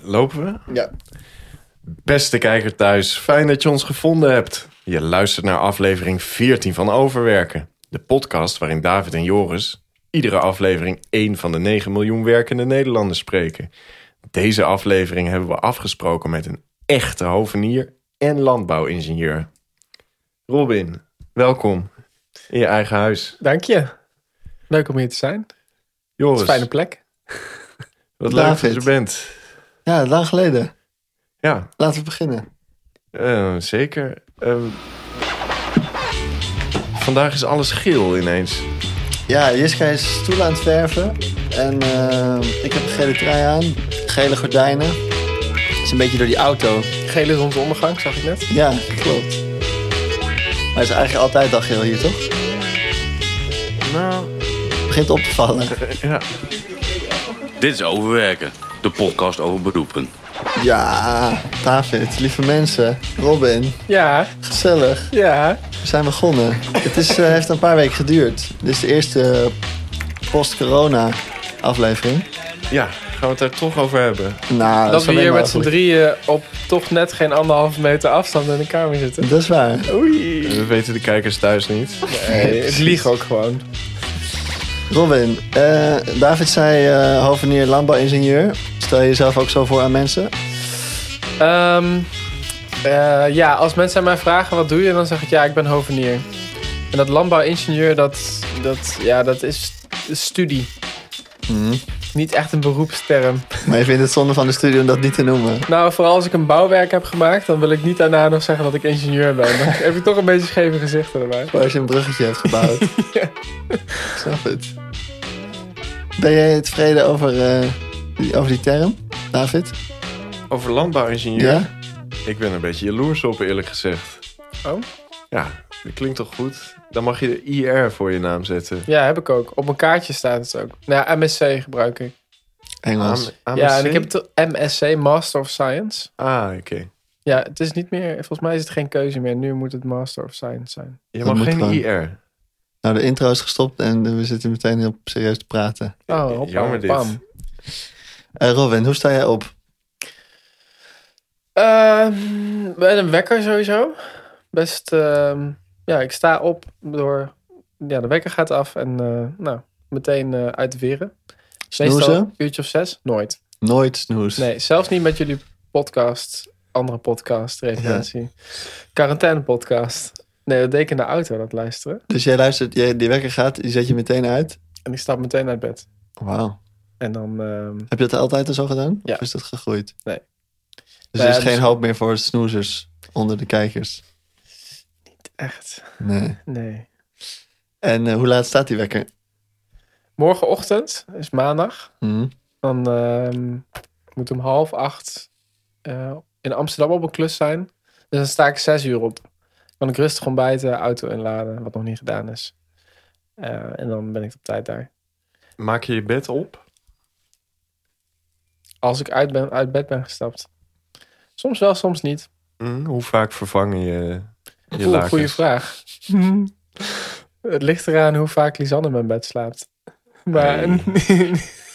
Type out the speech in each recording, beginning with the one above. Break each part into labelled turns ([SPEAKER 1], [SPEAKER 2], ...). [SPEAKER 1] Lopen we?
[SPEAKER 2] Ja.
[SPEAKER 1] Beste kijker thuis, fijn dat je ons gevonden hebt. Je luistert naar aflevering 14 van Overwerken. De podcast waarin David en Joris iedere aflevering één van de 9 miljoen werkende Nederlanders spreken. Deze aflevering hebben we afgesproken met een echte hovenier en landbouwingenieur. Robin, welkom in je eigen huis.
[SPEAKER 3] Dank je. Leuk om hier te zijn. Het is
[SPEAKER 1] Joris,
[SPEAKER 3] een fijne plek.
[SPEAKER 1] wat leuk dat je
[SPEAKER 2] David.
[SPEAKER 1] er bent.
[SPEAKER 2] Ja, lang geleden.
[SPEAKER 1] Ja,
[SPEAKER 2] Laten we beginnen.
[SPEAKER 1] Eh, zeker. Ehm, vandaag is alles geel ineens.
[SPEAKER 2] Ja, Jiska is stoelen aan het verven. En eh, ik heb een gele trui aan. Gele gordijnen. Het is een beetje door die auto.
[SPEAKER 3] Geel is onze ondergang, zag ik net.
[SPEAKER 2] Ja, klopt. Maar het is eigenlijk altijd al geel hier, toch? Het
[SPEAKER 1] Nou,
[SPEAKER 2] begint op te vallen.
[SPEAKER 1] ja.
[SPEAKER 4] Dit is Overwerken, de podcast over beroepen.
[SPEAKER 2] Ja, David, lieve mensen. Robin,
[SPEAKER 3] Ja,
[SPEAKER 2] gezellig.
[SPEAKER 3] ja.
[SPEAKER 2] We zijn begonnen. Het is, eh, heeft een paar weken geduurd. Dit is de eerste post-corona aflevering.
[SPEAKER 1] ja, gaan we het daar toch over hebben.
[SPEAKER 2] Nou,
[SPEAKER 3] dat
[SPEAKER 2] is
[SPEAKER 3] we
[SPEAKER 2] alleen
[SPEAKER 3] hier
[SPEAKER 2] maar
[SPEAKER 3] met z'n
[SPEAKER 2] goed.
[SPEAKER 3] drieën op toch net geen anderhalve meter afstand in de kamer zitten.
[SPEAKER 2] Dat is waar.
[SPEAKER 3] Oei.
[SPEAKER 1] We weten de kijkers thuis niet.
[SPEAKER 3] Nee, het lieg ook gewoon.
[SPEAKER 2] Robin, eh, David zei eh hovenier landbouwingenieur. Stel je jezelf ook zo voor aan mensen?
[SPEAKER 3] Ehm, eh, ja, als mensen aan mij vragen wat doe je, dan zeg ik ja, ik ben hovenier. En dat landbouwingenieur, dat, dat, ja, dat is een studie.
[SPEAKER 2] Mhm.
[SPEAKER 3] Niet echt een beroepsterm.
[SPEAKER 2] Maar je vindt het zonde van de studie om dat niet te noemen.
[SPEAKER 3] Nou, vooral als ik een bouwwerk heb gemaakt, dan wil ik niet daarna nog zeggen dat ik ingenieur ben. Dan heb ik toch een beetje scheve gezichten erbij.
[SPEAKER 2] Voor als je een bruggetje hebt gebouwd. Ik snap het. Ben jij tevreden over, eh, die, over die term, David?
[SPEAKER 1] Over landbouwingenieur. Ik ben er een beetje jaloers op, eerlijk gezegd.
[SPEAKER 3] Oh?
[SPEAKER 1] Ja, dat klinkt toch goed? Dan mag je de IR voor je naam zetten.
[SPEAKER 3] Ja, heb ik ook. Op mijn kaartje staat het ook. Nou, ja, MSc gebruik ik.
[SPEAKER 2] Engels.
[SPEAKER 1] Aan-
[SPEAKER 3] Ja,
[SPEAKER 1] AMC?
[SPEAKER 3] en ik heb het MSc, Master of Science.
[SPEAKER 1] Ah, oké.
[SPEAKER 3] Ja, het is niet meer, volgens mij is het geen keuze meer. Nu moet het Master of Science zijn.
[SPEAKER 1] Je
[SPEAKER 2] Dat
[SPEAKER 1] mag
[SPEAKER 2] moet
[SPEAKER 1] geen
[SPEAKER 2] gewoon.
[SPEAKER 3] Oh,
[SPEAKER 1] IR.
[SPEAKER 2] Nou, de intro is gestopt en we zitten meteen heel serieus te praten.
[SPEAKER 3] Oh, hoppa,
[SPEAKER 1] jammer dit.
[SPEAKER 3] bam.
[SPEAKER 2] Eh, Robin, hoe sta jij op?
[SPEAKER 3] Ehm, met een wekker sowieso. Best, ehm, ja, ik sta op door, ja, de wekker gaat af en eh, nou, meteen eh, uit de veren. Meestal
[SPEAKER 2] Snoezen?
[SPEAKER 3] een uurtje of zes? Nooit.
[SPEAKER 2] Nooit snoes.
[SPEAKER 3] Nee, zelfs niet met jullie podcast, andere podcast, referentie. Quarantaine podcast. Nee, dat deed ik in de auto, dat luisteren.
[SPEAKER 2] Dus jij luistert, jij, die wekker gaat, die zet je meteen uit.
[SPEAKER 3] En ik stap meteen uit bed.
[SPEAKER 2] Wauw.
[SPEAKER 3] En dan, ehm,
[SPEAKER 2] Heb je dat altijd al zo gedaan?
[SPEAKER 3] Ja.
[SPEAKER 2] Of is dat gegroeid?
[SPEAKER 3] Nee.
[SPEAKER 2] Dus
[SPEAKER 3] Nou
[SPEAKER 2] er is
[SPEAKER 3] ja, dus-
[SPEAKER 2] geen hoop meer voor snoezers onder de kijkers.
[SPEAKER 3] echt,
[SPEAKER 2] Nee.
[SPEAKER 3] nee.
[SPEAKER 2] En eh, hoe laat staat die wekker?
[SPEAKER 3] Morgenochtend is maandag.
[SPEAKER 2] Hm.
[SPEAKER 3] Dan ehm, ik moet om half acht eh, in Amsterdam op een klus zijn. Dus dan sta ik zes uur op. Kan ik rustig ontbijten, auto inladen, wat nog niet gedaan is. Eh, en dan ben ik op tijd daar.
[SPEAKER 1] Maak je je bed op?
[SPEAKER 3] Als ik uit, ben, uit bed ben gestapt. Soms wel, soms niet.
[SPEAKER 1] Hm, hoe vaak vervangen je je
[SPEAKER 3] Oeh,
[SPEAKER 1] lakens?
[SPEAKER 3] goede vraag. Het ligt eraan hoe vaak Lisanne in mijn bed slaapt. Maar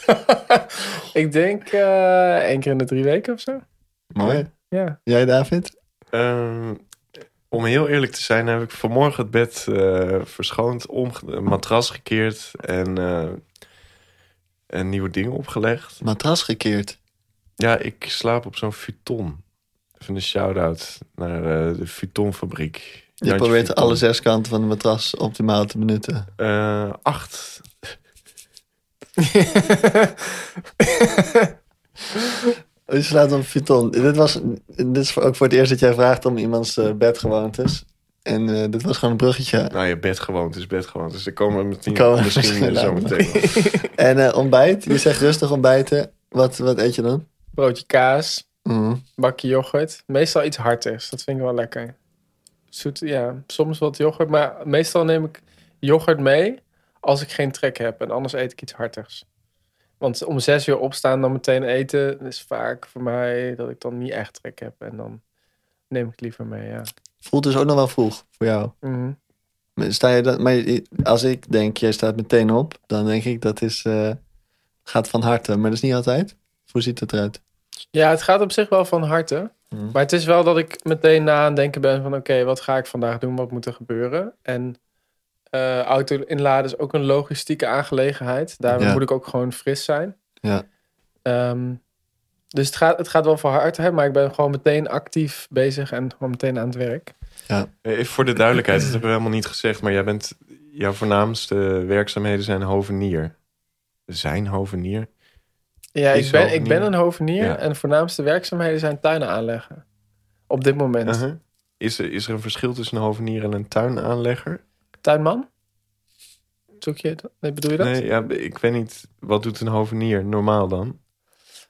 [SPEAKER 3] ik denk eh, één keer in de drie weken of zo.
[SPEAKER 2] Mooi.
[SPEAKER 3] Ja.
[SPEAKER 2] Jij, David?
[SPEAKER 1] Ehm, om heel eerlijk te zijn, heb ik vanmorgen het bed eh, verschoond, omge- een matras gekeerd en eh, een nieuw ding opgelegd.
[SPEAKER 2] Matras gekeerd.
[SPEAKER 1] Ja, ik slaap op zo'n futon. Even een shout-out naar eh, de futonfabriek.
[SPEAKER 2] Je probeert alle zes kanten van de matras optimaal te benutten.
[SPEAKER 1] Eh, acht.
[SPEAKER 2] Oh, Je slaat op futon. Dit, was, dit is voor- ook voor het eerst dat jij vraagt om iemands eh, bedgewoontes. En eh, dit was gewoon een bruggetje.
[SPEAKER 1] Nou ja, bedgewoontes, is Dus daar komen we meteen,
[SPEAKER 2] Komen we
[SPEAKER 1] misschien eh,
[SPEAKER 2] misschien
[SPEAKER 1] zo
[SPEAKER 2] later.
[SPEAKER 1] meteen op.
[SPEAKER 2] En eh, ontbijt? Je zegt rustig ontbijten. Wat, wat eet je dan?
[SPEAKER 3] Broodje kaas,
[SPEAKER 2] Mhm.
[SPEAKER 3] bakje yoghurt. Meestal iets hartigs. Dat vind ik wel lekker. Zoet, ja, soms wat yoghurt. Maar meestal neem ik yoghurt mee als ik geen trek heb. En anders eet ik iets hartigs. Want om zes uur opstaan dan meteen eten is vaak voor mij dat ik dan niet echt trek heb. En dan neem ik het liever mee, ja.
[SPEAKER 2] Voelt dus ook nog wel vroeg voor jou.
[SPEAKER 3] Mhm.
[SPEAKER 2] Maar Sta je dan, maar je- als ik denk, jij staat meteen op, dan denk ik dat is, eh, gaat van harte. Maar dat is niet altijd. Hoe ziet dat eruit?
[SPEAKER 3] Ja, het gaat op zich wel van harte.
[SPEAKER 2] Hmm.
[SPEAKER 3] Maar het is wel dat ik meteen na aan het denken ben van... oké, wat ga ik vandaag doen? Wat moet er gebeuren? En eh, auto inladen is ook een logistieke aangelegenheid. Daarom
[SPEAKER 2] Ja.
[SPEAKER 3] moet ik ook gewoon fris zijn.
[SPEAKER 2] Ja.
[SPEAKER 3] Ehm, dus het gaat, het gaat wel van harte, maar ik ben gewoon meteen actief bezig... en gewoon meteen aan het werk.
[SPEAKER 1] Even Eh, voor de duidelijkheid, dat hebben we helemaal niet gezegd, maar jij bent, jouw voornaamste werkzaamheden zijn hovenier. Zijn hovenier?
[SPEAKER 3] Ja,
[SPEAKER 1] Is
[SPEAKER 3] ik ben,
[SPEAKER 1] hovenier.
[SPEAKER 3] ik ben een hovenier
[SPEAKER 1] Ja.
[SPEAKER 3] en de voornaamste werkzaamheden zijn tuinen aanleggen. Op dit moment.
[SPEAKER 1] Uh-huh. Is, er, is er een verschil tussen een hovenier en een tuinaanlegger?
[SPEAKER 3] Tuinman? Zoek je dat? Nee, bedoel je dat?
[SPEAKER 1] Nee, ja, ik weet niet. Wat doet een hovenier normaal dan?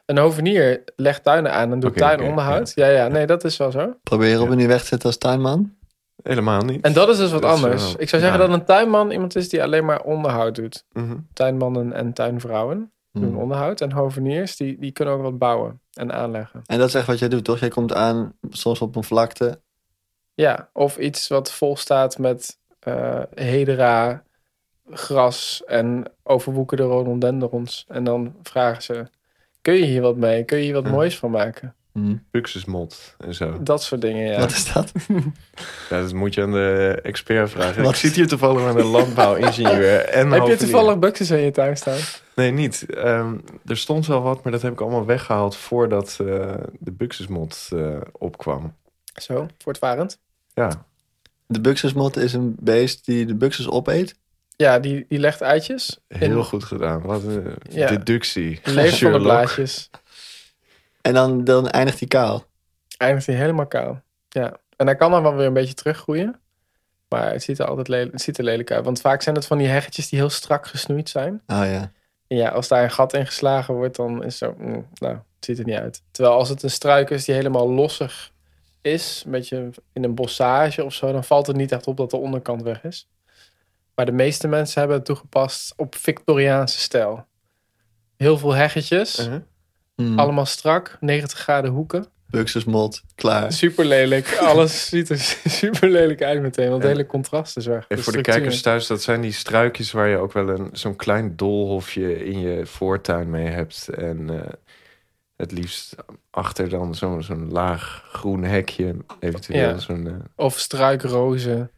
[SPEAKER 3] Een hovenier legt tuinen aan en doet
[SPEAKER 1] Oké,
[SPEAKER 3] tuinonderhoud. ja. ja, nee, dat is wel zo.
[SPEAKER 2] Probeer Robin nu weg te zetten als tuinman.
[SPEAKER 1] Helemaal niet.
[SPEAKER 3] En dat is dus wat
[SPEAKER 1] Dat is wel-
[SPEAKER 3] anders. Ik zou zeggen
[SPEAKER 1] ja.
[SPEAKER 3] dat een tuinman iemand is die alleen maar onderhoud doet.
[SPEAKER 1] Mhm.
[SPEAKER 3] Tuinmannen en tuinvrouwen doen
[SPEAKER 2] Hmm.
[SPEAKER 3] onderhoud. En hoveniers, die, die kunnen ook wat bouwen en aanleggen.
[SPEAKER 2] En dat is echt wat jij doet, toch? Jij komt aan soms op een vlakte.
[SPEAKER 3] Ja, of iets wat vol staat met eh, hedera, gras en overwoekerde rhododendrons. En dan vragen ze, kun je hier wat mee? Kun je hier wat
[SPEAKER 1] Ja.
[SPEAKER 3] moois van maken?
[SPEAKER 1] Buxusmot en zo.
[SPEAKER 3] Dat soort dingen, ja.
[SPEAKER 2] Wat is dat?
[SPEAKER 1] Ja, dat moet je aan de expert vragen.
[SPEAKER 2] Wat?
[SPEAKER 1] Ik zit hier toevallig aan een landbouwingenieur. En
[SPEAKER 3] Heb je
[SPEAKER 1] hovenier.
[SPEAKER 3] toevallig buxus in je tuin staan?
[SPEAKER 1] Nee, niet. Ehm, er stond wel wat, maar dat heb ik allemaal weggehaald voordat eh, de Buxusmot eh, opkwam.
[SPEAKER 3] Zo, voortvarend.
[SPEAKER 1] Ja.
[SPEAKER 2] De buxusmot is een beest die de buxus opeet.
[SPEAKER 3] Ja, die, die legt eitjes.
[SPEAKER 1] Heel
[SPEAKER 3] in-
[SPEAKER 1] goed gedaan. Wat een
[SPEAKER 3] Ja.
[SPEAKER 1] deductie.
[SPEAKER 3] Leeft van de
[SPEAKER 1] Sherlock.
[SPEAKER 3] blaadjes.
[SPEAKER 2] En dan, dan eindigt die kaal.
[SPEAKER 3] Eindigt hij helemaal kaal. Ja. En hij kan dan wel weer een beetje teruggroeien. Maar het ziet er altijd lelijk, het ziet er lelijk uit. Want vaak zijn het van die heggetjes die heel strak gesnoeid zijn.
[SPEAKER 2] Oh ja.
[SPEAKER 3] En ja, als daar een gat in geslagen wordt, dan is zo... mm, nou, het ziet er niet uit. Terwijl als het een struik is die helemaal lossig is... een beetje in een bossage of zo... dan valt het niet echt op dat de onderkant weg is. Maar de meeste mensen hebben het toegepast op Victoriaanse stijl. Heel veel heggetjes...
[SPEAKER 1] Uh-huh.
[SPEAKER 2] Hmm.
[SPEAKER 3] Allemaal strak, 90 graden hoeken.
[SPEAKER 2] Buxusmot, klaar.
[SPEAKER 3] Super lelijk. Alles ziet er super lelijk uit meteen. Want het hele contrast is weg.
[SPEAKER 1] Even voor de
[SPEAKER 3] structuur.
[SPEAKER 1] kijkers thuis, dat zijn die struikjes waar je ook wel een zo'n klein doolhofje in je voortuin mee hebt. En eh, het liefst achter dan zo'n zo'n laag groen hekje, eventueel
[SPEAKER 3] Ja.
[SPEAKER 1] zo'n... eh,
[SPEAKER 3] Of struikrozen.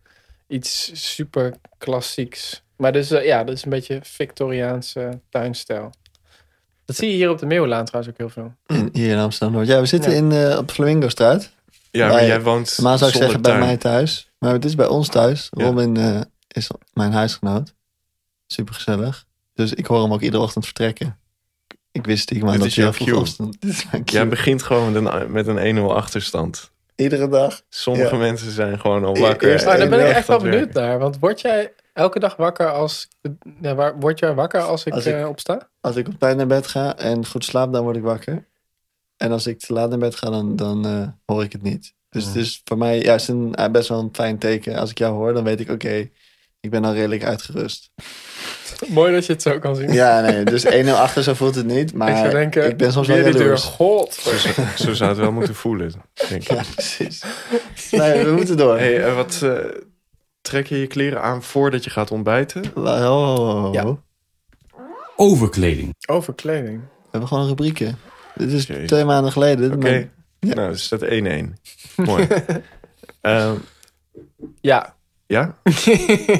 [SPEAKER 3] Iets super klassieks. Maar dus, eh, ja, dat is een beetje Victoriaanse tuinstijl. Dat zie je hier op de Meeuwlaan trouwens ook heel veel. Nou,
[SPEAKER 2] In, hier in Amsterdam-Noord. Ja, we zitten
[SPEAKER 3] Ja.
[SPEAKER 2] in, eh, op Flamingo-straat.
[SPEAKER 1] ja, maar
[SPEAKER 2] Bij-
[SPEAKER 1] jij woont
[SPEAKER 2] Normaal zou ik
[SPEAKER 1] zonder
[SPEAKER 2] zeggen
[SPEAKER 1] tuin.
[SPEAKER 2] bij mij thuis. Maar het is bij ons thuis.
[SPEAKER 1] Ja.
[SPEAKER 2] Robin eh, is mijn huisgenoot. Super gezellig. Dus ik hoor hem ook iedere ochtend vertrekken. Ik wist stiekem aan
[SPEAKER 1] Dit
[SPEAKER 2] dat
[SPEAKER 1] is
[SPEAKER 2] hij
[SPEAKER 1] jouw
[SPEAKER 2] heel vroeg
[SPEAKER 1] cue.
[SPEAKER 2] opstond. Dit is mijn cue.
[SPEAKER 1] Jij begint gewoon met een, met een 1-0 achterstand.
[SPEAKER 2] Iedere dag.
[SPEAKER 1] Sommige
[SPEAKER 2] Ja.
[SPEAKER 1] mensen zijn gewoon al
[SPEAKER 2] E-
[SPEAKER 1] wakker.
[SPEAKER 2] eerst-
[SPEAKER 3] Maar daar Nou, ben ik
[SPEAKER 2] Echt
[SPEAKER 3] echt wel
[SPEAKER 1] aan het
[SPEAKER 3] benieuwd naar. Want word jij elke dag wakker als... Ja, waar, word jij wakker als ik,
[SPEAKER 2] Als ik-
[SPEAKER 3] eh, opsta?
[SPEAKER 2] Als ik op tijd naar bed ga en goed slaap, dan word ik wakker. En als ik te laat naar bed ga, dan, dan eh, hoor ik het niet. Dus
[SPEAKER 1] Ja.
[SPEAKER 2] het is voor mij juist een, eh, best wel een fijn teken. Als ik jou hoor, dan weet ik, oké, ik ben al redelijk uitgerust.
[SPEAKER 3] Mooi dat je het zo kan zien.
[SPEAKER 2] Ja, nee, dus 1-0 achter, zo voelt het niet. Maar
[SPEAKER 3] ik zou denken,
[SPEAKER 2] ik ben soms wel
[SPEAKER 3] weer die deur.
[SPEAKER 2] jaloers.
[SPEAKER 3] God.
[SPEAKER 1] werken. Zo zou het wel moeten voelen, denk ik.
[SPEAKER 2] Ja, precies. Nee, we moeten door.
[SPEAKER 1] Hey, eh, wat eh, trek je je kleren aan voordat je gaat ontbijten?
[SPEAKER 2] La- oh, oh, oh.
[SPEAKER 3] Ja.
[SPEAKER 2] We
[SPEAKER 4] Overkleding.
[SPEAKER 3] Over kleding.
[SPEAKER 2] hebben gewoon rubrieken. Dit is
[SPEAKER 1] Jezus.
[SPEAKER 2] twee maanden geleden.
[SPEAKER 1] Oké.
[SPEAKER 2] maar- Ja.
[SPEAKER 1] Nou, dus dat 1-1. Mooi. Ehm,
[SPEAKER 3] Ja,
[SPEAKER 1] ja?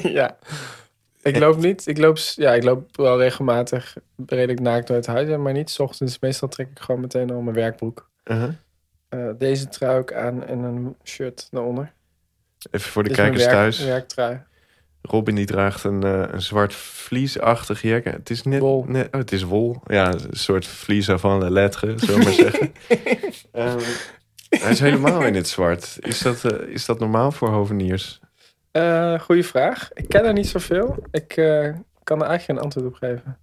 [SPEAKER 3] ja. Ik loop niet. Ik loop, s- ja, ik loop wel regelmatig redelijk naakt uit huis, maar niet 's ochtends. Meestal trek ik gewoon meteen al mijn werkbroek.
[SPEAKER 1] Uh-huh.
[SPEAKER 3] Eh, deze trui ook aan en een shirt daaronder.
[SPEAKER 1] Even voor de
[SPEAKER 3] Dit is mijn
[SPEAKER 1] kijkers
[SPEAKER 3] werk-
[SPEAKER 1] thuis.
[SPEAKER 3] werktrui.
[SPEAKER 1] Robin die draagt een, eh, een zwart vliesachtig jek. Het is net,
[SPEAKER 3] Wol.
[SPEAKER 1] net- oh, het is wol. Ja, een soort vlies van de lettre, zullen we maar zeggen. Ehm, hij is helemaal in het zwart. Is dat, eh, is dat normaal voor hoveniers?
[SPEAKER 3] Eh goeie vraag. Ik ken er niet zoveel. Ik eh, kan er eigenlijk geen antwoord op geven.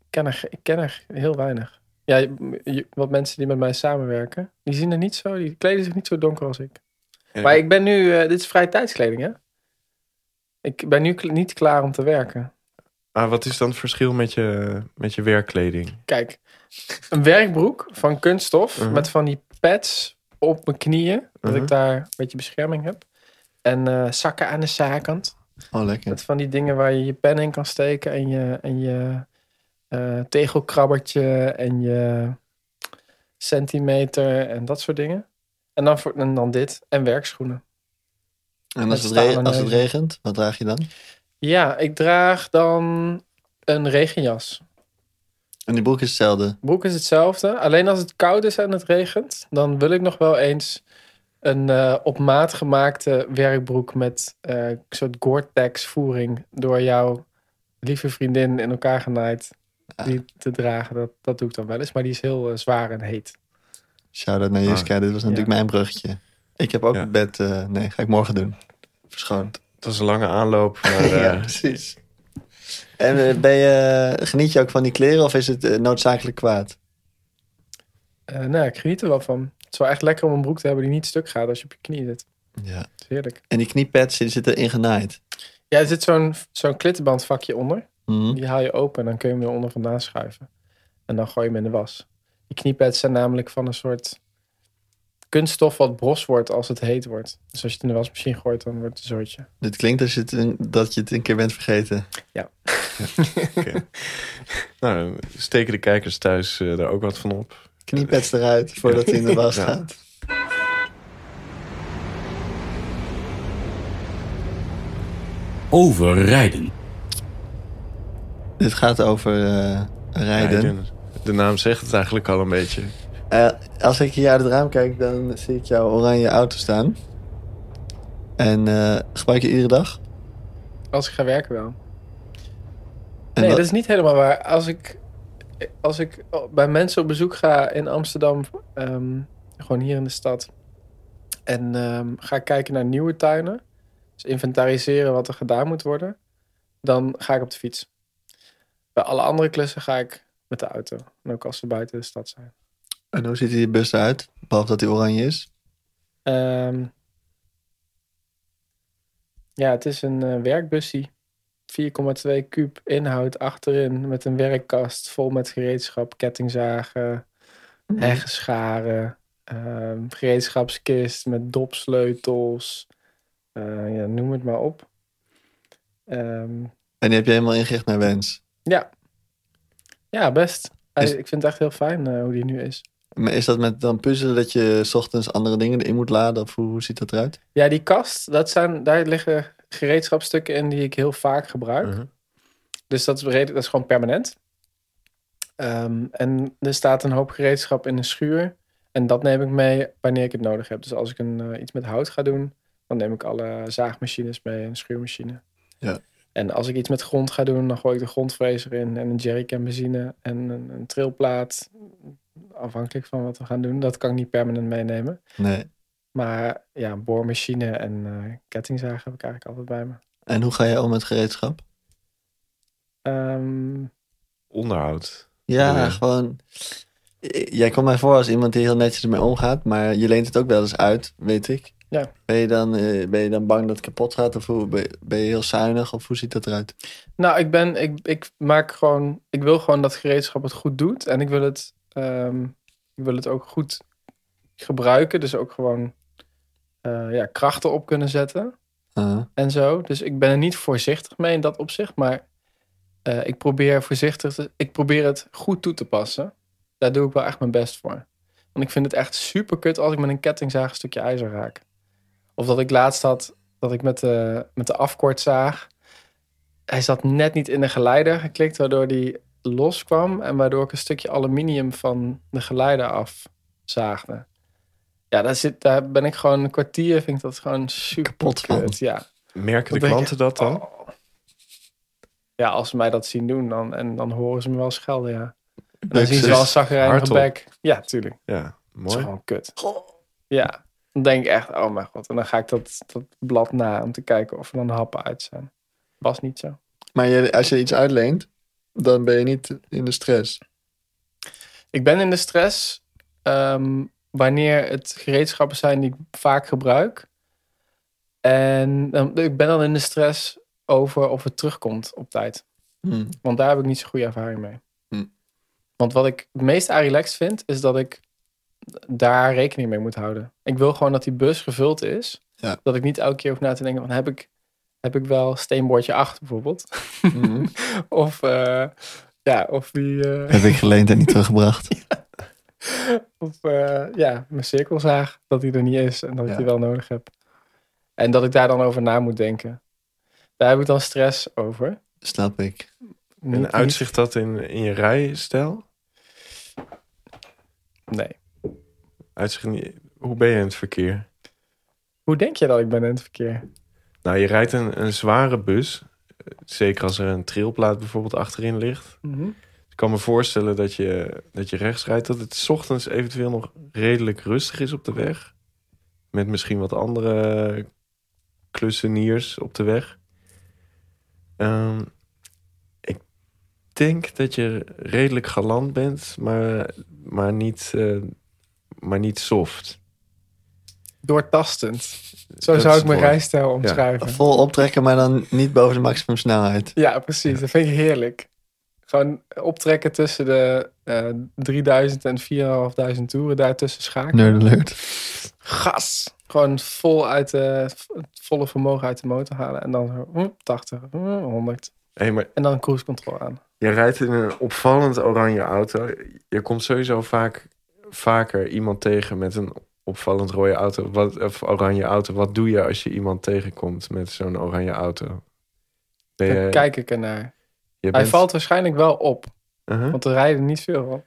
[SPEAKER 3] Ik ken er, ik ken er heel weinig. Ja, je- je- wat mensen die met mij samenwerken, die zien er niet zo, die kleden zich niet zo donker als ik. Maar ik ben nu, eh, dit is vrije tijdskleding, hè? Ik ben nu kl- niet klaar om te werken.
[SPEAKER 1] Ah, wat is dan het verschil met je, met je werkkleding?
[SPEAKER 3] Kijk, een werkbroek van kunststof
[SPEAKER 1] Mhm.
[SPEAKER 3] met van die pads op mijn knieën, dat
[SPEAKER 1] Mhm.
[SPEAKER 3] ik daar een beetje bescherming heb. En eh, zakken aan de zijkant.
[SPEAKER 2] Oh, lekker.
[SPEAKER 3] Met van die dingen waar je je pen in kan steken en je, en je eh, tegelkrabbertje en je centimeter en dat soort dingen. En dan, voor, en dan dit. En werkschoenen.
[SPEAKER 2] En
[SPEAKER 3] Met
[SPEAKER 2] als het, re-
[SPEAKER 3] stalen
[SPEAKER 2] als het
[SPEAKER 3] neuzen.
[SPEAKER 2] regent, wat draag je dan?
[SPEAKER 3] Ja, ik draag dan een regenjas.
[SPEAKER 2] En die broek is hetzelfde.
[SPEAKER 3] Broek is hetzelfde. Alleen als het koud is en het regent, dan wil ik nog wel eens een eh, op maat gemaakte werkbroek met eh, een soort Gore-Tex voering door jouw lieve vriendin in elkaar genaaid.
[SPEAKER 2] Ah.
[SPEAKER 3] Die te dragen, dat, dat doe ik dan wel eens. Maar die is heel eh, zwaar en heet.
[SPEAKER 2] Shout-out naar Jiska, dit was natuurlijk mijn bruggetje. Ik heb ook
[SPEAKER 1] Ja.
[SPEAKER 2] het bed... eh, nee, ga ik morgen doen. Verschoond.
[SPEAKER 1] Het was een lange aanloop. Maar,
[SPEAKER 2] ja,
[SPEAKER 1] eh,
[SPEAKER 2] precies. En eh, ben je, geniet je ook van die kleren of is het eh, noodzakelijk kwaad?
[SPEAKER 3] Eh nou, ik geniet er wel van. Het is wel echt lekker om een broek te hebben die niet stuk gaat als je op je knie zit.
[SPEAKER 2] Ja.
[SPEAKER 3] Het is heerlijk.
[SPEAKER 2] En die kniepads die zitten ingenaaid.
[SPEAKER 3] Ja, er zit zo'n zo'n klittenbandvakje onder.
[SPEAKER 2] Mhm.
[SPEAKER 3] Die haal je open en dan kun je hem eronder vandaan schuiven. En dan gooi je hem in de was. Die kniepads zijn namelijk van een soort kunststof wat bros wordt als het heet wordt. Dus als je het in de wasmachine gooit, dan wordt het een soortje.
[SPEAKER 2] Dit klinkt als je het een- dat je het een keer bent vergeten.
[SPEAKER 1] nou, steken de kijkers thuis eh, daar ook wat van op.
[SPEAKER 2] Kniepads eruit voordat hij in de was
[SPEAKER 1] Ja.
[SPEAKER 2] gaat.
[SPEAKER 4] Overrijden.
[SPEAKER 2] Dit gaat over eh, rijden.
[SPEAKER 1] De naam zegt het eigenlijk al een beetje.
[SPEAKER 2] Eh, als ik hier uit het raam kijk, dan zie ik jouw oranje auto staan. En eh, gebruik je iedere dag?
[SPEAKER 3] Als ik ga werken wel.
[SPEAKER 2] En
[SPEAKER 3] nee,
[SPEAKER 2] wat-
[SPEAKER 3] dat is niet helemaal waar. Als ik, als ik bij mensen op bezoek ga in Amsterdam, ehm, gewoon hier in de stad, en ehm, ga kijken naar nieuwe tuinen, dus inventariseren wat er gedaan moet worden, dan ga ik op de fiets. Bij alle andere klussen ga ik met de auto. En ook als ze buiten de stad zijn.
[SPEAKER 2] En hoe ziet die bus eruit? Behalve dat hij oranje is.
[SPEAKER 3] Ehm, ja, het is een eh, werkbussie. 4,2 kuub inhoud achterin met een werkkast vol met gereedschap, kettingzagen, heggenscharen, ehm, gereedschapskist met dopsleutels, Eh, ja, noem het maar op. Ehm,
[SPEAKER 2] En die heb je helemaal ingericht naar wens.
[SPEAKER 3] ja. ja, best. Hij-
[SPEAKER 2] Is-
[SPEAKER 3] Ik vind het echt heel fijn eh, hoe die nu is.
[SPEAKER 2] Maar is dat met dan puzzelen dat je 's ochtends andere dingen erin moet laden? Of hoe, hoe ziet dat eruit?
[SPEAKER 3] Ja, die kast, dat zijn, daar liggen gereedschapstukken in die ik heel vaak gebruik.
[SPEAKER 1] Mhm.
[SPEAKER 3] Dus dat is, reden, dat is gewoon permanent. Ehm, en er staat een hoop gereedschap in een schuur. En dat neem ik mee wanneer ik het nodig heb. Dus als ik een, eh, iets met hout ga doen, dan neem ik alle zaagmachines mee en schuurmachine.
[SPEAKER 2] Ja.
[SPEAKER 3] En als ik iets met grond ga doen, dan gooi ik de grondvrezer in en een jerrycan benzine en een, een trilplaat. Afhankelijk van wat we gaan doen. Dat kan ik niet permanent meenemen.
[SPEAKER 2] Nee.
[SPEAKER 3] Maar ja, een boormachine en eh kettingzaag heb ik eigenlijk altijd bij me.
[SPEAKER 2] En hoe ga jij om met gereedschap?
[SPEAKER 3] Ehm,
[SPEAKER 1] Onderhoud.
[SPEAKER 2] Ja,
[SPEAKER 1] Ja.
[SPEAKER 2] gewoon. eh, Jij komt mij voor als iemand die heel netjes ermee omgaat, maar je leent het ook wel eens uit, weet ik.
[SPEAKER 3] Ja.
[SPEAKER 2] Ben je dan, eh, ben je dan bang dat het kapot gaat? Of hoe, ben, ben je heel zuinig? Of hoe ziet dat eruit?
[SPEAKER 3] nou, ik ben, ik, ik maak gewoon, ik wil gewoon dat gereedschap het goed doet. En ik wil het, ehm, ik wil het ook goed gebruiken. Dus ook gewoon eh, ja, krachten op kunnen zetten
[SPEAKER 2] Ah,
[SPEAKER 3] en zo. Dus ik ben er niet voorzichtig mee in dat opzicht. Maar eh, ik probeer voorzichtig, te- ik probeer het goed toe te passen. Daar doe ik wel echt mijn best voor. Want ik vind het echt super kut als ik met een kettingzaag een stukje ijzer raak. Of dat ik laatst had dat ik met de, met de afkortzaag. Hij zat net niet in de geleider geklikt, waardoor die loskwam. En waardoor ik een stukje aluminium van de geleider afzaagde. Ja, daar, zit, daar ben ik gewoon een kwartier, vind ik dat gewoon super
[SPEAKER 2] Kapot van.
[SPEAKER 3] kut, Ja.
[SPEAKER 1] Merken
[SPEAKER 3] Wat
[SPEAKER 1] de
[SPEAKER 3] denk
[SPEAKER 1] klanten dat dan?
[SPEAKER 3] Oh. Ja, als ze mij dat zien doen, dan, en dan horen ze me wel schelden, ja. En dan
[SPEAKER 2] Leuk,
[SPEAKER 3] zien ze
[SPEAKER 2] zus.
[SPEAKER 3] wel een zagrijnige
[SPEAKER 1] Hardop.
[SPEAKER 3] bek. Ja, tuurlijk.
[SPEAKER 1] Ja,
[SPEAKER 3] Het is
[SPEAKER 1] mooi.
[SPEAKER 3] gewoon kut. Ja, dan denk ik echt, oh mijn god. En dan ga ik dat, dat blad na om te kijken of er dan happen uit zijn. Was niet zo.
[SPEAKER 2] Maar je, als je iets uitleent, dan ben je niet in de stress.
[SPEAKER 3] Ik ben in de stress ehm, wanneer het gereedschappen zijn die ik vaak gebruik. En dan- ik ben dan in de stress over of het terugkomt op tijd.
[SPEAKER 1] Hmm.
[SPEAKER 2] Hm.
[SPEAKER 3] Want daar heb ik niet zo'n goede ervaring mee.
[SPEAKER 2] Hm.
[SPEAKER 3] Want wat ik het meest relaxed vind, is dat ik daar rekening mee moet houden. Ik wil gewoon dat die bus gevuld is.
[SPEAKER 2] Ja.
[SPEAKER 3] Dat ik niet elke keer hoef na te denken, van, heb, ik, heb ik wel steenbordje 8 bijvoorbeeld?
[SPEAKER 2] Mhm.
[SPEAKER 3] of, eh, ja, of die... eh,
[SPEAKER 2] Heb ik geleend en niet teruggebracht.
[SPEAKER 3] op eh, ja, mijn cirkelzaag. Dat die er niet is en dat ik
[SPEAKER 2] Ja.
[SPEAKER 3] die wel nodig heb. En dat ik daar dan over na moet denken. Daar heb ik dan stress over.
[SPEAKER 2] Snap ik.
[SPEAKER 3] Niet-
[SPEAKER 1] En uitzicht dat in, in je rijstijl?
[SPEAKER 3] niet- Nee.
[SPEAKER 1] Uitzicht in je- hoe ben je in het verkeer?
[SPEAKER 3] Hoe denk je dat ik ben in het verkeer?
[SPEAKER 1] Nou, je rijdt een, een zware bus. Eh, Zeker als er een trilplaat bijvoorbeeld achterin ligt. Ik kan me voorstellen dat je, dat je rechts rijdt. Dat het 's ochtends eventueel nog redelijk rustig is op de weg. Met misschien wat andere klusseniers op de weg. Ehm, ik denk dat je redelijk galant bent, maar, maar, niet, eh, maar niet soft.
[SPEAKER 3] Doortastend. Zo
[SPEAKER 1] Dat
[SPEAKER 3] zou
[SPEAKER 1] is
[SPEAKER 3] ik mijn
[SPEAKER 1] het woord.
[SPEAKER 3] rijstijl omschrijven. Ja,
[SPEAKER 2] Vol optrekken, maar dan niet boven de maximum snelheid.
[SPEAKER 3] precies. Dat vind ik heerlijk. Gewoon optrekken tussen de eh 3000 en 4500 toeren. Daartussen schakelen.
[SPEAKER 2] Nerd alert.
[SPEAKER 3] gas. Gewoon vol uit de, het volle vermogen uit de motor halen. En dan zo, mm, 80, mm, 100.
[SPEAKER 1] Hé, maar
[SPEAKER 3] En dan cruise control aan.
[SPEAKER 1] je rijdt in een opvallend oranje auto. Je komt sowieso vaak, vaker iemand tegen met een opvallend rode auto. Wat, of oranje auto. Wat doe je als je iemand tegenkomt met zo'n oranje auto? Ben
[SPEAKER 3] Dan
[SPEAKER 1] je-
[SPEAKER 3] kijk ik ernaar.
[SPEAKER 1] je
[SPEAKER 3] Hij
[SPEAKER 1] bent-
[SPEAKER 3] valt waarschijnlijk wel op.
[SPEAKER 1] Uh-huh.
[SPEAKER 3] Want er rijden niet veel van.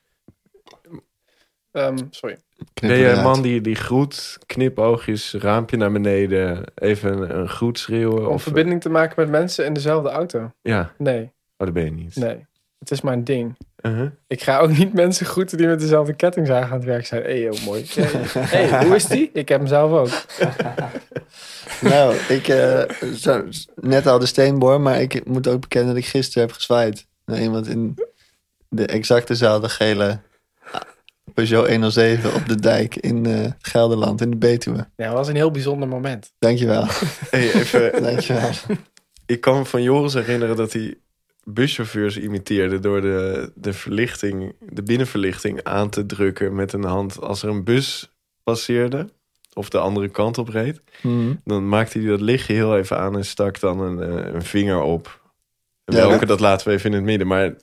[SPEAKER 3] Ehm, sorry.
[SPEAKER 1] Ben je een man die, die groet, knipoogjes, raampje naar beneden, even een, een groet schreeuwen?
[SPEAKER 3] Om
[SPEAKER 1] Of,
[SPEAKER 3] verbinding te maken met mensen in dezelfde auto.
[SPEAKER 1] Ja,
[SPEAKER 3] Nee,
[SPEAKER 1] oh, dat ben je niet.
[SPEAKER 3] nee. Het is maar een ding.
[SPEAKER 1] Uh-huh.
[SPEAKER 3] Ik ga ook niet mensen groeten die met dezelfde kettingzaag aan het werk zijn. hey, joh, mooi. hey, hey, hoe is die? Ik heb hem zelf ook.
[SPEAKER 2] Nou, ik eh, zo, net al de steenboor, maar ik moet ook bekennen dat ik gisteren heb gezwaaid naar iemand in de exacte zaal, de gele ah, Peugeot 107 op de dijk in eh, Gelderland, in de Betuwe.
[SPEAKER 3] Ja, dat was een heel bijzonder moment.
[SPEAKER 2] Dankjewel,
[SPEAKER 1] Hey, even,
[SPEAKER 2] dankjewel.
[SPEAKER 1] Ik kan me van Joris herinneren dat hij buschauffeurs imiteerde door de, de verlichting, de binnenverlichting aan te drukken met een hand. Als er een bus passeerde of de andere kant op reed,
[SPEAKER 2] Hmm.
[SPEAKER 1] dan maakte hij dat lichtje heel even aan en stak dan een, eh, een vinger op.
[SPEAKER 2] Ja,
[SPEAKER 1] Welke,
[SPEAKER 2] dat-
[SPEAKER 1] dat laten we even in het midden. Maar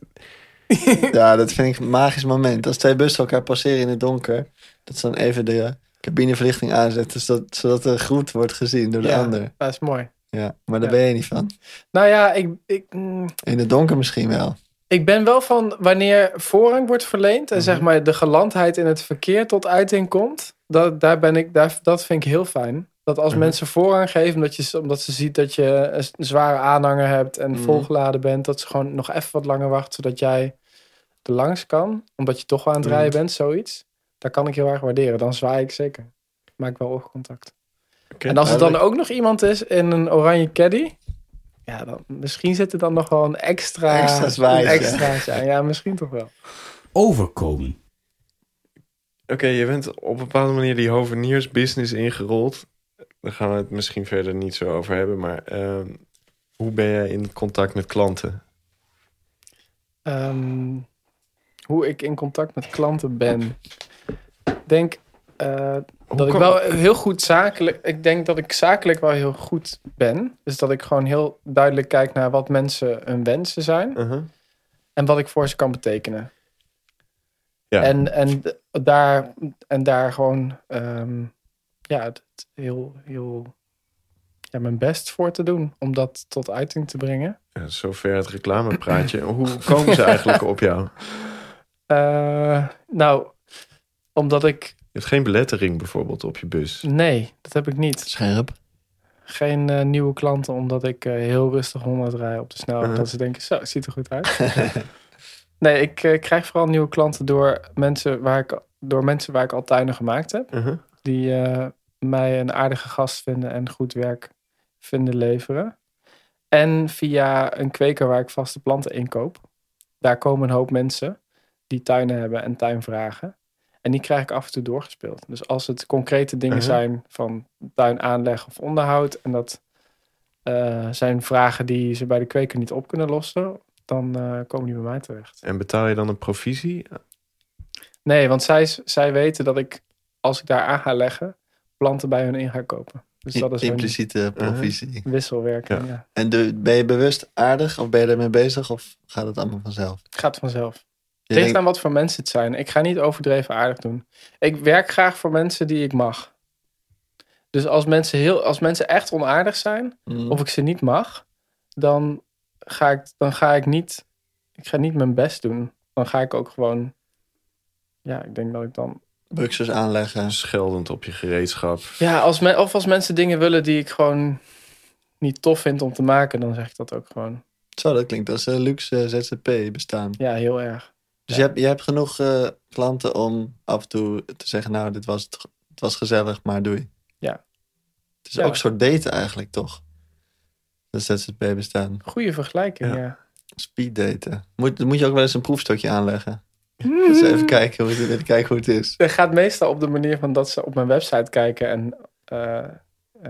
[SPEAKER 2] Ja, dat vind ik een magisch moment. Als twee bussen elkaar passeren in het donker, dat ze dan even de cabineverlichting aanzetten, zodat, zodat de groet wordt gezien door de
[SPEAKER 3] Ja,
[SPEAKER 2] ander.
[SPEAKER 3] Dat is mooi.
[SPEAKER 2] Ja, maar daar
[SPEAKER 3] Ja.
[SPEAKER 2] ben je niet van.
[SPEAKER 3] Nou ja, ik, ik, mm,
[SPEAKER 2] In het donker misschien wel.
[SPEAKER 3] Ik ben wel van wanneer voorrang wordt verleend en
[SPEAKER 1] Mhm.
[SPEAKER 3] zeg maar de gelandheid in het verkeer tot uiting komt. Dat, daar ben ik, daar, dat vind ik heel fijn. Dat
[SPEAKER 1] Mhm.
[SPEAKER 3] als mensen voorrang geven, omdat, je, omdat ze ziet dat je een z- een zware aanhanger hebt en
[SPEAKER 2] Mhm.
[SPEAKER 3] volgeladen bent, dat ze gewoon nog even wat langer wacht zodat jij er langs kan. Omdat je toch wel aan
[SPEAKER 1] Mhm.
[SPEAKER 3] het rijden bent, zoiets. Daar kan ik heel erg waarderen. Dan zwaai ik zeker. Maak wel oogcontact.
[SPEAKER 1] Oké,
[SPEAKER 3] en als er dan
[SPEAKER 1] duidelijk.
[SPEAKER 3] ook nog iemand is in een oranje caddy. Ja, dan, misschien zit er dan nog wel een extra...
[SPEAKER 2] Extra zwaaitje.
[SPEAKER 3] een extraatje aan. Ja, misschien toch wel.
[SPEAKER 5] overkomen.
[SPEAKER 1] Oké, je bent op een bepaalde manier die hoveniersbusiness ingerold. Daar gaan we het misschien verder niet zo over hebben. Maar ehm, hoe ben jij in contact met klanten?
[SPEAKER 3] Ehm, hoe ik in contact met klanten ben. Ik denk eh, dat ik
[SPEAKER 1] kan-
[SPEAKER 3] wel heel goed zakelijk... Ik denk dat ik zakelijk wel heel goed ben. Dus dat ik gewoon heel duidelijk kijk naar wat mensen hun wensen zijn.
[SPEAKER 1] Uh-huh.
[SPEAKER 3] En wat ik voor ze kan betekenen.
[SPEAKER 1] Ja.
[SPEAKER 3] En, en, d- daar, en daar gewoon ehm, ja, het- het heel, heel ja, mijn best voor te doen. Om dat tot uiting te brengen.
[SPEAKER 1] Ja, zover het reclamepraatje. Hoe komen ze eigenlijk op jou?
[SPEAKER 3] Eh, nou, omdat ik...
[SPEAKER 1] Je hebt geen belettering bijvoorbeeld op je bus.
[SPEAKER 3] Nee, dat heb ik niet.
[SPEAKER 2] Scherp.
[SPEAKER 3] Geen eh, nieuwe klanten, omdat ik eh, heel rustig 100 rij op de snelweg.
[SPEAKER 1] Mhm.
[SPEAKER 3] Dat ze denken, zo, het ziet er goed uit. nee, ik eh, krijg vooral nieuwe klanten door mensen waar ik, door mensen waar ik al tuinen gemaakt heb.
[SPEAKER 1] Uh-huh.
[SPEAKER 3] die eh, mij een aardige gast vinden en goed werk vinden leveren. En via een kweker waar ik vaste planten inkoop. Daar komen een hoop mensen die tuinen hebben en tuinvragen. En die krijg ik af en toe doorgespeeld. Dus als het concrete dingen
[SPEAKER 1] Mhm.
[SPEAKER 3] zijn van tuinaanleg of onderhoud... en dat eh, zijn vragen die ze bij de kweker niet op kunnen lossen... dan eh, komen die bij mij terecht.
[SPEAKER 1] En betaal je dan een provisie?
[SPEAKER 3] Nee, want zij, zij weten dat ik, als ik daar aan ga leggen, planten bij hun in ga kopen. Dus dat is een
[SPEAKER 2] Impliciete provisie.
[SPEAKER 3] wisselwerking.
[SPEAKER 1] Ja.
[SPEAKER 3] Ja.
[SPEAKER 2] En doe- ben je bewust aardig of ben je ermee bezig of gaat het allemaal vanzelf?
[SPEAKER 3] Gaat vanzelf.
[SPEAKER 2] Je
[SPEAKER 3] ligt
[SPEAKER 2] denkt-
[SPEAKER 3] aan wat voor mensen het zijn. Ik ga niet overdreven aardig doen. Ik werk graag voor mensen die ik mag. Dus als mensen, heel, als mensen echt onaardig zijn,
[SPEAKER 2] Mm.
[SPEAKER 3] of ik ze niet mag, dan ga ik, dan ga ik niet, ik ga niet mijn best doen. Dan ga ik ook gewoon, ja, ik denk dat ik dan.
[SPEAKER 2] Buxers aanleggen.
[SPEAKER 1] Scheldend op je gereedschap.
[SPEAKER 3] Ja, als men, of als mensen dingen willen die ik gewoon niet tof vind om te maken, dan zeg ik dat ook gewoon.
[SPEAKER 2] Zo, dat klinkt als eh, luxe ZZP bestaan.
[SPEAKER 3] Ja, heel erg.
[SPEAKER 2] Dus je hebt, je hebt genoeg eh, klanten om af en toe te zeggen... nou, dit was, het, ge- het was gezellig, maar doei.
[SPEAKER 3] Ja.
[SPEAKER 2] Het is
[SPEAKER 3] Ja.
[SPEAKER 2] ook een soort daten eigenlijk, toch? Dat ZZP bestaan.
[SPEAKER 3] Goede vergelijking,
[SPEAKER 1] Ja.
[SPEAKER 3] ja.
[SPEAKER 2] Speed daten. Moet, moet je ook wel eens een proefstokje aanleggen. Dus
[SPEAKER 3] Mhm.
[SPEAKER 2] even kijken hoe het, even kijken hoe het is.
[SPEAKER 3] Het gaat meestal op de manier van dat ze op mijn website kijken en eh,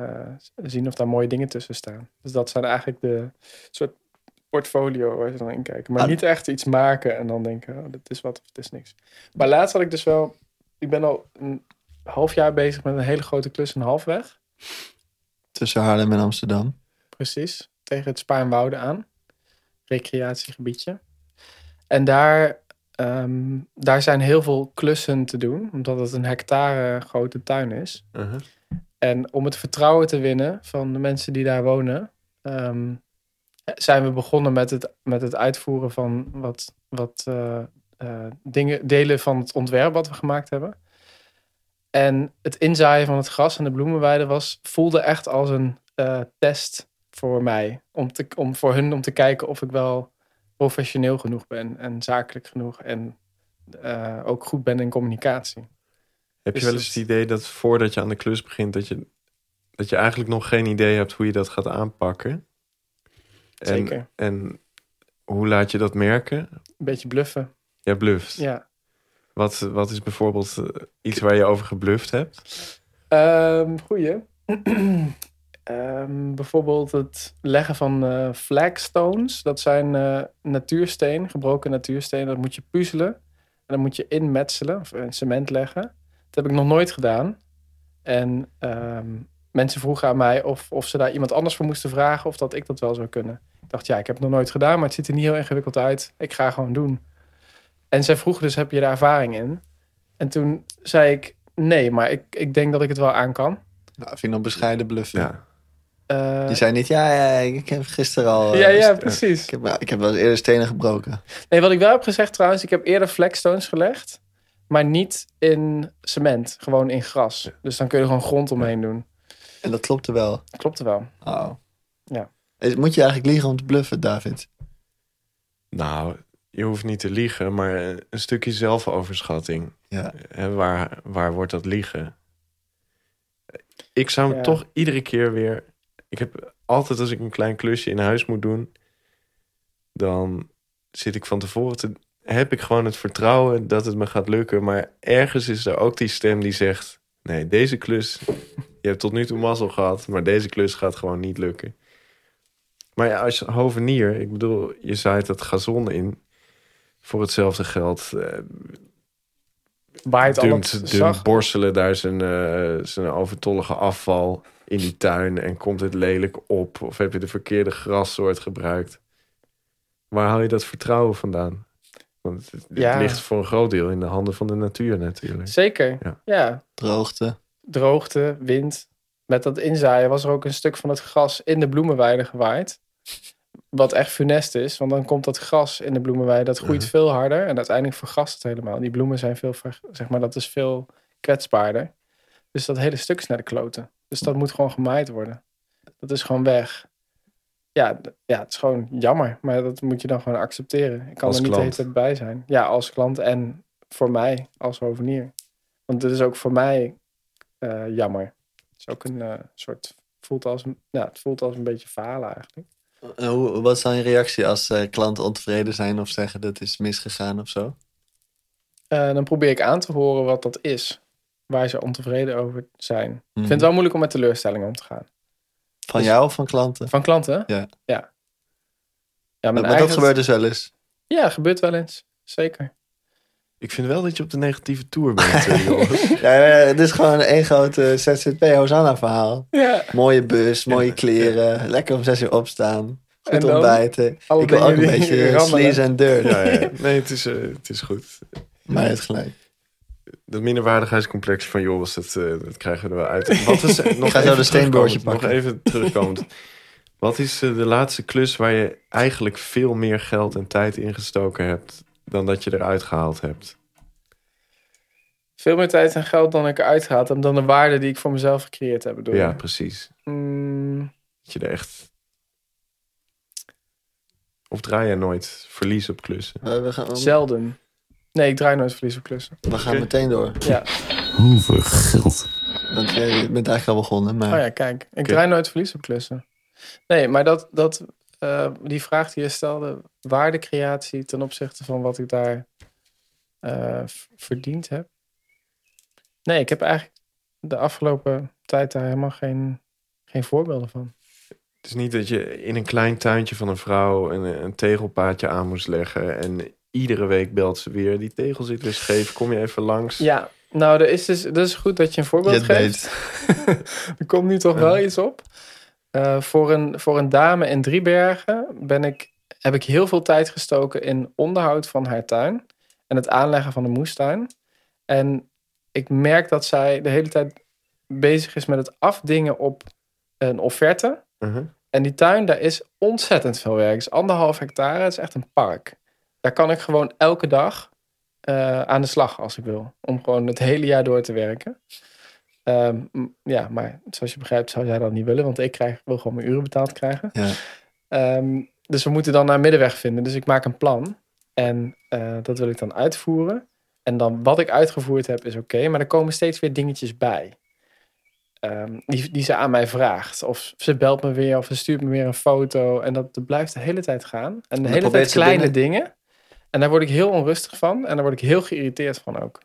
[SPEAKER 3] eh, zien of daar mooie dingen tussen staan. Dus dat zijn eigenlijk de soort portfolio waar ze dan in kijken. Maar
[SPEAKER 2] Ah.
[SPEAKER 3] niet echt iets maken en dan denken, oh, dit is wat of dit is niks. Maar laatst had ik dus wel, ik ben al een half jaar bezig met een hele grote klus en halfweg.
[SPEAKER 2] Tussen Haarlem en Amsterdam.
[SPEAKER 3] Precies, tegen het Spaar en Wouden aan. Recreatiegebiedje. En daar, ehm, daar zijn heel veel klussen te doen, omdat het een hectare grote tuin is.
[SPEAKER 1] Uh-huh.
[SPEAKER 3] En om het vertrouwen te winnen van de mensen die daar wonen, ehm, zijn we begonnen met het, met het uitvoeren van wat, wat eh, eh, dingen, delen van het ontwerp wat we gemaakt hebben. En het inzaaien van het gras en de bloemenweiden was, voelde echt als een eh, test voor mij. Om, te, om voor hun om te kijken of ik wel professioneel genoeg ben en zakelijk genoeg en eh, ook goed ben in communicatie.
[SPEAKER 1] Heb
[SPEAKER 3] Is
[SPEAKER 1] je wel
[SPEAKER 3] dat-
[SPEAKER 1] eens het idee dat voordat je aan de klus begint, dat je, dat je eigenlijk nog geen idee hebt hoe je dat gaat aanpakken?
[SPEAKER 3] Zeker.
[SPEAKER 1] En, en hoe laat je dat merken?
[SPEAKER 3] Een beetje bluffen.
[SPEAKER 1] Jij bluft.
[SPEAKER 3] Ja.
[SPEAKER 1] Wat, wat is bijvoorbeeld eh, iets waar je over gebluft hebt?
[SPEAKER 3] Ehm goeie. Ehm, bijvoorbeeld het leggen van eh, flagstones. Dat zijn eh, natuursteen, gebroken natuursteen. Dat moet je puzzelen. En dat moet je inmetselen of in cement leggen. Dat heb ik nog nooit gedaan. En ehm, mensen vroegen aan mij of, of ze daar iemand anders voor moesten vragen... of dat ik dat wel zou kunnen. Ik dacht, ja, ik heb het nog nooit gedaan... maar het ziet er niet heel ingewikkeld uit. Ik ga gewoon doen. En zij vroegen dus, heb je daar ervaring in? En toen zei ik, nee, maar ik, ik denk dat ik het wel aan kan.
[SPEAKER 2] Nou, vind ik nog bescheiden bluffen.
[SPEAKER 1] Ja.
[SPEAKER 3] Eh,
[SPEAKER 2] Je zei niet, ja, ja, ik heb gisteren al... eh,
[SPEAKER 3] ja, ja,
[SPEAKER 2] st-
[SPEAKER 3] precies.
[SPEAKER 2] Ik heb, ik heb wel eens eerder stenen gebroken.
[SPEAKER 3] Nee, wat ik wel heb gezegd trouwens, ik heb eerder flagstones gelegd, maar niet in cement, gewoon in gras. Dus dan kun je er gewoon grond omheen doen.
[SPEAKER 2] En dat klopte wel.
[SPEAKER 3] Klopt er wel.
[SPEAKER 2] Oh.
[SPEAKER 3] Ja.
[SPEAKER 2] Is- Moet je eigenlijk liegen om te bluffen, David?
[SPEAKER 1] Nou, je hoeft niet te liegen, maar eh, een stukje zelfoverschatting.
[SPEAKER 2] Ja.
[SPEAKER 1] Hè, waar, waar wordt dat liegen? Ik zou hem
[SPEAKER 3] Ja.
[SPEAKER 1] toch iedere keer weer. Ik heb altijd als ik een klein klusje in huis moet doen, dan zit ik van tevoren te. Heb ik gewoon het vertrouwen dat het me gaat lukken. Maar ergens is er ook die stem die zegt: Nee, deze klus. Je hebt tot nu toe mazzel gehad, maar deze klus gaat gewoon niet lukken. Maar ja, als hovenier, ik bedoel, je zaait dat gazon in. Voor hetzelfde geld eh,
[SPEAKER 3] Waait al het
[SPEAKER 1] dumpt, dumpt
[SPEAKER 3] zag.
[SPEAKER 1] borstelen daar zijn, eh, zijn overtollige afval in die tuin en komt het lelijk op? Of heb je de verkeerde grassoort gebruikt? Waar haal je dat vertrouwen vandaan? Want het, het
[SPEAKER 3] Ja.
[SPEAKER 1] ligt voor een groot deel in de handen van de natuur natuurlijk.
[SPEAKER 3] Zeker,
[SPEAKER 1] Ja.
[SPEAKER 3] ja.
[SPEAKER 2] Droogte.
[SPEAKER 3] Droogte, wind. Met dat inzaaien was er ook een stuk van het gras in de bloemenweide gewaaid. Wat echt funest is, want dan komt dat gras in de bloemenweide, dat groeit
[SPEAKER 1] Mhm.
[SPEAKER 3] veel harder en uiteindelijk vergast het helemaal. Die bloemen zijn veel, ver- zeg maar, dat is veel kwetsbaarder. Dus dat hele stuk is naar de kloten. Dus dat moet gewoon gemaaid worden. Dat is gewoon weg. Ja, d- ja, het is gewoon jammer, maar dat moet je dan gewoon accepteren. Ik kan
[SPEAKER 1] Als
[SPEAKER 3] er niet de hele
[SPEAKER 1] klant.
[SPEAKER 3] tijd bij zijn. Ja, als klant en voor mij als hovenier. Want dit is ook voor mij eh, jammer. Het is ook een eh, soort, voelt als, een- nou, het voelt als een beetje falen eigenlijk.
[SPEAKER 2] En Eh, hoe, wat is dan je reactie als eh, klanten ontevreden zijn of zeggen dat is misgegaan of zo?
[SPEAKER 3] Eh, dan probeer ik aan te horen wat dat is. Waar ze ontevreden over zijn. Ik
[SPEAKER 2] Mhm.
[SPEAKER 3] vind het wel moeilijk om met teleurstellingen om te gaan.
[SPEAKER 2] Van jou of van klanten?
[SPEAKER 3] Van klanten?
[SPEAKER 2] Ja.
[SPEAKER 3] Ja, ja
[SPEAKER 2] Maar
[SPEAKER 3] mijn
[SPEAKER 2] dat
[SPEAKER 3] eigen-
[SPEAKER 2] gebeurt dus wel eens.
[SPEAKER 3] Ja, gebeurt wel eens. Zeker.
[SPEAKER 1] Ik vind wel dat je op de negatieve toer bent, eh, jongens.
[SPEAKER 2] Ja, ja, het is gewoon één groot eh, ZZP Hosanna verhaal.
[SPEAKER 3] Ja.
[SPEAKER 2] Mooie bus, mooie kleren, lekker om zes uur opstaan. Goed
[SPEAKER 3] En dan?
[SPEAKER 2] ontbijt. hè. Ik
[SPEAKER 3] Alle
[SPEAKER 2] wil
[SPEAKER 3] dingen
[SPEAKER 2] ook een
[SPEAKER 3] die
[SPEAKER 2] beetje
[SPEAKER 3] rammelen.
[SPEAKER 2] sleaze en dirt.
[SPEAKER 1] Ja, ja. Nee, het is, eh, het is goed.
[SPEAKER 2] Maar het gelijk.
[SPEAKER 1] Dat minderwaardigheidscomplex van Joris, dat, eh, dat krijgen we er wel uit. Wat is, nog
[SPEAKER 2] zo
[SPEAKER 1] even
[SPEAKER 2] de steenboordje
[SPEAKER 1] terugkomend,
[SPEAKER 2] pakken.
[SPEAKER 1] Nog even terugkomend. Wat is eh, de laatste klus waar je eigenlijk veel meer geld en tijd in gestoken hebt... dan dat je eruit gehaald hebt?
[SPEAKER 3] Veel meer tijd en geld dan ik eruit gehaald heb, dan de waarde die ik voor mezelf gecreëerd heb. bedoel je?
[SPEAKER 1] Ja, precies.
[SPEAKER 3] Mm,
[SPEAKER 1] Dat je er echt... Of draai je nooit verlies op klussen?
[SPEAKER 2] We, Eh, we gaan, we,
[SPEAKER 3] zelden. Nee, ik draai nooit verlies op klussen.
[SPEAKER 2] gaan meteen door.
[SPEAKER 3] Ja.
[SPEAKER 5] Hoeveel geld?
[SPEAKER 2] Want jij bent eigenlijk al begonnen. Maar
[SPEAKER 3] Oh ja, kijk. Ik
[SPEAKER 1] Oké.
[SPEAKER 3] draai nooit verlies op klussen. Nee, maar dat, dat, eh, die vraag die je stelde, waardecreatie ten opzichte van wat ik daar eh, v- verdiend heb. Nee, ik heb eigenlijk de afgelopen tijd daar helemaal geen, geen voorbeelden van.
[SPEAKER 1] Het is niet dat je in een klein tuintje van een vrouw een, eh, een tegelpaadje aan moest leggen. En iedere week belt ze weer. Die tegel zit weer scheef. Kom je even langs?
[SPEAKER 3] Ja, nou, er is dus, dat is goed dat je een
[SPEAKER 2] je
[SPEAKER 3] voorbeeld
[SPEAKER 2] het
[SPEAKER 3] geeft.
[SPEAKER 2] weet.
[SPEAKER 3] er komt nu toch wel iets op. Eh, voor, een, voor een dame in Driebergen ben ik, heb ik heel veel tijd gestoken in onderhoud van haar tuin. En het aanleggen van de moestuin. En ik merk dat zij de hele tijd bezig is met het afdingen op een offerte.
[SPEAKER 1] Mhm.
[SPEAKER 3] En die tuin, daar is ontzettend veel werk. Het is anderhalf hectare, het is echt een park. Daar kan ik gewoon elke dag eh, aan de slag als ik wil. Om gewoon het hele jaar door te werken. Ehm, m- ja, maar zoals je begrijpt zou zij dat niet willen. Want ik krijg, wil gewoon mijn uren betaald krijgen.
[SPEAKER 2] Ja.
[SPEAKER 3] Ehm, dus we moeten dan naar middenweg vinden. Dus ik maak een plan. En eh, dat wil ik dan uitvoeren. En dan wat ik uitgevoerd heb is oké. maar er komen steeds weer dingetjes bij. Ehm, die, die ze aan mij vraagt. Of ze belt me weer. Of ze stuurt me weer een foto. En dat, dat blijft de hele tijd gaan. En de hele
[SPEAKER 2] probeert
[SPEAKER 3] tijd
[SPEAKER 2] ze
[SPEAKER 3] kleine dingen. En daar word ik heel onrustig van. En daar word ik heel geïrriteerd van ook.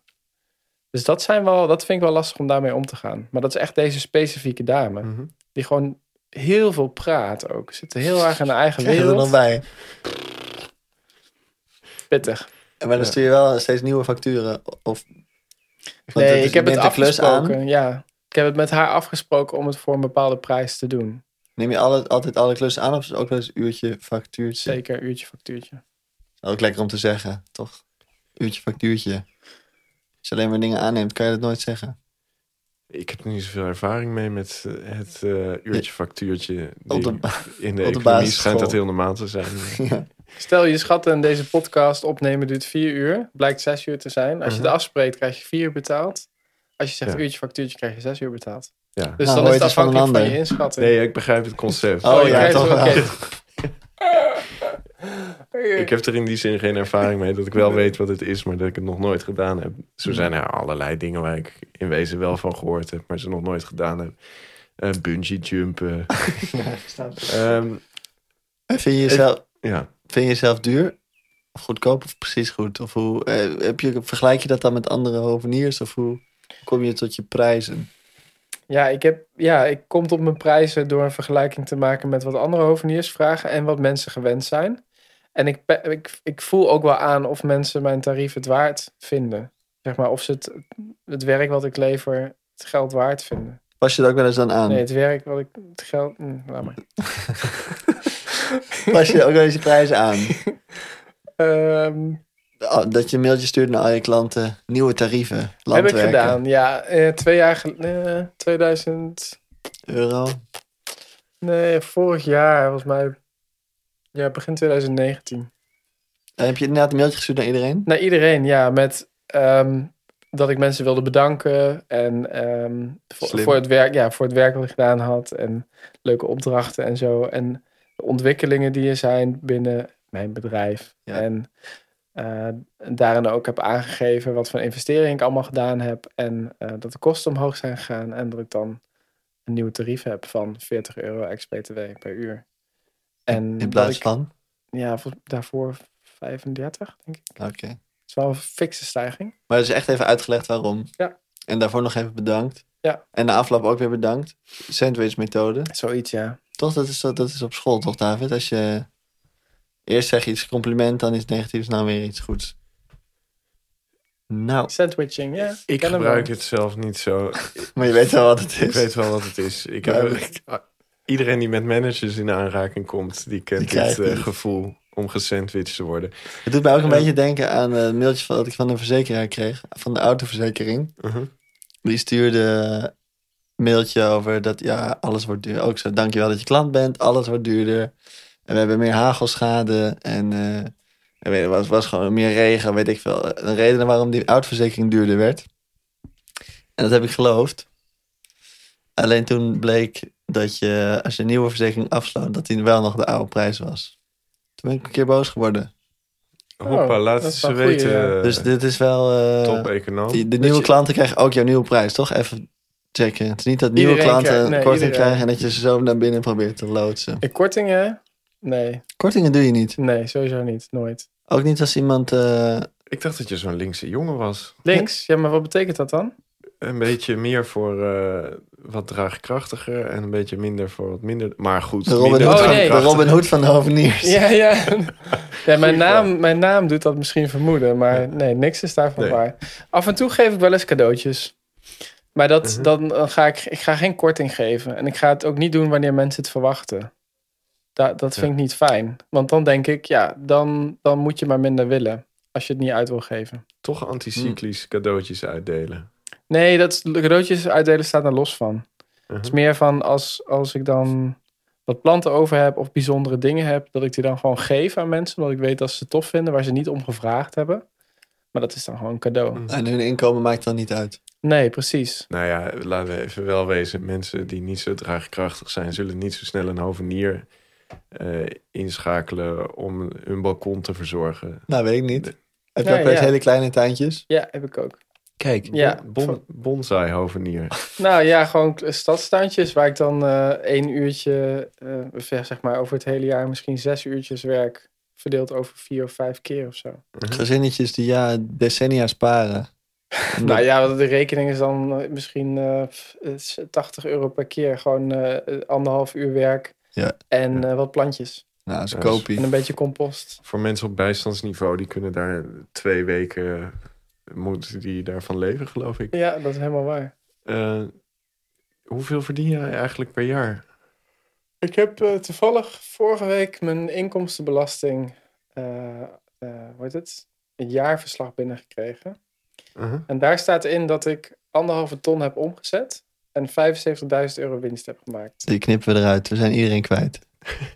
[SPEAKER 3] Dus dat, zijn wel, dat vind ik wel lastig om daarmee om te gaan. Maar dat is echt deze specifieke dame.
[SPEAKER 2] Hmm.
[SPEAKER 1] Mhm.
[SPEAKER 3] Die gewoon heel veel praat ook. Zit heel erg in haar eigen
[SPEAKER 2] Krijg je er
[SPEAKER 3] wereld.
[SPEAKER 2] dan bij.
[SPEAKER 3] Pittig.
[SPEAKER 2] Maar dan stuur je wel steeds nieuwe facturen. Of, want
[SPEAKER 3] Nee,
[SPEAKER 2] is-
[SPEAKER 3] ik heb
[SPEAKER 2] je
[SPEAKER 3] het
[SPEAKER 2] neemt de klus
[SPEAKER 3] afgesproken. Ja. Ik heb het met haar afgesproken om het voor een bepaalde prijs te doen.
[SPEAKER 2] Neem je alle, altijd alle klussen aan of is het ook wel eens uurtje factuurtje?
[SPEAKER 3] Zeker uurtje factuurtje.
[SPEAKER 2] Ook lekker om te zeggen, toch? Uurtje factuurtje. Als je alleen maar dingen aanneemt, kan je dat nooit zeggen.
[SPEAKER 1] Ik heb er niet zoveel ervaring mee met eh, het eh, uurtje factuurtje.
[SPEAKER 2] Op de,
[SPEAKER 1] ding. in de
[SPEAKER 2] op de
[SPEAKER 1] economie
[SPEAKER 2] basisschool.
[SPEAKER 1] schijnt dat heel normaal te zijn.
[SPEAKER 2] ja.
[SPEAKER 3] Stel je schat en deze podcast opnemen duurt vier uur. Blijkt zes uur te zijn. Als je het
[SPEAKER 1] Mhm.
[SPEAKER 3] afspreekt krijg je vier uur betaald. Als je zegt
[SPEAKER 1] Ja.
[SPEAKER 3] uurtje factuurtje krijg je zes uur betaald.
[SPEAKER 1] ja.
[SPEAKER 3] Dus
[SPEAKER 2] Nou,
[SPEAKER 3] dan
[SPEAKER 2] hoor je
[SPEAKER 3] is het
[SPEAKER 2] het eens van een
[SPEAKER 3] afhankelijk van, je
[SPEAKER 2] ander.
[SPEAKER 3] inschatting.
[SPEAKER 1] Nee, ik begrijp het concept.
[SPEAKER 2] Oh,
[SPEAKER 3] je
[SPEAKER 2] ja,
[SPEAKER 3] krijgt
[SPEAKER 2] toch
[SPEAKER 3] het,
[SPEAKER 2] wel.
[SPEAKER 3] oké.
[SPEAKER 1] Ik heb er in die zin geen ervaring mee dat ik wel weet wat het is, maar dat ik het nog nooit gedaan heb. Zo zijn er allerlei dingen waar ik in wezen wel van gehoord heb, maar ze nog nooit gedaan heb. Eh, bungee jumpen. Ehm,
[SPEAKER 2] En Vind je jezelf,
[SPEAKER 1] ja.
[SPEAKER 2] vind je jezelf duur? Of goedkoop of precies goed? Of hoe, eh, heb je, vergelijk je dat dan met andere hoveniers? Of hoe kom je tot je prijzen?
[SPEAKER 3] Ja, ik, heb, ja, ik kom op mijn prijzen door een vergelijking te maken met wat andere hoveniers vragen en wat mensen gewend zijn. En ik, pe- ik, ik voel ook wel aan of mensen mijn tarief het waard vinden. Zeg maar, of ze het, het werk wat ik lever het geld waard vinden.
[SPEAKER 2] Pas je dat ook wel eens dan aan?
[SPEAKER 3] Nee, het werk wat ik het geld. hm, laat maar.
[SPEAKER 2] Pas je ook wel eens je prijzen aan?
[SPEAKER 3] Ehm,
[SPEAKER 2] Oh, dat je een mailtje stuurt naar al je klanten. Nieuwe tarieven.
[SPEAKER 3] heb ik
[SPEAKER 2] Landwerken.
[SPEAKER 3] gedaan, ja. eh, twee jaar eh, geleden, 2000.
[SPEAKER 2] Euro.
[SPEAKER 3] Nee, vorig jaar volgens mij. Ja, begin 2019.
[SPEAKER 2] En Eh, heb je inderdaad een mailtje gestuurd naar iedereen?
[SPEAKER 3] Naar iedereen, ja. Met ehm, dat ik mensen wilde bedanken. En ehm, voor,
[SPEAKER 2] Slim.
[SPEAKER 3] voor, het werk, ja, voor het werk wat ik gedaan had. En leuke opdrachten en zo. En de ontwikkelingen die er zijn binnen mijn bedrijf.
[SPEAKER 2] Ja.
[SPEAKER 3] En eh, daarin ook heb aangegeven wat voor investeringen ik allemaal gedaan heb. En eh, dat de kosten omhoog zijn gegaan. En dat ik dan een nieuw tarief heb van 40 euro ex-BTW per uur. En
[SPEAKER 2] In
[SPEAKER 3] dat
[SPEAKER 2] plaats
[SPEAKER 3] ik,
[SPEAKER 2] van?
[SPEAKER 3] ja, vol- daarvoor 35, denk ik.
[SPEAKER 2] Oké.
[SPEAKER 3] Het is wel een fikse stijging.
[SPEAKER 2] Maar dus echt even uitgelegd waarom.
[SPEAKER 3] Ja.
[SPEAKER 2] En daarvoor nog even bedankt.
[SPEAKER 3] Ja.
[SPEAKER 2] En na afloop ook weer bedankt. Sandwich methode.
[SPEAKER 3] Zoiets, ja.
[SPEAKER 2] Toch, dat is, dat is op school toch, David? Als je eerst zeg je iets compliment, dan is het negatiefs, dan weer iets goeds. Nou,
[SPEAKER 3] Sandwiching, ja.
[SPEAKER 1] Ik
[SPEAKER 3] ken hem
[SPEAKER 1] gebruik
[SPEAKER 3] wel.
[SPEAKER 1] het zelf niet zo.
[SPEAKER 2] maar je weet wel wat het
[SPEAKER 1] Ik
[SPEAKER 2] is.
[SPEAKER 1] weet wel wat het is. Ik heb,
[SPEAKER 2] Maar-
[SPEAKER 1] ik- Iedereen die met managers in aanraking komt, die kent
[SPEAKER 2] Die krijgt
[SPEAKER 1] dit eh,
[SPEAKER 2] die.
[SPEAKER 1] gevoel om gesandwiched te worden.
[SPEAKER 2] Het doet mij ook een
[SPEAKER 1] Ja.
[SPEAKER 2] beetje denken aan eh, het mailtje van, dat ik van een verzekeraar kreeg. Van de autoverzekering.
[SPEAKER 1] Mhm.
[SPEAKER 2] Die stuurde een mailtje over dat ja, alles wordt duurder. Ook zo, dankjewel dat je klant bent. Alles wordt duurder. En we hebben meer hagelschade. En eh, en weet, het was, was gewoon meer regen, weet ik veel. De redenen waarom die autoverzekering duurder werd. En dat heb ik geloofd. Alleen toen bleek dat je, als je een nieuwe verzekering afsloot, dat die wel nog de oude prijs was. Toen ben ik een keer boos geworden.
[SPEAKER 1] Hoppa,
[SPEAKER 3] Oh,
[SPEAKER 1] laat
[SPEAKER 3] dat is
[SPEAKER 1] ze
[SPEAKER 3] wel een goeie,
[SPEAKER 1] weten.
[SPEAKER 3] ja.
[SPEAKER 1] eh,
[SPEAKER 2] Dus dit is wel. eh,
[SPEAKER 1] Top-econoom.
[SPEAKER 2] die- de nieuwe
[SPEAKER 3] je-
[SPEAKER 2] klanten krijgen ook jouw nieuwe prijs, toch? Even checken. Het is niet dat nieuwe
[SPEAKER 3] Iedereen
[SPEAKER 2] klanten
[SPEAKER 3] krijgt- nee,
[SPEAKER 2] een korting
[SPEAKER 3] iedereen.
[SPEAKER 2] krijgen en dat je ze zo naar binnen probeert te loodsen.
[SPEAKER 3] En kortingen? Nee,
[SPEAKER 2] Kortingen doe je niet.
[SPEAKER 3] nee, sowieso niet. Nooit.
[SPEAKER 2] Ook niet als iemand. eh,
[SPEAKER 1] Ik dacht dat je zo'n linkse jongen was.
[SPEAKER 3] Links? Ja, maar wat betekent dat dan?
[SPEAKER 1] Een beetje meer voor eh, wat draagkrachtiger en een beetje minder voor wat minder. Maar goed,
[SPEAKER 2] de Robin,
[SPEAKER 1] minder
[SPEAKER 2] Hood
[SPEAKER 3] Oh,
[SPEAKER 2] van,
[SPEAKER 3] nee.
[SPEAKER 2] de
[SPEAKER 1] draagkrachtig.
[SPEAKER 2] Robin Hood van de Hoveniers.
[SPEAKER 3] Ja, ja. ja mijn, naam, mijn naam doet dat misschien vermoeden, maar nee, niks is daarvan
[SPEAKER 1] Nee.
[SPEAKER 3] waar. Af en toe geef ik wel eens cadeautjes. Maar dat,
[SPEAKER 1] Mhm.
[SPEAKER 3] dan eh, ga ik, ik ga geen korting geven. En ik ga het ook niet doen wanneer mensen het verwachten. Da, dat vind ik niet fijn. Want dan denk ik, ja, dan, dan moet je maar minder willen. Als je het niet uit wil geven.
[SPEAKER 1] Toch anticyclisch cadeautjes uitdelen.
[SPEAKER 3] Nee, dat cadeautjes uitdelen staat er los van. Het is meer van als, als ik dan wat planten over heb of bijzondere dingen heb, dat ik die dan gewoon geef aan mensen, omdat ik weet dat ze het tof vinden, waar ze niet om gevraagd hebben. Maar dat is dan gewoon een cadeau.
[SPEAKER 2] En hun inkomen maakt dan niet uit.
[SPEAKER 3] Nee, precies.
[SPEAKER 1] Nou ja, laten we even wel wezen. Mensen die niet zo draagkrachtig zijn, zullen niet zo snel een hovenier eh, inschakelen om hun balkon te verzorgen.
[SPEAKER 2] Nou, weet ik niet. Heb je
[SPEAKER 3] Nee,
[SPEAKER 2] ook wel eens
[SPEAKER 3] ja.
[SPEAKER 2] hele kleine tuintjes?
[SPEAKER 3] Ja, heb ik ook.
[SPEAKER 2] Kijk.
[SPEAKER 3] Ja,
[SPEAKER 1] Bon-
[SPEAKER 3] voor-
[SPEAKER 1] bonsai hovenier.
[SPEAKER 3] nou ja, gewoon k- stadstuintjes waar ik dan eh één uurtje, eh, ver- zeg maar over het hele jaar misschien zes uurtjes werk, verdeeld over vier of vijf keer of zo.
[SPEAKER 2] Gezinnetjes die ja, decennia sparen.
[SPEAKER 3] Nou ja, de rekening is dan eh, misschien eh, f- eh, 80 euro per keer. Gewoon eh, anderhalf uur werk
[SPEAKER 2] Ja.
[SPEAKER 3] en eh, wat plantjes.
[SPEAKER 2] Nou, dat is
[SPEAKER 1] Ja,
[SPEAKER 2] kopie.
[SPEAKER 3] En een beetje compost.
[SPEAKER 1] Voor mensen op bijstandsniveau, die kunnen daar twee weken moeten die daarvan leven, geloof ik.
[SPEAKER 3] Ja, dat is helemaal waar.
[SPEAKER 1] Eh, hoeveel verdien je eigenlijk per jaar?
[SPEAKER 3] Ik heb eh, toevallig vorige week mijn inkomstenbelasting, eh eh, hoe heet het, een jaarverslag binnengekregen.
[SPEAKER 1] Uh-huh.
[SPEAKER 3] En daar staat in dat ik anderhalve ton heb omgezet en 75.000 euro winst heb gemaakt.
[SPEAKER 2] Die knippen we eruit. We zijn iedereen kwijt.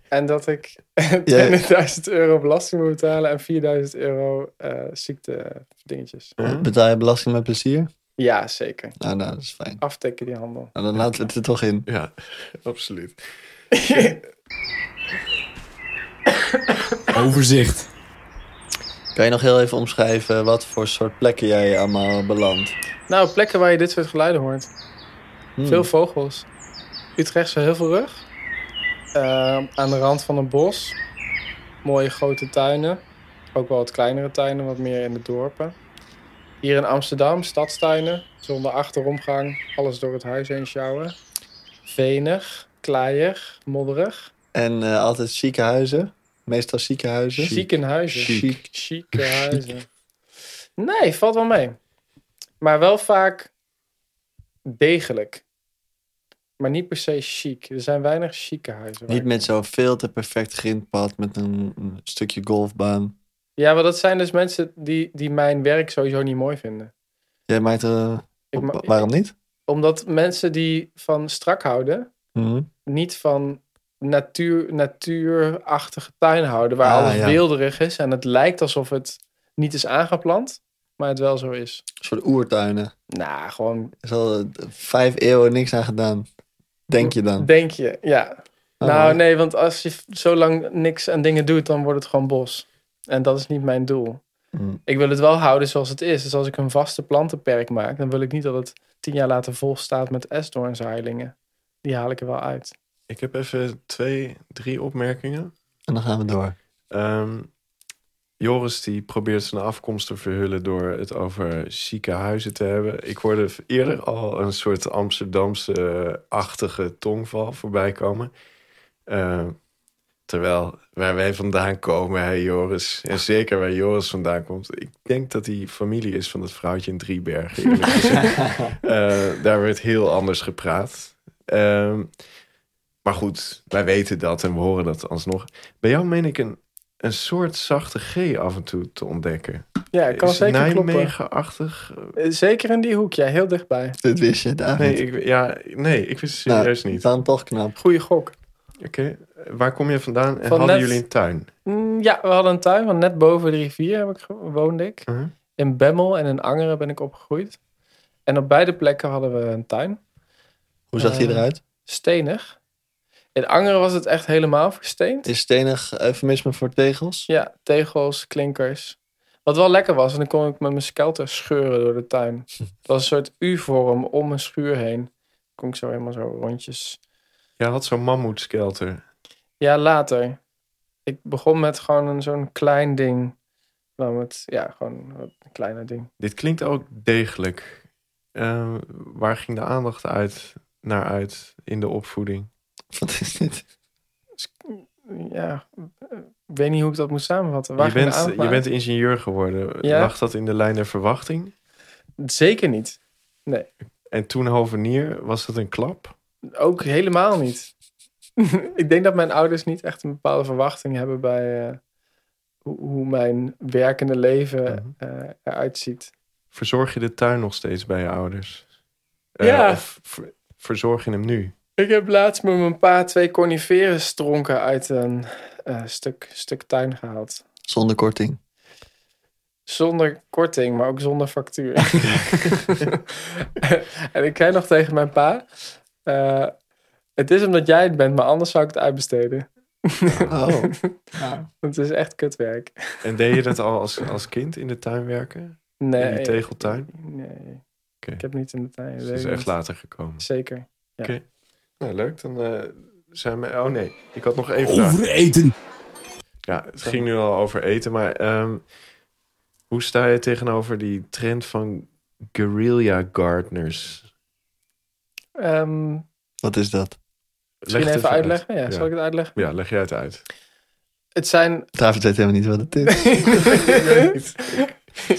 [SPEAKER 3] En dat ik 20.000 euro belasting moet betalen en 4000 euro eh ziekte dingetjes.
[SPEAKER 1] Uh-huh.
[SPEAKER 2] Betaal je belasting met plezier?
[SPEAKER 3] Ja, zeker.
[SPEAKER 2] Nou, nou, dat is fijn.
[SPEAKER 3] Aftekken die handel.
[SPEAKER 2] Nou, dan laten we het er toch in.
[SPEAKER 1] Ja, absoluut.
[SPEAKER 5] Overzicht.
[SPEAKER 2] Kan je nog heel even omschrijven wat voor soort plekken jij allemaal belandt?
[SPEAKER 3] nou, plekken waar je dit soort geluiden hoort.
[SPEAKER 2] Hmm.
[SPEAKER 3] Veel vogels. Utrechtse Heuvelrug. Eh, aan de rand van een bos. Mooie grote tuinen. Ook wel wat kleinere tuinen, wat meer in de dorpen. Hier in Amsterdam, stadstuinen. Zonder achteromgang. Alles door het huis heen sjouwen. Venig, kleiig, modderig.
[SPEAKER 2] En eh, altijd zieke huizen. Meestal zieke huizen.
[SPEAKER 3] Ziekenhuizen.
[SPEAKER 2] Chic.
[SPEAKER 3] Chique huizen. Nee, valt wel mee. Maar wel vaak degelijk. Maar niet per se chic. Er zijn weinig chique huizen. waar
[SPEAKER 2] Niet
[SPEAKER 3] ik-
[SPEAKER 2] met zo'n veel te perfect grindpad met een, een stukje golfbaan.
[SPEAKER 3] Ja, maar dat zijn dus mensen die, die mijn werk sowieso niet mooi vinden.
[SPEAKER 2] Jij maakt eh,
[SPEAKER 3] Ik ma-
[SPEAKER 2] op- waarom niet?
[SPEAKER 3] Omdat mensen die van strak houden,
[SPEAKER 2] Mhm.
[SPEAKER 3] niet van natuur, natuurachtige tuin houden, waar
[SPEAKER 2] Ah,
[SPEAKER 3] alles
[SPEAKER 2] ja.
[SPEAKER 3] weelderig is en het lijkt alsof het niet is aangeplant, maar het wel zo is.
[SPEAKER 2] Een soort oertuinen.
[SPEAKER 3] Nou, gewoon
[SPEAKER 2] Er is al eh, vijf eeuwen niks aan gedaan. Denk je dan?
[SPEAKER 3] Denk je, ja.
[SPEAKER 2] Oh,
[SPEAKER 3] nou,
[SPEAKER 2] mooi.
[SPEAKER 3] nee, want als je v- zo lang niks aan dingen doet, dan wordt het gewoon bos. En dat is niet mijn doel.
[SPEAKER 2] Mm.
[SPEAKER 3] Ik wil het wel houden zoals het is. Dus als ik een vaste plantenperk maak, dan wil ik niet dat het tien jaar later vol staat met esdoornzaaieringen. Die haal ik er wel uit.
[SPEAKER 1] Ik heb even twee, drie opmerkingen.
[SPEAKER 2] En dan gaan we door.
[SPEAKER 1] Ehm, Joris die probeert zijn afkomst te verhullen door het over chique huizen te hebben. Ik hoorde eerder al een soort Amsterdamse-achtige tongval voorbij komen. Ehm, terwijl waar wij vandaan komen, hè, Joris, en zeker waar Joris vandaan komt, ik denk dat hij familie is van het vrouwtje in Driebergen. eerlijk gezegd. Eh, daar werd heel anders gepraat. Ehm, Maar goed, wij weten dat en we horen dat alsnog. Bij jou meen ik een, een soort zachte G af en toe te ontdekken.
[SPEAKER 3] Ja, ik kan
[SPEAKER 1] Is
[SPEAKER 3] zeker kloppen.
[SPEAKER 1] Nijmegen-achtig?
[SPEAKER 3] Eh, Zeker in die hoek, ja, heel dichtbij.
[SPEAKER 2] Dit wist je, David.
[SPEAKER 1] Nee, ik, ja, nee, ik wist het
[SPEAKER 2] Nou,
[SPEAKER 1] serieus niet.
[SPEAKER 2] Dan toch knap.
[SPEAKER 3] Goeie gok.
[SPEAKER 1] Oké, waar kom je vandaan en
[SPEAKER 3] Van
[SPEAKER 1] hadden
[SPEAKER 3] net-
[SPEAKER 1] jullie een tuin?
[SPEAKER 3] Mm, ja, we hadden een tuin, want net boven de rivier heb ik ge- woonde ik.
[SPEAKER 1] Mhm.
[SPEAKER 3] In Bemmel en in Angeren ben ik opgegroeid. En op beide plekken hadden we een tuin.
[SPEAKER 2] Hoe zag hij
[SPEAKER 3] Eh,
[SPEAKER 2] eruit?
[SPEAKER 3] Stenig. In Angeren was het echt helemaal versteend.
[SPEAKER 2] Is stenig eufemisme voor tegels?
[SPEAKER 3] Ja, tegels, klinkers. Wat wel lekker was, en dan kon ik met mijn skelter scheuren door de tuin. Het was een soort U-vorm om een schuur heen. Kon ik zo helemaal zo rondjes.
[SPEAKER 1] Jij had zo'n mammoetskelter.
[SPEAKER 3] Ja, later. Ik begon met gewoon een- zo'n klein ding. Nou, met, ja, gewoon een kleiner ding.
[SPEAKER 1] Dit klinkt ook degelijk. Eh, waar ging de aandacht uit, naar uit in de opvoeding?
[SPEAKER 2] Wat is dit?
[SPEAKER 3] Ja, eh, ik weet niet hoe ik dat moet samenvatten. Waar
[SPEAKER 1] je,
[SPEAKER 3] ging de
[SPEAKER 1] bent,
[SPEAKER 3] aandacht
[SPEAKER 1] je
[SPEAKER 3] naar
[SPEAKER 1] bent ingenieur geworden.
[SPEAKER 3] Ja.
[SPEAKER 1] Lag dat in de lijn der verwachting?
[SPEAKER 3] uit? Zeker niet.
[SPEAKER 1] En toen hovenier, was dat een klap?
[SPEAKER 3] Ook helemaal niet. ik denk dat mijn ouders niet echt een bepaalde verwachting hebben bij eh, hoe, hoe mijn werkende leven eh, eruit ziet.
[SPEAKER 1] Verzorg je de tuin nog steeds bij je ouders? Eh,
[SPEAKER 3] Ja.
[SPEAKER 1] Of ver- verzorg je hem nu?
[SPEAKER 3] Ik heb laatst met mijn pa twee coniferen stronken uit een eh, stuk, stuk tuin gehaald.
[SPEAKER 2] Zonder korting.
[SPEAKER 3] Zonder korting, maar ook zonder factuur. en ik zei nog tegen mijn pa... eh, het is omdat jij het bent, maar anders zou ik het uitbesteden.
[SPEAKER 2] Oh.
[SPEAKER 3] Want het is echt kutwerk.
[SPEAKER 1] En deed je dat al als, als kind in de tuin werken?
[SPEAKER 3] Nee.
[SPEAKER 1] In die tegeltuin?
[SPEAKER 3] Nee.
[SPEAKER 1] Oké.
[SPEAKER 3] Ik heb niet in de tuin.
[SPEAKER 1] Dus dat is
[SPEAKER 3] geleefd.
[SPEAKER 1] echt later gekomen.
[SPEAKER 3] Zeker.
[SPEAKER 1] Nou, leuk. Dan eh, zijn we... Oh nee, ik had nog één vraag.
[SPEAKER 5] Overeten.
[SPEAKER 1] Ja, het ging nu al over eten, maar... ehm, hoe sta je tegenover die trend van guerrilla gardeners?
[SPEAKER 3] Ehm
[SPEAKER 2] Wat is dat?
[SPEAKER 1] Leg
[SPEAKER 3] misschien
[SPEAKER 1] het
[SPEAKER 3] even
[SPEAKER 1] uit.
[SPEAKER 3] uitleggen. Ja,
[SPEAKER 1] Ja.
[SPEAKER 3] Zal ik het uitleggen?
[SPEAKER 1] Ja, leg jij het uit.
[SPEAKER 3] Het zijn...
[SPEAKER 2] David weet helemaal niet wat het is.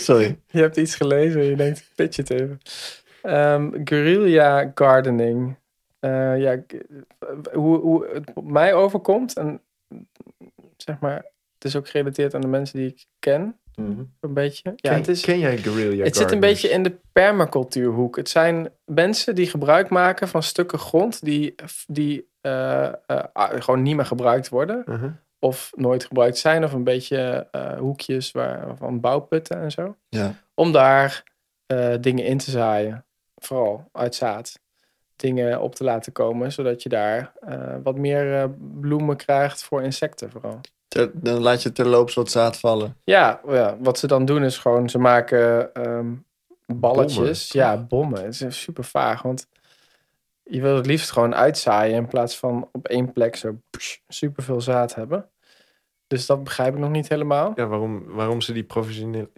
[SPEAKER 2] Sorry.
[SPEAKER 3] Je hebt iets gelezen en je denkt, pitch het even. Ehm, guerrilla gardening. Eh, ja, g- hoe, hoe het op mij overkomt. En zeg maar, het is ook gerelateerd aan de mensen die ik ken.
[SPEAKER 1] Mhm.
[SPEAKER 3] Een beetje. Ja,
[SPEAKER 1] ken,
[SPEAKER 3] het is,
[SPEAKER 1] ken jij guerrilla
[SPEAKER 3] het zit een
[SPEAKER 1] gardeners?
[SPEAKER 3] beetje in de permacultuurhoek. Het zijn mensen die gebruik maken van stukken grond die, die eh, eh, ah, gewoon niet meer gebruikt worden.
[SPEAKER 1] Uh-huh.
[SPEAKER 3] Of nooit gebruikt zijn. Of een beetje eh, hoekjes waar, van bouwputten en zo
[SPEAKER 2] Ja.
[SPEAKER 3] om daar eh, dingen in te zaaien. Vooral uit zaad. Dingen op te laten komen, zodat je daar eh, wat meer eh, bloemen krijgt voor insecten vooral.
[SPEAKER 2] Ter- dan laat je terloops wat zaad vallen.
[SPEAKER 3] Ja, ja, wat ze dan doen is gewoon, ze maken ehm, balletjes.
[SPEAKER 1] Bommen,
[SPEAKER 3] ja, bommen. Het is super vaag, want je wil het liefst gewoon uitzaaien in plaats van op één plek zo super veel zaad hebben. Dus dat begrijp ik nog niet helemaal.
[SPEAKER 1] Ja, waarom, waarom ze die professione-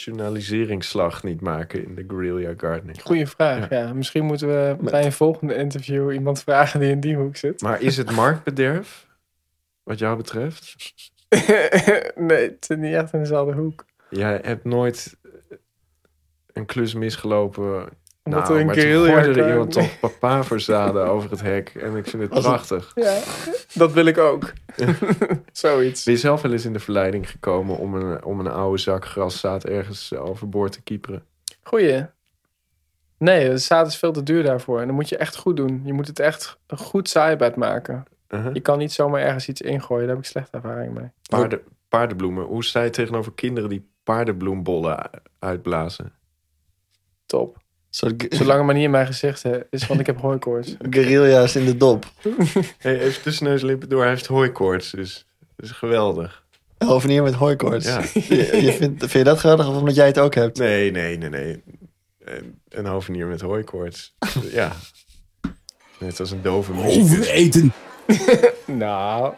[SPEAKER 1] professionaliseringsslag niet maken in de guerrilla gardening.
[SPEAKER 3] Goeie vraag. Ja. Misschien moeten we bij een volgende interview iemand vragen die in die hoek zit.
[SPEAKER 1] Maar is het marktbederf, wat jou betreft?
[SPEAKER 3] nee, het zit niet echt in dezelfde hoek.
[SPEAKER 1] Jij hebt nooit eh, een klus misgelopen.
[SPEAKER 3] Omdat
[SPEAKER 1] nou,
[SPEAKER 3] er een
[SPEAKER 1] maar toen
[SPEAKER 3] guerrilla
[SPEAKER 1] gooide er iemand
[SPEAKER 3] kwam.
[SPEAKER 1] toch papaverzaden over het hek. En ik vind het
[SPEAKER 2] Was het-
[SPEAKER 1] prachtig.
[SPEAKER 3] Ja, dat wil ik ook. Zoiets.
[SPEAKER 1] Ben je zelf wel eens in de verleiding gekomen om een, om een oude zak graszaad ergens overboord te kieperen?
[SPEAKER 3] Goeie. Nee, het zaad is veel te duur daarvoor. En dat moet je echt goed doen. Je moet het echt een goed zaaibed maken.
[SPEAKER 1] Uh-huh.
[SPEAKER 3] Je kan niet zomaar ergens iets ingooien. Daar heb ik slechte ervaring mee.
[SPEAKER 1] Paarden, paardenbloemen. Hoe sta je tegenover kinderen die paardenbloembollen uitblazen?
[SPEAKER 3] Top.
[SPEAKER 2] Zo'n ge-
[SPEAKER 3] Zolang het maar niet in mijn gezicht eh, is, want ik heb hooikoorts.
[SPEAKER 2] guerrilla's in de dop.
[SPEAKER 1] Hey, even tussen neus en lippen door. Hij heeft hooikoorts, dus dat is geweldig.
[SPEAKER 2] Hovenier met hooikoorts.
[SPEAKER 1] Ja.
[SPEAKER 2] Je, je vindt, vind je dat grappig of omdat jij het ook hebt?
[SPEAKER 1] Nee, nee, nee, nee. Een- Een hovenier met hooikoorts. ja. Net als een dove
[SPEAKER 5] Oh.
[SPEAKER 1] muzikus.
[SPEAKER 5] Overeten.
[SPEAKER 3] Nou,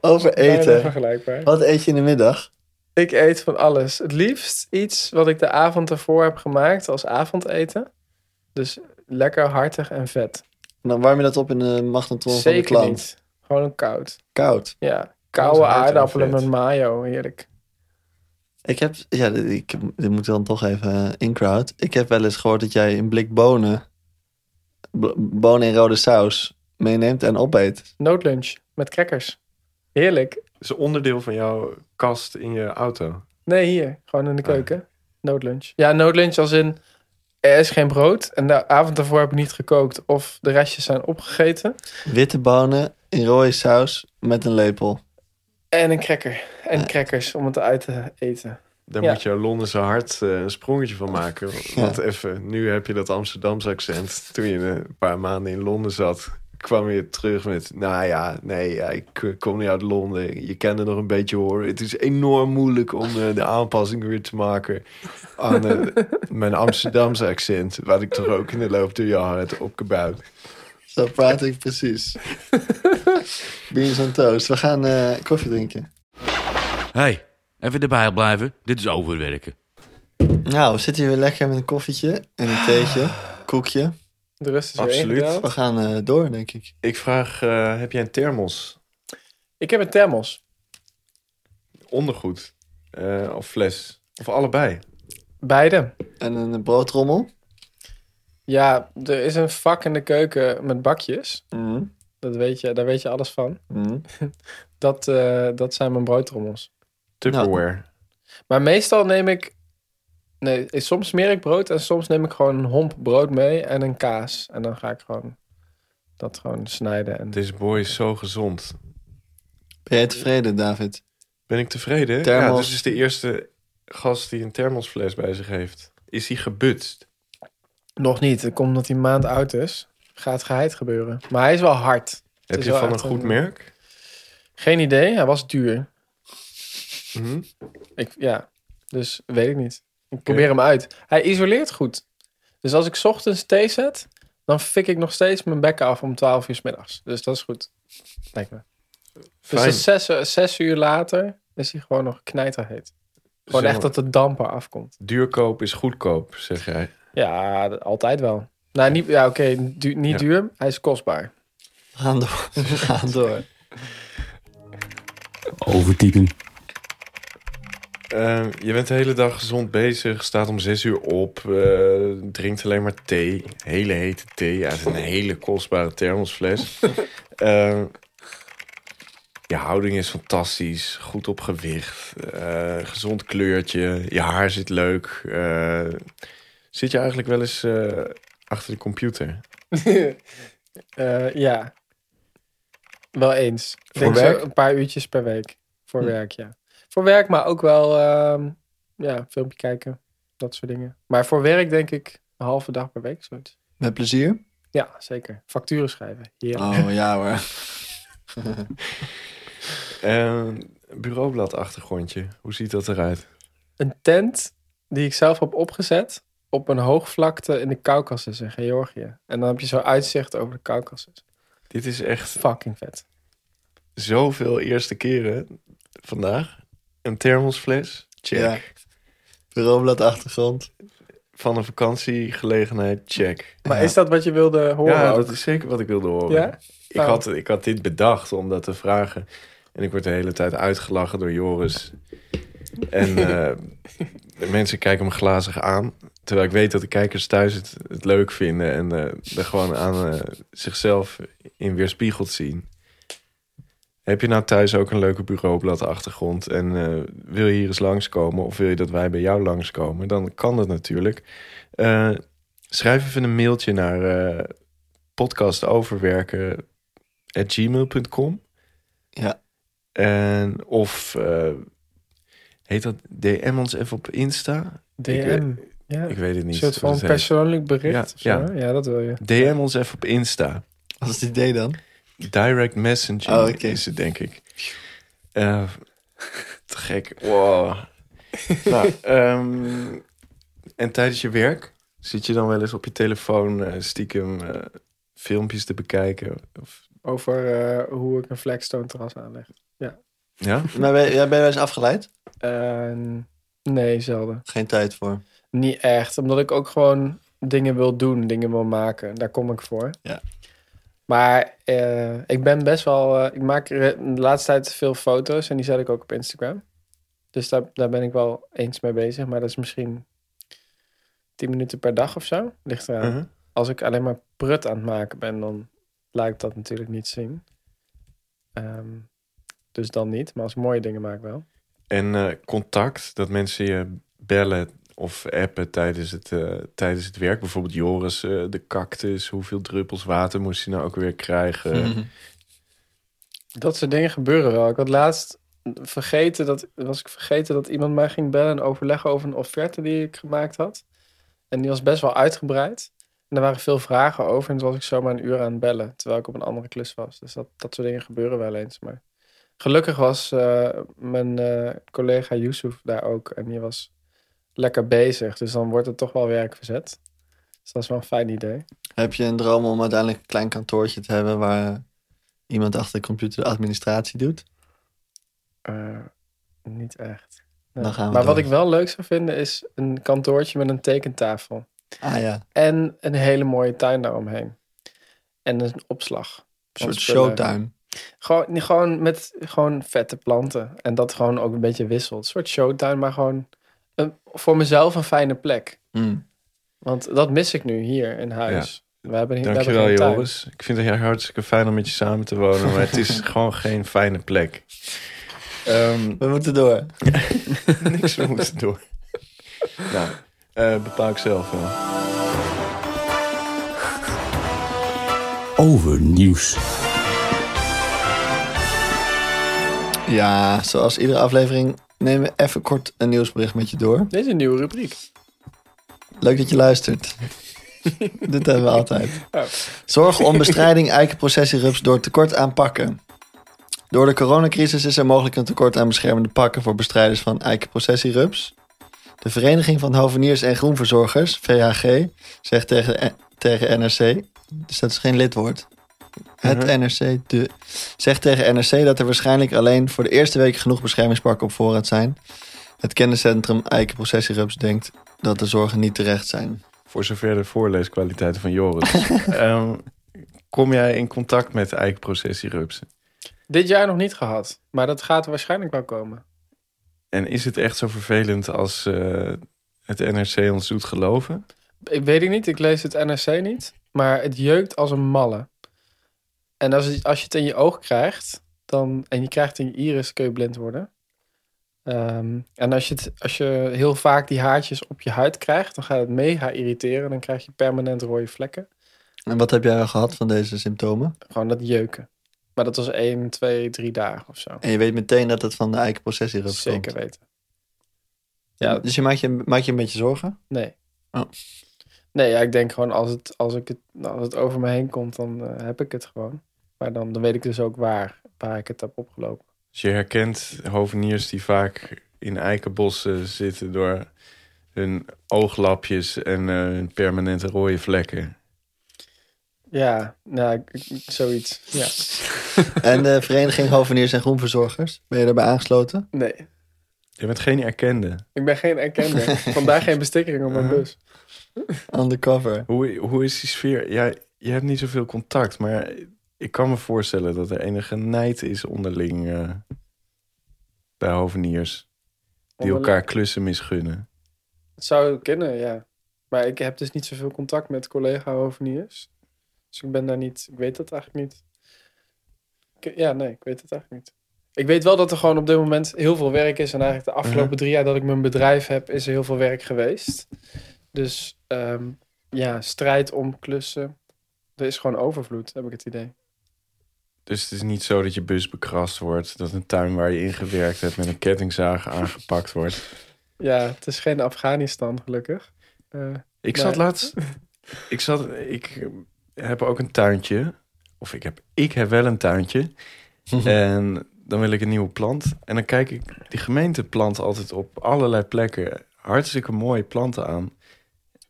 [SPEAKER 2] Over
[SPEAKER 3] bijna
[SPEAKER 2] eten.
[SPEAKER 3] vergelijkbaar.
[SPEAKER 2] Wat eet je in de middag?
[SPEAKER 3] Ik eet van alles. Het liefst iets wat ik de avond ervoor heb gemaakt als avondeten. Dus lekker hartig en vet.
[SPEAKER 2] En dan warm je dat op in de magnetron van de
[SPEAKER 3] Zeker
[SPEAKER 2] klant.
[SPEAKER 3] niet. Gewoon een koud.
[SPEAKER 2] Koud.
[SPEAKER 3] Ja,
[SPEAKER 1] Koud,
[SPEAKER 3] koude
[SPEAKER 1] hard en
[SPEAKER 3] aardappelen
[SPEAKER 1] vet.
[SPEAKER 3] met mayo. Heerlijk. ik
[SPEAKER 2] Ik heb, ja, dit- ik, dit moet dan toch even eh, in crowd. Ik heb wel eens gehoord dat jij een blik bonen, b- bonen in rode saus, meeneemt en opeet.
[SPEAKER 3] Noodlunch met crackers. Heerlijk.
[SPEAKER 6] is een onderdeel van jouw kast in je auto.
[SPEAKER 3] Nee, hier. Gewoon in de keuken. Noodlunch. Ja, noodlunch als in... Er is geen brood en de avond daarvoor heb ik niet gekookt. Of de restjes zijn opgegeten.
[SPEAKER 2] Witte bonen in rode saus met een lepel.
[SPEAKER 3] En een cracker. En crackers om het uit te eten.
[SPEAKER 6] Daar
[SPEAKER 3] Ja.
[SPEAKER 6] moet je Londense hart eh, een sprongetje van maken. Want even, nu heb je dat Amsterdamse accent. Toen je een paar maanden in Londen zat, kwam je terug met... Nou ja, nee, ja, ik eh, kom niet uit Londen. Je kende nog een beetje hoor. Het is enorm moeilijk om eh, de aanpassing weer te maken aan eh, mijn Amsterdamse accent. Waar ik toch ook in de loop der jaren heb opgebouwd.
[SPEAKER 2] Zo praat ik precies. Beans en toast. We gaan eh, koffie drinken.
[SPEAKER 4] Hé, hey, even erbij blijven. Dit is overwerken.
[SPEAKER 2] Nou, we zitten hier weer lekker met een koffietje en een theetje, koekje.
[SPEAKER 3] De rust is
[SPEAKER 1] Absoluut.
[SPEAKER 3] weer ingedaald.
[SPEAKER 2] We gaan eh, door, denk ik.
[SPEAKER 1] Ik vraag, eh, heb jij een thermos?
[SPEAKER 3] Ik heb een thermos.
[SPEAKER 1] Ondergoed? Eh, of fles? Of allebei?
[SPEAKER 3] Beide.
[SPEAKER 2] En een eh, broodrommel.
[SPEAKER 3] Ja, er is een vak in de keuken met bakjes. Dat weet je, daar weet je alles van.
[SPEAKER 2] Mhm.
[SPEAKER 3] Dat, eh, dat zijn mijn broodtrommels.
[SPEAKER 1] Tupperware?
[SPEAKER 3] Maar meestal neem ik... Nee, eh, soms smeer ik brood en soms neem ik gewoon een homp brood mee en een kaas. En dan ga ik gewoon dat gewoon snijden. En...
[SPEAKER 1] Deze boy is zo gezond.
[SPEAKER 2] Ben jij tevreden, David?
[SPEAKER 1] Ben ik tevreden?
[SPEAKER 2] Thermos.
[SPEAKER 1] Ja, dit is de eerste gast die een thermosfles bij zich heeft. Is hij gebutst?
[SPEAKER 3] Nog niet, dat komt omdat hij een maand oud is. Gaat geheid gebeuren. Maar hij is wel hard.
[SPEAKER 1] Heb
[SPEAKER 3] is
[SPEAKER 1] je
[SPEAKER 3] wel
[SPEAKER 1] van een
[SPEAKER 3] echt
[SPEAKER 1] goed
[SPEAKER 3] een-
[SPEAKER 1] merk?
[SPEAKER 3] Geen idee, hij was duur.
[SPEAKER 1] Mhm.
[SPEAKER 3] Ik, ja, dus weet ik niet. Ik probeer hem uit. Hij isoleert goed. Dus als ik 's ochtends thee zet, dan fik ik nog steeds mijn bekken af om 12 uur 's middags. Dus dat is goed. Lijkt me. Dus
[SPEAKER 1] Fijn.
[SPEAKER 3] dat is zes, uur- zes uur later is hij gewoon nog knijterheet. Gewoon
[SPEAKER 1] Zeg
[SPEAKER 3] echt
[SPEAKER 1] maar,
[SPEAKER 3] dat de damper afkomt.
[SPEAKER 1] Duurkoop is goedkoop, zeg jij.
[SPEAKER 3] Ja, dat- altijd wel. Nou, niet, ja, oké, du- niet
[SPEAKER 1] Ja.
[SPEAKER 3] duur. Hij is kostbaar.
[SPEAKER 2] We gaan door. We gaan door.
[SPEAKER 5] Overtypen.
[SPEAKER 1] Eh, je bent de hele dag gezond bezig, staat om zes uur op, eh, drinkt alleen maar thee. Hele hete thee uit een hele kostbare thermosfles. Eh, je houding is fantastisch, goed op gewicht, eh, gezond kleurtje, je haar zit leuk. Eh, zit je eigenlijk wel eens eh, achter de computer?
[SPEAKER 3] Eh, ja. Wel eens. Ik
[SPEAKER 1] Voor
[SPEAKER 3] denk zo
[SPEAKER 1] werk? Hm.
[SPEAKER 3] een paar uurtjes per week. Voor werk, ja. Voor werk, maar ook wel ehm, ja, filmpje kijken. Dat soort dingen. Maar voor werk denk ik een halve dag per week zoiets.
[SPEAKER 2] Met plezier?
[SPEAKER 3] Ja, zeker. Facturen schrijven. Heerlijk.
[SPEAKER 1] Ah.
[SPEAKER 2] Oh ja hoor.
[SPEAKER 1] Eh bureaublad achtergrondje, hoe ziet dat eruit?
[SPEAKER 3] Een tent die ik zelf heb opgezet op een hoogvlakte in de Caucasus in Georgië. En dan heb je zo uitzicht over de Caucasus.
[SPEAKER 1] Dit is echt
[SPEAKER 3] Fucking vet.
[SPEAKER 1] zoveel eerste keren vandaag. Een thermosfles. Check.
[SPEAKER 2] Ja. Bureaublad achtergrond.
[SPEAKER 1] Van een vakantiegelegenheid. Check.
[SPEAKER 3] Maar
[SPEAKER 2] Ja.
[SPEAKER 3] is dat wat je wilde horen?
[SPEAKER 1] ja,
[SPEAKER 3] ook?
[SPEAKER 1] dat is zeker wat ik wilde horen.
[SPEAKER 3] Ja?
[SPEAKER 1] Ik, had, ik had dit bedacht om dat te vragen. En ik word de hele tijd uitgelachen door Joris. En eh, de mensen kijken me glazig aan. Terwijl ik weet dat de kijkers thuis het, het leuk vinden. En eh, er gewoon aan eh, zichzelf in weerspiegeld zien. Heb je nou thuis ook een leuke bureaublad achtergrond? En eh, wil je hier eens langskomen? Of wil je dat wij bij jou langskomen? Dan kan dat natuurlijk. Eh, schrijf even een mailtje naar eh, podcastoverwerken at gmail.com.
[SPEAKER 2] Ja.
[SPEAKER 1] En of eh, heet dat DM ons even op Insta? Ik
[SPEAKER 3] DM.
[SPEAKER 1] weet-
[SPEAKER 3] Ja.
[SPEAKER 1] Ik weet het
[SPEAKER 3] Een
[SPEAKER 1] niet.
[SPEAKER 3] soort van
[SPEAKER 1] hoe dat heet.
[SPEAKER 3] persoonlijk bericht.
[SPEAKER 1] Ja,
[SPEAKER 3] Ja, ja. dat wil je.
[SPEAKER 1] DM ons even op Insta.
[SPEAKER 2] Wat is het idee dan?
[SPEAKER 1] Direct messaging
[SPEAKER 2] Oh, oké.
[SPEAKER 1] is het, denk ik. Eh, te gek. Wow. nou, ehm, en tijdens je werk zit je dan wel eens op je telefoon eh, stiekem eh, filmpjes te bekijken? Of,
[SPEAKER 3] Over eh, hoe ik een flagstone terras aanleg.
[SPEAKER 1] ja?
[SPEAKER 3] Nou,
[SPEAKER 2] Maar ben, jij ben je wel eens afgeleid?
[SPEAKER 3] En Ehm, nee, zelden.
[SPEAKER 2] Geen tijd voor.
[SPEAKER 3] Niet echt. Omdat ik ook gewoon dingen wil doen, dingen wil maken. Daar kom ik voor.
[SPEAKER 2] Ja.
[SPEAKER 3] Maar eh, ik ben best wel. eh, ik maak re- de laatste tijd veel foto's en die zet ik ook op Instagram. Dus daar, daar ben ik wel eens mee bezig. Maar dat is misschien 10 minuten per dag of zo. Ligt eraan.
[SPEAKER 1] Mhm.
[SPEAKER 3] Als ik alleen maar prut aan het maken ben, dan laat ik dat natuurlijk niet zien. Ehm, dus dan niet. Maar als ik mooie dingen maak wel.
[SPEAKER 1] En eh, contact, dat mensen je bellen of appen tijdens het, eh, tijdens het werk. Bijvoorbeeld Joris, eh, de cactus, hoeveel druppels water moest hij nou ook weer krijgen?
[SPEAKER 2] Mhm. Mm-hmm.
[SPEAKER 3] Dat soort dingen gebeuren wel. Ik had laatst vergeten dat, was ik vergeten dat iemand mij ging bellen en overleggen over een offerte die ik gemaakt had. En die was best wel uitgebreid. En er waren veel vragen over. En toen was ik zomaar een uur aan het bellen. Terwijl ik op een andere klus was. Dus dat, dat soort dingen gebeuren wel eens. Maar gelukkig was eh, mijn eh, collega Yusuf daar ook. En die was lekker bezig. Dus dan wordt er toch wel werk verzet. Dus dat is wel een fijn idee.
[SPEAKER 2] Heb je een droom om uiteindelijk een klein kantoortje te hebben waar eh, iemand achter de computer de administratie doet?
[SPEAKER 3] Eh, niet echt. Nee.
[SPEAKER 2] Dan gaan we
[SPEAKER 3] maar wat
[SPEAKER 2] door.
[SPEAKER 3] ik wel leuk zou vinden is een kantoortje met een tekentafel.
[SPEAKER 2] Ah ja, een
[SPEAKER 3] En een hele mooie tuin daaromheen. En een opslag. van
[SPEAKER 2] soort
[SPEAKER 3] spullen.
[SPEAKER 2] showtuin.
[SPEAKER 3] Gewoon, nee, gewoon met gewoon vette planten. En dat gewoon ook een beetje wisselt. Een soort showtuin, maar gewoon een- voor mezelf een fijne plek.
[SPEAKER 2] Mm.
[SPEAKER 3] Want dat mis ik nu hier in huis. We hebben, hier- we hebben
[SPEAKER 1] Dankjewel
[SPEAKER 3] geen tuin.
[SPEAKER 1] Joris. Ik vind het heel hartstikke fijn om met je samen te wonen, maar het is gewoon geen fijne plek. Ehm,
[SPEAKER 2] We moeten door.
[SPEAKER 1] niks we moeten door. nou, eh, bepaal ik zelf wel.
[SPEAKER 5] Over nieuws.
[SPEAKER 2] Ja, zoals iedere aflevering nemen we even kort een nieuwsbericht met je door.
[SPEAKER 3] Dit is een nieuwe rubriek.
[SPEAKER 2] Leuk dat je luistert. Dit hebben we altijd. Zorg om bestrijding eikenprocessierups door tekort aan pakken. Door de coronacrisis is er mogelijk een tekort aan beschermende pakken voor bestrijders van eikenprocessierups. De Vereniging van Hoveniers en Groenverzorgers, VHG, zegt tegen, tegen NRC, dus dat is geen lidwoord. Het NRC de, zegt tegen NRC dat er waarschijnlijk alleen voor de eerste week genoeg beschermingspakken op voorraad zijn. Het kenniscentrum Eikenprocessierups denkt dat de zorgen niet terecht zijn.
[SPEAKER 1] Voor zover de voorleeskwaliteiten van Joris. Ehm, kom jij in contact met eikprocessierupsen?
[SPEAKER 3] Dit jaar nog niet gehad. Maar dat gaat er waarschijnlijk wel komen.
[SPEAKER 1] En is het echt zo vervelend als eh, het NRC ons doet geloven?
[SPEAKER 3] Ik weet het niet, ik lees het NRC niet. Maar het jeukt als een malle. En als, het- als je het in je oog krijgt, dan, en je krijgt het in je iris, kun je blind worden. Ehm, en als je, het, als je heel vaak die haartjes op je huid krijgt, dan gaat het mega irriteren. Dan krijg je permanent rode vlekken.
[SPEAKER 2] En wat heb jij al gehad van deze symptomen?
[SPEAKER 3] Gewoon dat jeuken. Maar dat was 1, 2, 3 dagen of zo.
[SPEAKER 2] En je weet meteen dat het van de eikenprocessierups komt.
[SPEAKER 3] Zeker weten. Ja,
[SPEAKER 2] Dus je maakt, je maakt je een beetje zorgen?
[SPEAKER 3] Nee.
[SPEAKER 2] Oh.
[SPEAKER 3] Nee, ja, ik denk gewoon als het, als ik het, nou, als het over me heen komt, dan eh, heb ik het gewoon. Maar dan, dan weet ik dus ook waar, waar ik het heb opgelopen.
[SPEAKER 1] Dus je herkent hoveniers die vaak in eikenbossen zitten door hun ooglapjes en eh, hun permanente rode vlekken.
[SPEAKER 3] Ja, nou, ik- ik- zoiets. Ja.
[SPEAKER 2] En de Vereniging Hoveniers en Groenverzorgers, ben je daarbij aangesloten?
[SPEAKER 3] Nee,
[SPEAKER 1] Je bent geen erkende.
[SPEAKER 3] ik ben geen erkende. Vandaar geen bestikkering op mijn bus.
[SPEAKER 2] Undercover.
[SPEAKER 1] Hoe, hoe is die sfeer? Ja, je hebt niet zoveel contact, maar ik kan me voorstellen dat er enige nijd is onderling eh, bij hoveniers. Die
[SPEAKER 3] Onderling.
[SPEAKER 1] elkaar klussen misgunnen.
[SPEAKER 3] Het zou kunnen, ja. Maar ik heb dus niet zoveel contact met collega-hoveniers. Dus ik ben daar niet... Ik weet dat eigenlijk niet. Ik- ja, nee, ik weet het eigenlijk niet. Ik weet wel dat er gewoon op dit moment heel veel werk is. En eigenlijk
[SPEAKER 1] Mhm.
[SPEAKER 3] de afgelopen drie jaar dat ik mijn bedrijf heb... is er heel veel werk geweest. Dus ehm, ja, strijd om klussen. Er is gewoon overvloed, heb ik het idee.
[SPEAKER 1] Dus het is niet zo dat je bus bekrast wordt. Dat een tuin waar je ingewerkt hebt met een kettingzaag aangepakt wordt.
[SPEAKER 3] Ja, het is geen Afghanistan, gelukkig. Eh,
[SPEAKER 1] Ik
[SPEAKER 3] Nee.
[SPEAKER 1] zat laatst... Ik, zat, ik heb ook een tuintje. Of ik heb, ik heb wel een tuintje. en dan wil ik een nieuwe plant. En dan kijk ik... Die gemeente plant altijd op allerlei plekken hartstikke mooie planten aan.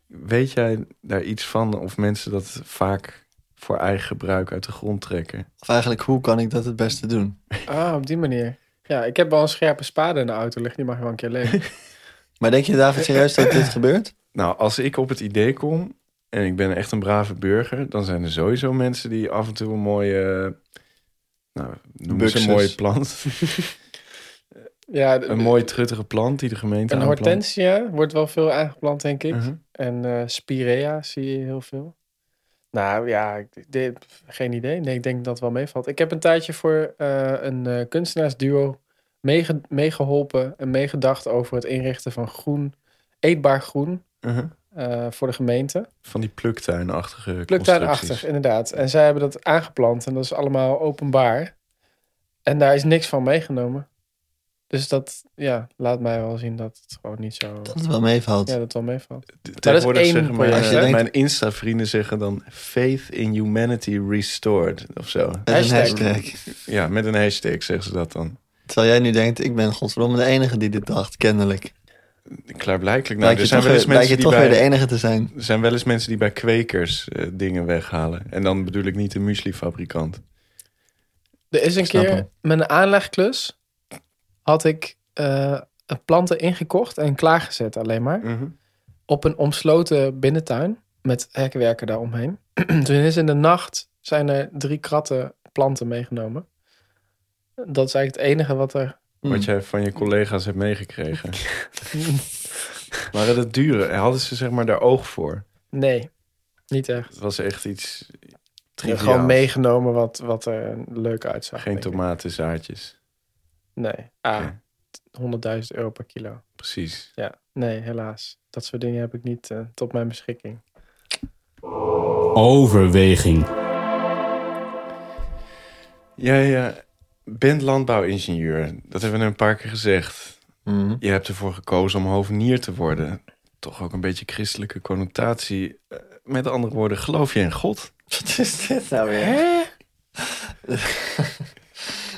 [SPEAKER 1] Weet jij daar iets van? Of mensen dat vaak voor eigen gebruik uit de grond trekken?
[SPEAKER 2] Of eigenlijk, hoe kan ik dat het beste doen?
[SPEAKER 3] ah, op die manier. Ja, ik heb wel een scherpe spade in de auto liggen. Die mag je wel een keer lenen.
[SPEAKER 2] Maar denk je, David, serieus dat dit gebeurt?
[SPEAKER 1] Nou, als ik op het idee kom en ik ben echt een brave burger, dan zijn er sowieso mensen die af en toe een mooie, eh, nou, noem eens
[SPEAKER 2] Buxus.
[SPEAKER 1] een mooie plant,
[SPEAKER 3] Ja,
[SPEAKER 1] een mooie truttige plant die de gemeente
[SPEAKER 3] Een
[SPEAKER 1] aanplant. Uh-huh,
[SPEAKER 3] hortensia wordt wel veel aangeplant, denk ik.
[SPEAKER 1] Mhm.
[SPEAKER 3] En eh spirea zie je heel veel. Nou ja, ik- dit- geen idee. Nee, ik denk dat het wel meevalt. Ik heb een tijdje voor eh, een eh, kunstenaarsduo meege- meegeholpen en meegedacht over het inrichten van groen, eetbaar groen eh, voor de gemeente.
[SPEAKER 1] uh-huh. Van die pluktuinachtige
[SPEAKER 3] Pluktuinachtig,
[SPEAKER 1] constructies.
[SPEAKER 3] inderdaad. En zij hebben dat aangeplant en dat is allemaal openbaar. En daar is niks van meegenomen. Dus dat ja, laat mij wel zien dat het gewoon niet zo.
[SPEAKER 2] Dat het wel meevalt.
[SPEAKER 3] Ja, dat het wel meevalt.
[SPEAKER 1] Tegenwoordig
[SPEAKER 3] één
[SPEAKER 1] zeggen mijn,
[SPEAKER 3] project,
[SPEAKER 1] eh,
[SPEAKER 2] hè? Als je
[SPEAKER 1] mijn Insta-vrienden zeggen dan... Faith in humanity restored, of zo.
[SPEAKER 2] Met
[SPEAKER 3] Hashtag.
[SPEAKER 2] een hashtag.
[SPEAKER 1] Ja, met een hashtag zeggen ze dat dan.
[SPEAKER 2] Terwijl jij nu denkt, ik ben godverdomme de enige die dit dacht, kennelijk.
[SPEAKER 1] Klaarblijkelijk. Nou,
[SPEAKER 2] Blijkt
[SPEAKER 1] er
[SPEAKER 2] je
[SPEAKER 1] zijn
[SPEAKER 2] toch,
[SPEAKER 1] wel eens
[SPEAKER 2] weer,
[SPEAKER 1] mensen
[SPEAKER 2] blijkt je
[SPEAKER 1] die
[SPEAKER 2] toch weer de
[SPEAKER 1] bij...
[SPEAKER 2] enige te zijn.
[SPEAKER 1] Er zijn wel eens mensen die bij kwekers eh, dingen weghalen. En dan bedoel ik niet de muesli-fabrikant.
[SPEAKER 3] Er is een
[SPEAKER 1] Snap
[SPEAKER 3] keer
[SPEAKER 1] hem.
[SPEAKER 3] met een aanlegklus had ik eh, planten ingekocht en klaargezet alleen maar. Op een omsloten binnentuin met hekwerken daaromheen. Toen is in de nacht zijn er drie kratten planten meegenomen. Dat is eigenlijk het enige wat er...
[SPEAKER 2] Hmm. Mm.
[SPEAKER 1] Wat jij van je collega's hebt meegekregen. Waren dat dure? Hadden ze zeg maar daar oog voor?
[SPEAKER 3] Nee, niet echt.
[SPEAKER 1] Het was echt iets triviaals.
[SPEAKER 3] Gewoon meegenomen wat, wat er leuk uitzag.
[SPEAKER 1] Geen
[SPEAKER 3] denk ik.
[SPEAKER 1] tomatenzaadjes.
[SPEAKER 3] Nee, ah,
[SPEAKER 1] Oké.
[SPEAKER 3] 100.000 euro per kilo.
[SPEAKER 1] Precies.
[SPEAKER 3] Ja, nee, helaas. Dat soort dingen heb ik niet eh, tot mijn beschikking.
[SPEAKER 5] Overweging.
[SPEAKER 1] Jij eh, bent landbouwingenieur. Dat hebben we een paar keer gezegd.
[SPEAKER 2] Mm.
[SPEAKER 1] Je hebt ervoor gekozen om hovenier te worden. Toch ook een beetje christelijke connotatie. Eh, Met andere woorden, geloof je in God?
[SPEAKER 2] Wat is dit nou weer?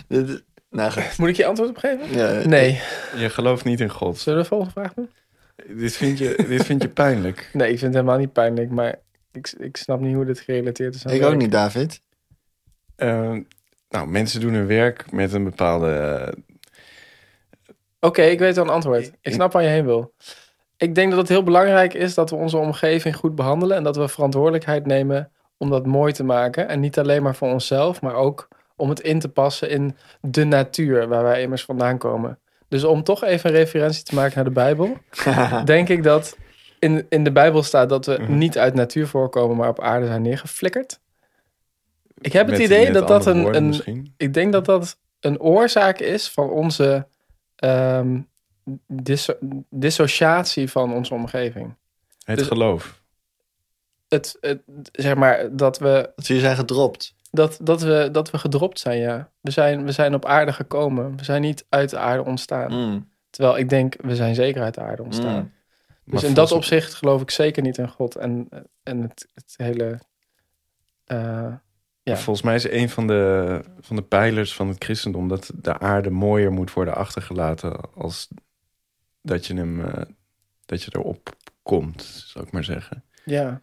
[SPEAKER 2] Dit is- nou goed.
[SPEAKER 3] Moet ik je antwoord op geven?
[SPEAKER 2] Ja,
[SPEAKER 3] Nee.
[SPEAKER 1] Je gelooft niet in God.
[SPEAKER 3] Zullen we de volgende vraag doen?
[SPEAKER 1] Dit vind je, dit vind je pijnlijk.
[SPEAKER 3] Nee, ik vind het helemaal niet pijnlijk, maar ik, ik snap niet hoe dit gerelateerd is aan
[SPEAKER 2] Ik
[SPEAKER 3] werk.
[SPEAKER 2] ook niet, David.
[SPEAKER 1] Eh, nou, mensen doen hun werk met een bepaalde... eh,
[SPEAKER 3] Oké, ik weet wel een antwoord. Ik snap waar je heen wil. Ik denk dat het heel belangrijk is dat we onze omgeving goed behandelen en dat we verantwoordelijkheid nemen om dat mooi te maken. En niet alleen maar voor onszelf, maar ook om het in te passen in de natuur waar wij immers vandaan komen. Dus om toch even een referentie te maken naar de Bijbel, denk ik dat in, in de Bijbel staat dat we
[SPEAKER 1] Mhm.
[SPEAKER 3] niet uit natuur voorkomen, maar op aarde zijn neergeflikkerd. Ik heb het
[SPEAKER 1] met-
[SPEAKER 3] idee
[SPEAKER 1] met
[SPEAKER 3] dat dat
[SPEAKER 1] andere
[SPEAKER 3] een,
[SPEAKER 1] woorden
[SPEAKER 3] een,
[SPEAKER 1] misschien.
[SPEAKER 3] ik denk dat dat een oorzaak is van onze ehm, disso- dissociatie van onze omgeving.
[SPEAKER 1] Het
[SPEAKER 3] dus-
[SPEAKER 1] geloof.
[SPEAKER 3] Het, het, zeg maar dat we,
[SPEAKER 2] Dat jullie zijn gedropt.
[SPEAKER 3] dat, dat, we, dat we gedropt zijn, ja. We zijn, we zijn op aarde gekomen. We zijn niet uit de aarde ontstaan.
[SPEAKER 2] Mm.
[SPEAKER 3] Terwijl ik denk, we zijn zeker uit de aarde ontstaan.
[SPEAKER 2] Mm.
[SPEAKER 3] Dus
[SPEAKER 1] Maar
[SPEAKER 3] in dat
[SPEAKER 1] volgens-
[SPEAKER 3] opzicht geloof ik zeker niet in God en, en het, het hele. eh, Ja.
[SPEAKER 1] Volgens mij is een van de, van de pijlers van het christendom dat de aarde mooier moet worden achtergelaten als dat je, hem, eh, dat je erop komt, zou ik maar zeggen.
[SPEAKER 3] ja.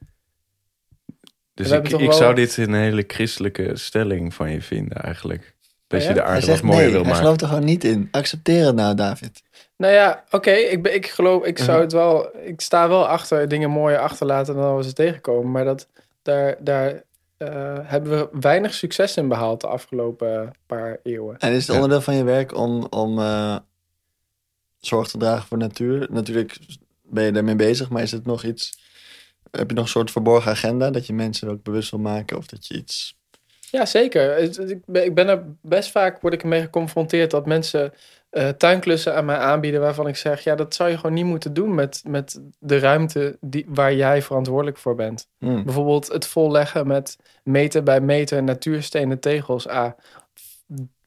[SPEAKER 1] Dus
[SPEAKER 3] We
[SPEAKER 1] ik,
[SPEAKER 3] hebben toch
[SPEAKER 1] ik
[SPEAKER 3] wel-
[SPEAKER 1] zou dit een hele christelijke stelling van je vinden eigenlijk. Dat
[SPEAKER 3] Oh ja?
[SPEAKER 1] je de
[SPEAKER 2] Hij
[SPEAKER 1] aarde wat
[SPEAKER 2] zegt
[SPEAKER 1] mooier
[SPEAKER 2] nee,
[SPEAKER 1] wil
[SPEAKER 2] hij
[SPEAKER 1] maken.
[SPEAKER 2] gelooft er gewoon niet in. Accepteer het nou, David.
[SPEAKER 3] Nou ja, oké, ik, ben- ik geloof, ik zou het wel, ik sta wel achter dingen mooier achterlaten dan als ze tegenkomen. Maar dat, daar, daar eh, hebben we weinig succes in behaald de afgelopen paar eeuwen.
[SPEAKER 2] En is het
[SPEAKER 1] Ja.
[SPEAKER 2] onderdeel van je werk om, om eh, zorg te dragen voor natuur? Natuurlijk ben je daarmee bezig, maar is het nog iets... Heb je nog een soort verborgen agenda dat je mensen er ook bewust wil maken? Of dat je iets...
[SPEAKER 3] Ja, zeker. Het- het- Ik ben, ik ben er best vaak, word ik ermee geconfronteerd dat mensen eh, tuinklussen aan mij aanbieden waarvan ik zeg, ja, dat zou je gewoon niet moeten doen met, met de ruimte die, waar jij verantwoordelijk voor bent.
[SPEAKER 2] Mm.
[SPEAKER 3] Bijvoorbeeld het volleggen met meter bij meter natuurstenen tegels. Ah,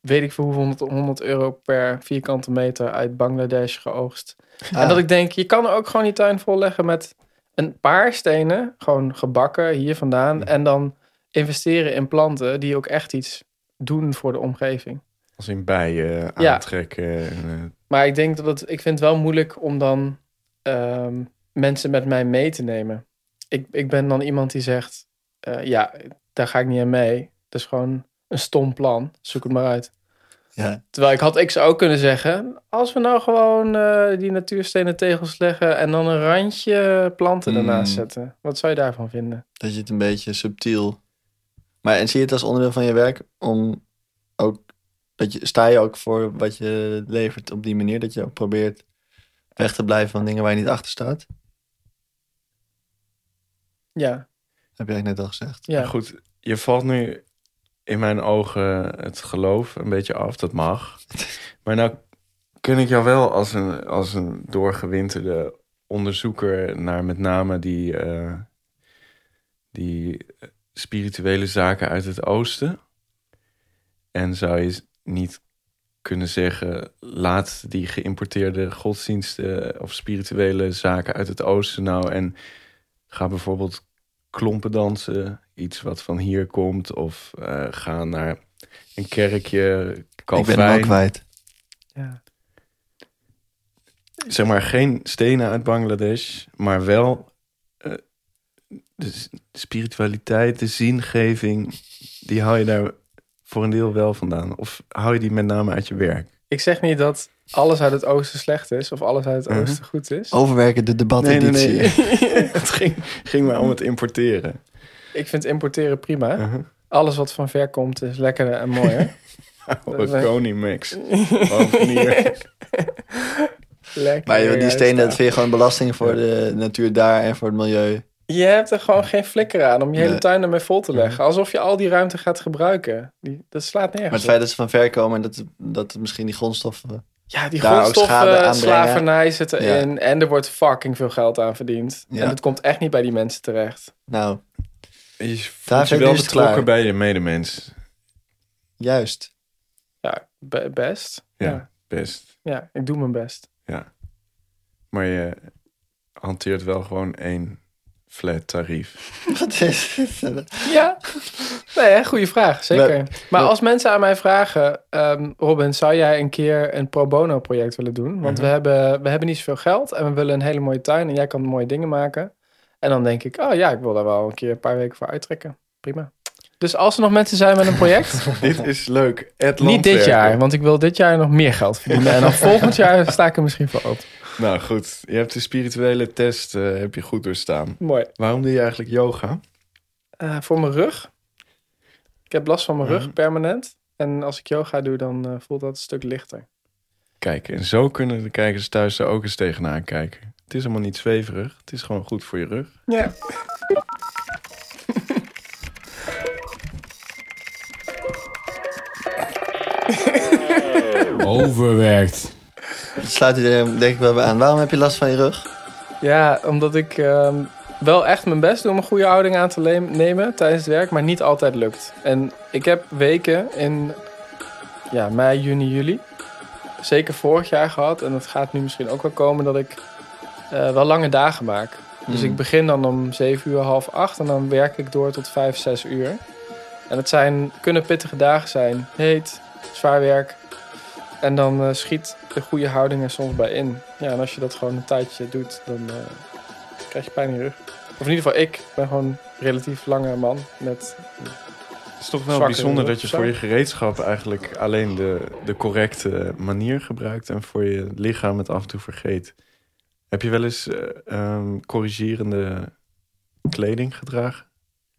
[SPEAKER 3] weet ik voor hoeveel 100, 100 euro per vierkante meter uit Bangladesh geoogst. En
[SPEAKER 2] Ah.
[SPEAKER 3] dat ik denk, je kan ook gewoon die tuin volleggen met een paar stenen. Gewoon gebakken hier vandaan. En dan investeren in planten die ook echt iets doen voor de omgeving.
[SPEAKER 1] Als in bijen
[SPEAKER 3] Ja.
[SPEAKER 1] aantrekken. en, eh,
[SPEAKER 3] Maar ik denk dat het, ik vind het wel moeilijk om dan ehm, mensen met mij mee te nemen. Ik, ik ben dan iemand die zegt, eh, ja, daar ga ik niet aan mee. Dat is gewoon een stom plan. Zoek het maar uit.
[SPEAKER 2] Ja.
[SPEAKER 3] Terwijl ik had ik zou ook kunnen zeggen, als we nou gewoon eh, die natuurstenen tegels leggen en dan een randje planten
[SPEAKER 1] Hmm.
[SPEAKER 3] daarnaast
[SPEAKER 2] Mm.
[SPEAKER 3] zetten. Wat zou je daarvan vinden?
[SPEAKER 2] Dat je het een beetje subtiel. Maar en zie je het als onderdeel van je werk om ook dat je sta je ook voor wat je levert op die manier dat je ook probeert weg te blijven van dingen waar je niet achter staat.
[SPEAKER 3] Ja,
[SPEAKER 2] Heb jij net al gezegd.
[SPEAKER 3] Ja,
[SPEAKER 1] Goed, je valt nu in mijn ogen het geloof een beetje af. Dat mag. Maar nou ken ik jou wel als een, als een doorgewinterde onderzoeker naar met name die, eh, die spirituele zaken uit het oosten. En zou je s- niet kunnen zeggen, laat die geïmporteerde godsdiensten of spirituele zaken uit het oosten nou en ga bijvoorbeeld klompen dansen, iets wat van hier komt, of eh, ga naar een kerkje,
[SPEAKER 2] ik ben hem al
[SPEAKER 1] Calvijn
[SPEAKER 2] kwijt.
[SPEAKER 3] ja.
[SPEAKER 1] zeg maar geen stenen uit Bangladesh, maar wel eh, de s- spiritualiteit, de zingeving, die hou je daar voor een deel wel vandaan. Of hou je die met name uit je werk?
[SPEAKER 3] Ik zeg niet dat alles uit het oosten slecht is of alles uit het
[SPEAKER 1] Mhm.
[SPEAKER 3] oosten goed is.
[SPEAKER 2] Overwerken de debateditie.
[SPEAKER 1] het ging, ging maar om het importeren.
[SPEAKER 3] Ik vind importeren prima.
[SPEAKER 1] Uh
[SPEAKER 3] Alles wat van ver komt is lekkerder en mooier.
[SPEAKER 1] -huh. mix. Boven hier.
[SPEAKER 3] Lekker.
[SPEAKER 2] Maar joh, die stenen, dat
[SPEAKER 3] juist.
[SPEAKER 2] vind je gewoon belasting voor de natuur daar en voor het milieu.
[SPEAKER 3] Je hebt er gewoon geen flikker aan om je hele
[SPEAKER 2] Nee.
[SPEAKER 3] tuin ermee vol te leggen. Alsof je al die ruimte gaat gebruiken. Die, dat slaat
[SPEAKER 2] Maar het
[SPEAKER 3] nergens op.
[SPEAKER 2] feit dat ze van ver komen en dat, dat misschien die grondstoffen...
[SPEAKER 3] Ja, die
[SPEAKER 2] daar ook schade
[SPEAKER 3] grondstoffen,
[SPEAKER 2] aanbrengen.
[SPEAKER 3] slavernij zit erin. En er wordt fucking veel geld aan verdiend.
[SPEAKER 2] Ja.
[SPEAKER 3] En dat komt echt niet bij die mensen terecht.
[SPEAKER 2] Nou,
[SPEAKER 1] Je voelt
[SPEAKER 2] David,
[SPEAKER 1] je
[SPEAKER 2] nu
[SPEAKER 1] wel
[SPEAKER 2] is het
[SPEAKER 1] betrokken
[SPEAKER 2] klaar.
[SPEAKER 1] bij je medemens.
[SPEAKER 2] juist.
[SPEAKER 3] Ja, be- best.
[SPEAKER 1] Ja.
[SPEAKER 3] ja.
[SPEAKER 1] Best.
[SPEAKER 3] Ja, ik doe mijn best.
[SPEAKER 1] Maar je hanteert wel gewoon één flat tarief.
[SPEAKER 2] Wat is dit?
[SPEAKER 3] Ja, nee, hè, goede vraag, zeker. Maar als mensen aan mij vragen, ehm, Robin, zou jij een keer een pro bono project willen doen? Want we, hebben, we hebben niet zoveel geld en we willen een hele mooie tuin en jij kan mooie dingen maken. En dan denk ik, oh ja, ik wil daar wel een keer een paar weken voor uittrekken. Prima. Dus als er nog mensen zijn met een project,
[SPEAKER 1] dit is leuk. Ed
[SPEAKER 3] niet dit
[SPEAKER 1] Landwerker.
[SPEAKER 3] jaar, want ik wil dit jaar nog meer geld verdienen. En dan volgend jaar sta ik er misschien voor open.
[SPEAKER 1] Nou goed, je hebt de spirituele test eh, heb je goed doorstaan.
[SPEAKER 3] Mooi.
[SPEAKER 1] Waarom doe je eigenlijk yoga?
[SPEAKER 3] Eh, voor mijn rug. Ik heb last van mijn rug permanent. En als ik yoga doe, dan eh, voelt dat een stuk lichter.
[SPEAKER 1] Kijk, en zo kunnen de kijkers thuis er ook eens tegenaan kijken. Het is allemaal niet zweverig, het is gewoon goed voor je rug.
[SPEAKER 3] Ja.
[SPEAKER 5] Overwerkt.
[SPEAKER 2] Dat sluit iedereen denk ik wel bij aan. Waarom heb je last van je rug?
[SPEAKER 3] Ja, omdat ik ehm, wel echt mijn best doe om een goede houding aan te leem- nemen tijdens het werk, maar niet altijd lukt. En ik heb weken in ja, mei, juni, juli, zeker vorig jaar gehad, en dat gaat nu misschien ook wel komen, dat ik eh, wel lange dagen maak. Dus
[SPEAKER 2] Mhm.
[SPEAKER 3] ik begin dan om 7 uur, half 8 en dan werk ik door tot 5, 6 uur. En het zijn, kunnen pittige dagen zijn, heet, zwaar werk. En dan eh, schiet de goede houding er soms bij in. Ja, en als je dat gewoon een tijdje doet, dan eh, krijg je pijn in je rug. Of in ieder geval, ik ben gewoon een relatief lange man. Met...
[SPEAKER 1] Het is toch wel
[SPEAKER 3] Zwakker
[SPEAKER 1] bijzonder
[SPEAKER 3] rug,
[SPEAKER 1] dat je
[SPEAKER 3] zo.
[SPEAKER 1] voor je gereedschap eigenlijk alleen de, de correcte manier gebruikt en voor je lichaam het af en toe vergeet. Heb je wel eens eh, ehm, corrigerende kleding gedragen?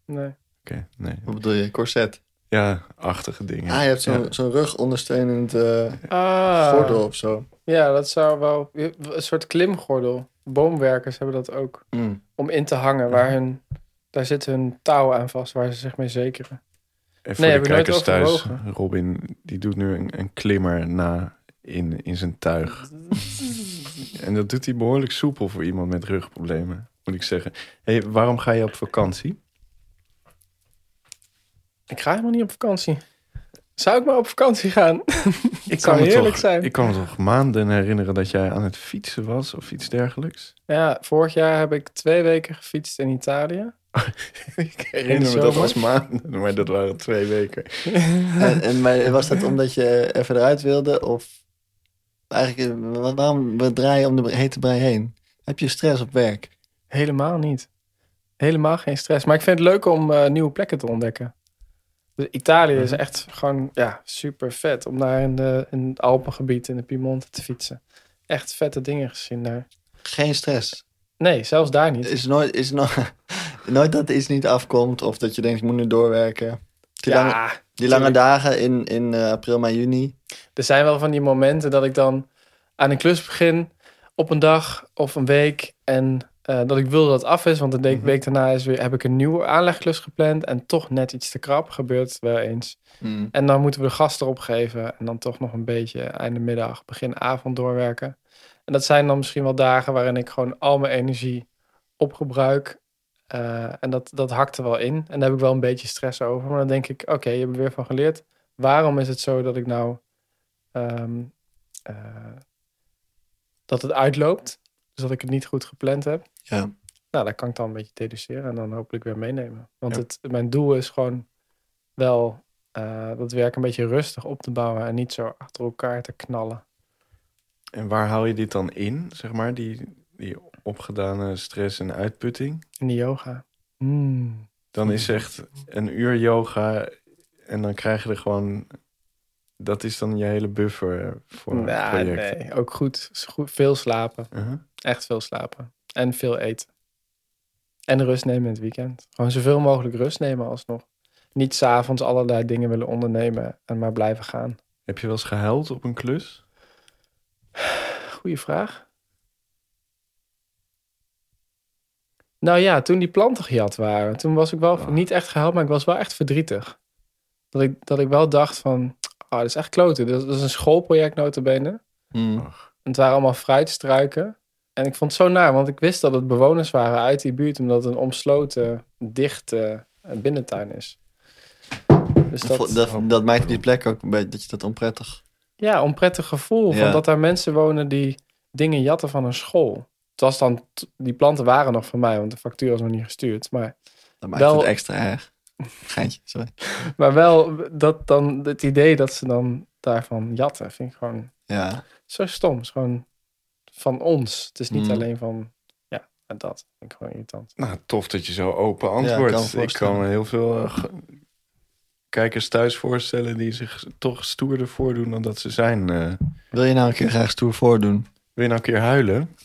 [SPEAKER 3] Nee.
[SPEAKER 1] Oké, nee.
[SPEAKER 2] Wat bedoel je? Corset?
[SPEAKER 1] Ja, achtige dingen.
[SPEAKER 2] Ah, je hebt zo'n
[SPEAKER 1] Ja.
[SPEAKER 2] zo'n rugondersteunend eh,
[SPEAKER 3] Ah,
[SPEAKER 2] gordel of zo.
[SPEAKER 3] Ja, dat zou wel... Een soort klimgordel. Boomwerkers hebben dat ook.
[SPEAKER 2] Mm.
[SPEAKER 3] Om in te hangen, waar hun... Daar zit hun touw aan vast, waar ze zich mee zekeren.
[SPEAKER 1] En voor
[SPEAKER 3] Nee,
[SPEAKER 1] de
[SPEAKER 3] heb ik nooit
[SPEAKER 1] kijkers thuis,
[SPEAKER 3] overwogen.
[SPEAKER 1] Robin, die doet nu een, een klimmer na in, in zijn tuig. en dat doet hij behoorlijk soepel voor iemand met rugproblemen, moet ik zeggen. Hé, waarom ga je op vakantie?
[SPEAKER 3] Ik ga helemaal niet op vakantie. Zou ik maar op vakantie gaan? Ik zou
[SPEAKER 1] me
[SPEAKER 3] heerlijk
[SPEAKER 1] toch,
[SPEAKER 3] zijn.
[SPEAKER 1] Ik kan me toch maanden herinneren dat jij aan het fietsen was of iets dergelijks?
[SPEAKER 3] Ja, vorig jaar heb ik twee weken gefietst in Italië.
[SPEAKER 1] ik
[SPEAKER 3] In de
[SPEAKER 1] herinner me dat
[SPEAKER 3] zomer?
[SPEAKER 1] als maanden, maar dat waren twee weken.
[SPEAKER 2] En, en maar was dat omdat je even eruit wilde? Of eigenlijk, eh, wa- waarom we draaien om de hete brei heen? Heb je stress op werk?
[SPEAKER 3] Helemaal niet. Helemaal geen stress. Maar ik vind het leuk om eh, nieuwe plekken te ontdekken. Dus Italië is echt gewoon ja, super vet. Om daar in, de, in het Alpengebied, in de Piemonte te fietsen. Echt vette dingen gezien daar.
[SPEAKER 2] Geen stress.
[SPEAKER 3] Nee, zelfs daar niet.
[SPEAKER 2] Is nooit, is nooit, nooit dat iets niet afkomt of dat je denkt, ik moet nu doorwerken. Die, lange,
[SPEAKER 3] Ja,
[SPEAKER 2] die lange
[SPEAKER 3] tuurlijk.
[SPEAKER 2] dagen in, in eh, april, mei, juni.
[SPEAKER 3] er zijn wel van die momenten dat ik dan aan een klus begin op een dag of een week. En eh, dat ik wilde dat het af is. Want de week, week daarna is weer, heb ik een nieuwe aanlegklus gepland. En toch net iets te krap gebeurt wel eens.
[SPEAKER 2] Mm.
[SPEAKER 3] En dan moeten we de gast erop geven. En dan toch nog een beetje einde middag, begin avond doorwerken. En dat zijn dan misschien wel dagen waarin ik gewoon al mijn energie opgebruik. Eh, en dat, dat hakt er wel in. En daar heb ik wel een beetje stress over. Maar dan denk ik, oké, je hebt er weer van geleerd. Waarom is het zo dat ik nou... ehm, eh, dat het uitloopt? Dus dat ik het niet goed gepland heb.
[SPEAKER 2] Ja.
[SPEAKER 3] Nou, dat kan ik dan een beetje deduceren en dan hopelijk weer meenemen. Want het, mijn doel is gewoon wel eh, dat werk een beetje rustig op te bouwen en niet zo achter elkaar te knallen.
[SPEAKER 1] En waar haal je dit dan in, zeg maar, die, die opgedane stress en uitputting?
[SPEAKER 3] In de yoga. Hmm.
[SPEAKER 1] Dan is echt een uur yoga en dan krijg je er gewoon... Dat is dan je hele buffer voor het
[SPEAKER 3] Nou,
[SPEAKER 1] project.
[SPEAKER 3] nee, ook goed, S- goed. Veel slapen.
[SPEAKER 1] Uh-huh.
[SPEAKER 3] Echt veel slapen. En veel eten. En rust nemen in het weekend. Gewoon zoveel mogelijk rust nemen alsnog. Niet s'avonds allerlei dingen willen ondernemen en maar blijven gaan.
[SPEAKER 1] Heb je wel eens gehuild op een klus?
[SPEAKER 3] Goeie vraag. Nou ja, toen die planten gejat waren, toen was ik wel niet echt gehuild, maar ik was wel echt verdrietig. Dat ik, dat ik wel dacht van, ah, dat is echt kloten. Dat, dat is een schoolproject notabene.
[SPEAKER 2] Mm.
[SPEAKER 3] En het waren allemaal fruitstruiken. En ik vond het zo naar, want ik wist dat het bewoners waren uit die buurt, omdat het een omsloten, dichte eh, binnentuin is. Dus
[SPEAKER 2] Dat, dat, dat maakt die plek ook een beetje, dat je dat onprettig...
[SPEAKER 3] ja, onprettig gevoel.
[SPEAKER 2] Ja.
[SPEAKER 3] Van dat daar mensen wonen die dingen jatten van een school. Het was dan, t- die planten waren nog van mij, want de factuur was nog niet gestuurd. Maar,
[SPEAKER 2] Dat maakt
[SPEAKER 3] Wel-
[SPEAKER 2] het extra erg. Geintje, sorry.
[SPEAKER 3] maar wel dat dan, het idee dat ze dan daarvan jatten, vind ik gewoon
[SPEAKER 2] Ja,
[SPEAKER 3] zo stom. Het is gewoon van ons. Het is niet
[SPEAKER 2] Mm.
[SPEAKER 3] alleen van, ja, en dat vind ik gewoon irritant.
[SPEAKER 1] Nou, tof dat je zo open
[SPEAKER 2] Ja, ik
[SPEAKER 1] antwoordt.
[SPEAKER 2] kan me
[SPEAKER 1] ik kan me heel veel eh, ge- kijkers thuis voorstellen... die zich toch stoerder voordoen dan dat ze zijn. eh.
[SPEAKER 2] wil je nou een keer graag stoer voordoen?
[SPEAKER 1] Wil je nou een keer huilen?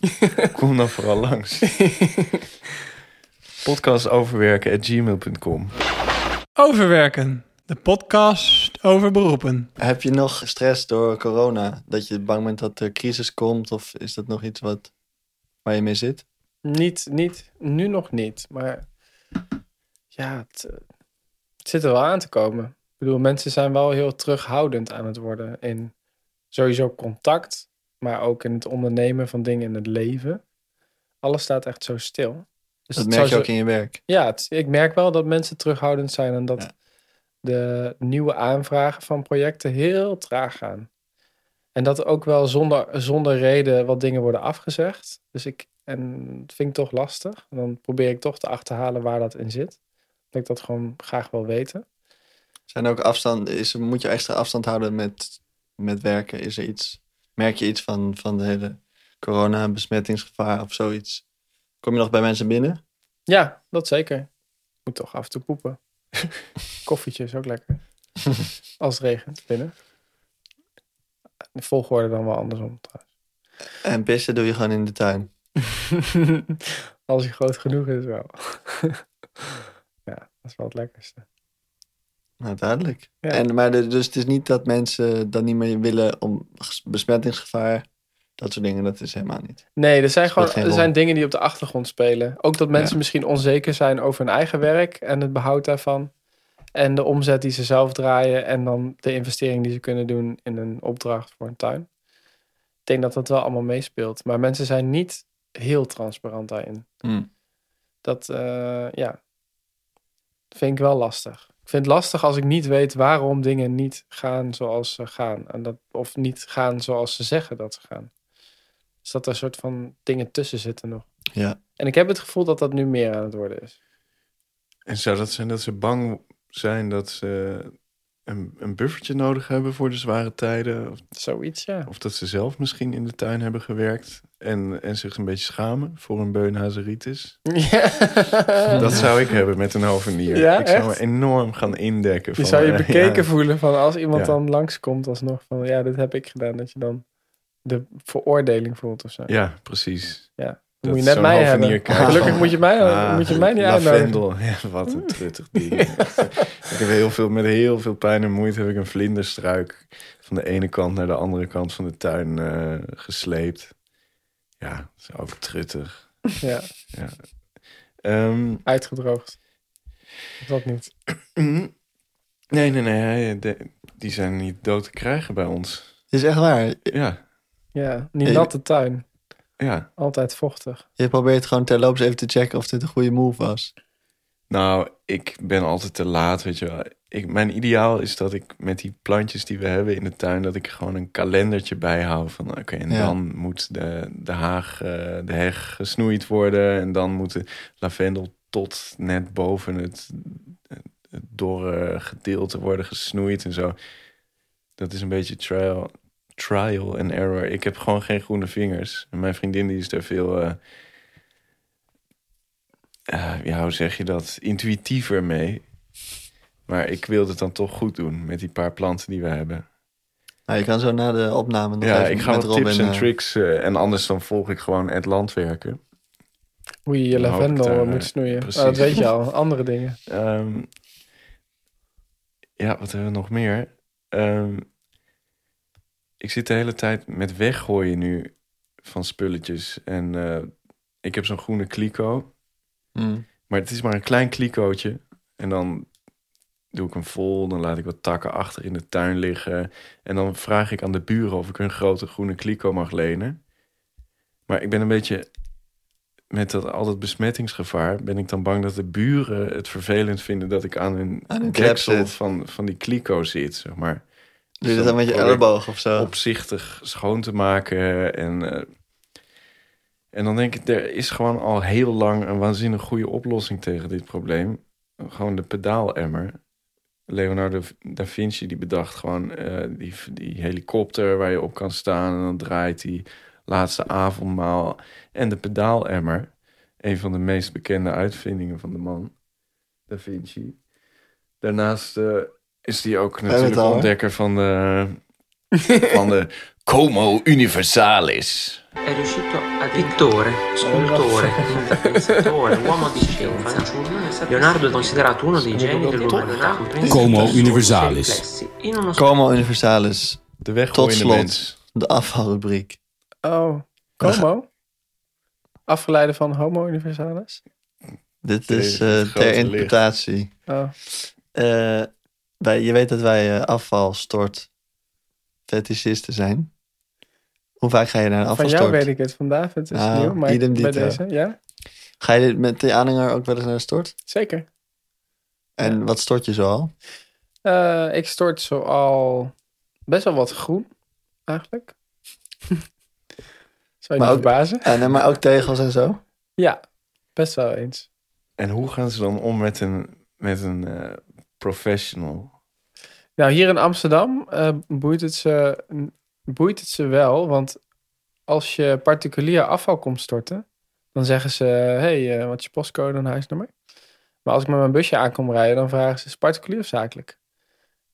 [SPEAKER 1] Kom dan vooral langs. Podcastoverwerken at gmail.com.
[SPEAKER 7] Overwerken. De podcast over beroepen.
[SPEAKER 2] Heb je nog stress door corona? Dat je bang bent dat er crisis komt? Of is dat nog iets wat, waar je mee zit?
[SPEAKER 3] Niet, niet, nu nog niet. Maar ja, het, eh, het zit er wel aan te komen. Ik bedoel, mensen zijn wel heel terughoudend aan het worden in sowieso contact, maar ook in het ondernemen van dingen in het leven. Alles staat echt zo stil. Dus
[SPEAKER 2] Dat
[SPEAKER 3] het
[SPEAKER 2] merk je
[SPEAKER 3] zou
[SPEAKER 2] ook
[SPEAKER 3] zo-
[SPEAKER 2] in je werk.
[SPEAKER 3] Ja, het- ik merk wel dat mensen terughoudend zijn en dat
[SPEAKER 2] Ja.
[SPEAKER 3] de nieuwe aanvragen van projecten heel traag gaan. En dat ook wel zonder, zonder reden wat dingen worden afgezegd. Dus ik en dat vind ik toch lastig. En dan probeer ik toch te achterhalen waar dat in zit. Dat ik dat gewoon graag wil weten.
[SPEAKER 2] Zijn er ook afstand, is, er- moet je extra afstand houden met, met werken? Is er iets, merk je iets van, van de hele corona-besmettingsgevaar of zoiets? Kom je nog bij mensen binnen?
[SPEAKER 3] Ja, dat zeker. Ik moet toch af en toe poepen. Koffietje is ook lekker. Als het regent binnen. De volgorde dan wel andersom trouwens.
[SPEAKER 2] En pissen doe je gewoon in de tuin.
[SPEAKER 3] Als hij groot genoeg is wel. ja, dat is wel het lekkerste.
[SPEAKER 2] Nou, duidelijk.
[SPEAKER 3] Ja.
[SPEAKER 2] En, maar de- dus het is niet dat mensen dan niet meer willen om ges- besmettingsgevaar, dat soort dingen, dat is helemaal niet.
[SPEAKER 3] Nee, er zijn,
[SPEAKER 2] Speelt
[SPEAKER 3] gewoon,
[SPEAKER 2] geen
[SPEAKER 3] er
[SPEAKER 2] rol.
[SPEAKER 3] zijn dingen die op de achtergrond spelen. Ook dat mensen misschien onzeker zijn over hun eigen werk en het behoud daarvan. En de omzet die ze zelf draaien. En dan de investering die ze kunnen doen in een opdracht voor een tuin. Ik denk dat dat wel allemaal meespeelt. Maar mensen zijn niet heel transparant daarin.
[SPEAKER 2] Hmm.
[SPEAKER 3] Dat, eh, ja, vind ik wel lastig. Ik vind het lastig als ik niet weet waarom dingen niet gaan zoals ze gaan. En dat, of niet gaan zoals ze zeggen dat ze gaan. Dus dat er een soort van dingen tussen zitten nog.
[SPEAKER 2] Ja.
[SPEAKER 3] En ik heb het gevoel dat dat nu meer aan het worden is.
[SPEAKER 1] En zou dat zijn dat ze bang zijn dat ze een, een buffertje nodig hebben voor de zware tijden? Of,
[SPEAKER 3] Zoiets, ja.
[SPEAKER 1] of dat ze zelf misschien in de tuin hebben gewerkt en, en zich een beetje schamen voor een beunhazeritis? Dat zou ik hebben met een hovenier.
[SPEAKER 3] Ja,
[SPEAKER 1] ik zou
[SPEAKER 3] echt?
[SPEAKER 1] me enorm gaan indekken.
[SPEAKER 3] Je
[SPEAKER 1] van,
[SPEAKER 3] zou je
[SPEAKER 1] eh,
[SPEAKER 3] bekeken
[SPEAKER 1] ja.
[SPEAKER 3] voelen van als iemand
[SPEAKER 1] Ja.
[SPEAKER 3] dan langskomt alsnog van ja, dit heb ik gedaan. Dat je dan de veroordeling voelt of zo.
[SPEAKER 1] Ja, precies.
[SPEAKER 3] Dan moet je
[SPEAKER 1] dat
[SPEAKER 3] net
[SPEAKER 1] zo'n
[SPEAKER 3] mij
[SPEAKER 1] hovenier
[SPEAKER 3] hebben.
[SPEAKER 1] kijkt
[SPEAKER 3] Gelukkig
[SPEAKER 1] van,
[SPEAKER 3] moet je mij,
[SPEAKER 1] Ah,
[SPEAKER 3] moet je mij niet uitnodigen.
[SPEAKER 1] lavendel. Ja, wat een truttig ding. Ik heb heel veel, met heel veel pijn en moeite heb ik een vlinderstruik van de ene kant naar de andere kant van de tuin eh, gesleept. Ja, dat is ook truttig.
[SPEAKER 3] Ja,
[SPEAKER 1] Ehm,
[SPEAKER 3] uitgedroogd. Dat niet.
[SPEAKER 1] mhm. nee, nee, nee. hij- de- die zijn niet dood te krijgen bij ons.
[SPEAKER 2] Is echt waar.
[SPEAKER 1] Ja,
[SPEAKER 3] Ja, die
[SPEAKER 2] Hey.
[SPEAKER 3] natte tuin.
[SPEAKER 1] ja.
[SPEAKER 3] Altijd vochtig.
[SPEAKER 2] Je probeert gewoon terloops even te checken of dit een goede move was.
[SPEAKER 1] Nou, ik ben altijd te laat, weet je wel. Ik, mijn ideaal is dat ik met die plantjes die we hebben in de tuin... dat ik gewoon een kalendertje bijhoud van... oké, en
[SPEAKER 2] Ja.
[SPEAKER 1] dan moet de, de, haag, eh, de heg gesnoeid worden... en dan moet de lavendel tot net boven het, het dorre gedeelte worden gesnoeid en zo. Dat is een beetje trial, trial and error. Ik heb gewoon geen groene vingers. En mijn vriendin die is daar veel... eh, eh, ja, hoe zeg je dat? Intuïtiever mee. Maar ik wilde het dan toch goed doen met die paar planten die we hebben.
[SPEAKER 2] Nou, je kan zo na de opname nog
[SPEAKER 1] ja,
[SPEAKER 2] even
[SPEAKER 1] ik ga
[SPEAKER 2] met
[SPEAKER 1] wat
[SPEAKER 2] Robin...
[SPEAKER 1] tips en
[SPEAKER 2] eh,
[SPEAKER 1] tricks. eh, en anders dan volg ik gewoon het land werken.
[SPEAKER 3] Hoe je je
[SPEAKER 1] Dan hoop ik
[SPEAKER 3] lavendel
[SPEAKER 1] daar,
[SPEAKER 3] eh,
[SPEAKER 1] eh,
[SPEAKER 3] moet snoeien.
[SPEAKER 1] precies.
[SPEAKER 3] Ah, dat weet je al. Andere dingen.
[SPEAKER 1] Ehm, ja, wat hebben we nog meer? Ehm, ik zit de hele tijd met weggooien nu van spulletjes. En eh, ik heb zo'n groene kliko.
[SPEAKER 2] mm.
[SPEAKER 1] Maar het is maar een klein klikootje. En dan doe ik hem vol. Dan laat ik wat takken achter in de tuin liggen. En dan vraag ik aan de buren of ik hun grote groene kliko mag lenen. Maar ik ben een beetje... Met dat, al dat besmettingsgevaar ben ik dan bang dat de buren het vervelend vinden... dat ik aan hun,
[SPEAKER 2] Aan hun klep
[SPEAKER 1] deksel
[SPEAKER 2] zit.
[SPEAKER 1] van, van die kliko zit, zeg maar.
[SPEAKER 2] Doe je dat dan met je
[SPEAKER 1] probeer ik
[SPEAKER 2] elleboog of zo?
[SPEAKER 1] opzichtig schoon te maken. En, eh, en dan denk ik, er is gewoon al heel lang een waanzinnig goede oplossing tegen dit probleem. Gewoon de pedaalemmer. Leonardo da Vinci die bedacht gewoon eh, die, die helikopter waar je op kan staan. En dan draait die laatste avondmaal. En de pedaalemmer. Een van de meest bekende uitvindingen van de man. Da Vinci. Daarnaast eh, is die ook
[SPEAKER 2] het
[SPEAKER 1] natuurlijk
[SPEAKER 2] al, hè?
[SPEAKER 1] ontdekker van de, van de Como Universalis.
[SPEAKER 8] È riuscito a pittore, scultore, inventore, uomo di scienza. Leonardo è considerato uno dei geni dell'umanità.
[SPEAKER 5] Como universalis.
[SPEAKER 8] In uno
[SPEAKER 2] Como Universalis,
[SPEAKER 1] De weggooiende
[SPEAKER 2] slot.
[SPEAKER 1] mens.
[SPEAKER 2] de afvalrubriek.
[SPEAKER 3] Oh, Como? Afgeleide van Homo Universalis?
[SPEAKER 2] Dit
[SPEAKER 1] Tegen
[SPEAKER 2] is
[SPEAKER 1] het grote
[SPEAKER 2] eh, ter
[SPEAKER 1] licht.
[SPEAKER 2] interpretatie.
[SPEAKER 3] Oh,
[SPEAKER 2] Eh, wij, je weet dat wij eh, afvalstort fetischisten zijn. Hoe vaak ga je naar een
[SPEAKER 3] van jou weet
[SPEAKER 2] afvalstort?
[SPEAKER 3] ik het. Van David is
[SPEAKER 2] Nou,
[SPEAKER 3] nieuw. Maar
[SPEAKER 2] idem
[SPEAKER 3] bij
[SPEAKER 2] dito.
[SPEAKER 3] deze, ja?
[SPEAKER 2] Ga je dit met de aanhanger ook wel eens naar de stort?
[SPEAKER 3] Zeker.
[SPEAKER 2] En wat stort je zoal?
[SPEAKER 3] Eh, ik stort zoal best wel wat groen, eigenlijk. Zou je
[SPEAKER 2] Maar
[SPEAKER 3] niet
[SPEAKER 2] ook-
[SPEAKER 3] verbazen?
[SPEAKER 2] En, eh, maar ook tegels en zo?
[SPEAKER 3] Ja, best wel eens.
[SPEAKER 1] En hoe gaan ze dan om met een, met een eh, professional?
[SPEAKER 3] Nou, hier in Amsterdam eh, boeit, het ze, boeit het ze wel. Want als je particulier afval komt storten, dan zeggen ze: hey, eh, wat is je postcode en huisnummer? Maar als ik met mijn busje aankom rijden, dan vragen ze: is het particulier of zakelijk?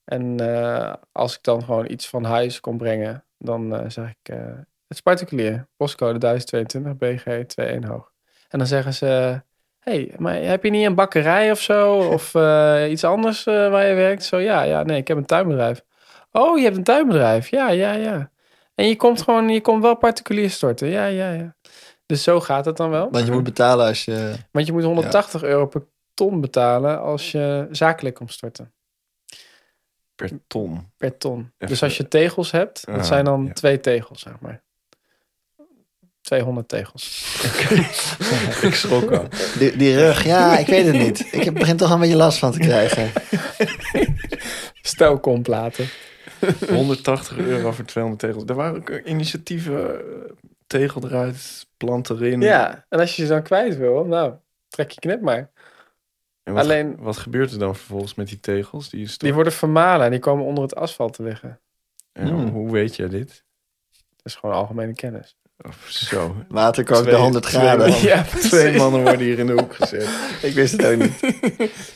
[SPEAKER 3] En eh, als ik dan gewoon iets van huis kom brengen, dan eh, zeg ik: eh, het is particulier, postcode 1022 BG 21 hoog. En dan zeggen ze: hey, maar heb je niet een bakkerij of zo? Of eh, iets anders eh, waar je werkt? Zo ja, ja, nee, ik heb een tuinbedrijf. Oh, je hebt een tuinbedrijf. Ja, ja, ja. En je komt gewoon, je komt wel particulier storten. Ja, ja, ja. Dus zo gaat het dan wel.
[SPEAKER 2] Want je moet betalen als je...
[SPEAKER 3] Want je moet 180 euro per ton betalen als je zakelijk komt storten.
[SPEAKER 1] Per ton.
[SPEAKER 3] Per ton.
[SPEAKER 1] Even-
[SPEAKER 3] Dus als je tegels hebt, dat
[SPEAKER 1] Ah,
[SPEAKER 3] zijn dan
[SPEAKER 1] ja.
[SPEAKER 3] twee tegels, zeg maar. 200 tegels.
[SPEAKER 1] Ik schrok al.
[SPEAKER 2] Die, die rug, ja, ik weet het niet. Ik heb- begin toch een beetje last van te krijgen.
[SPEAKER 3] Stelkomplaten.
[SPEAKER 1] 180 euro voor 200 tegels. Er waren ook initiatieven, eh, tegel eruit, plant erin.
[SPEAKER 3] Ja, en als je ze dan kwijt wil, nou, trek je knip maar.
[SPEAKER 1] En wat,
[SPEAKER 3] alleen-
[SPEAKER 1] wat gebeurt er dan vervolgens met die tegels? Die is toch-
[SPEAKER 3] Die worden vermalen en die komen onder het asfalt te liggen.
[SPEAKER 1] Ja, Hoe weet jij dit?
[SPEAKER 3] Dat is gewoon algemene kennis.
[SPEAKER 1] Of zo.
[SPEAKER 2] Water kookt de
[SPEAKER 1] Twee-
[SPEAKER 2] 100
[SPEAKER 1] twee
[SPEAKER 2] graden.
[SPEAKER 1] man-
[SPEAKER 3] Ja,
[SPEAKER 1] Oh. Twee
[SPEAKER 3] precies.
[SPEAKER 1] mannen worden hier in de hoek gezet.
[SPEAKER 2] Ik wist het ook niet.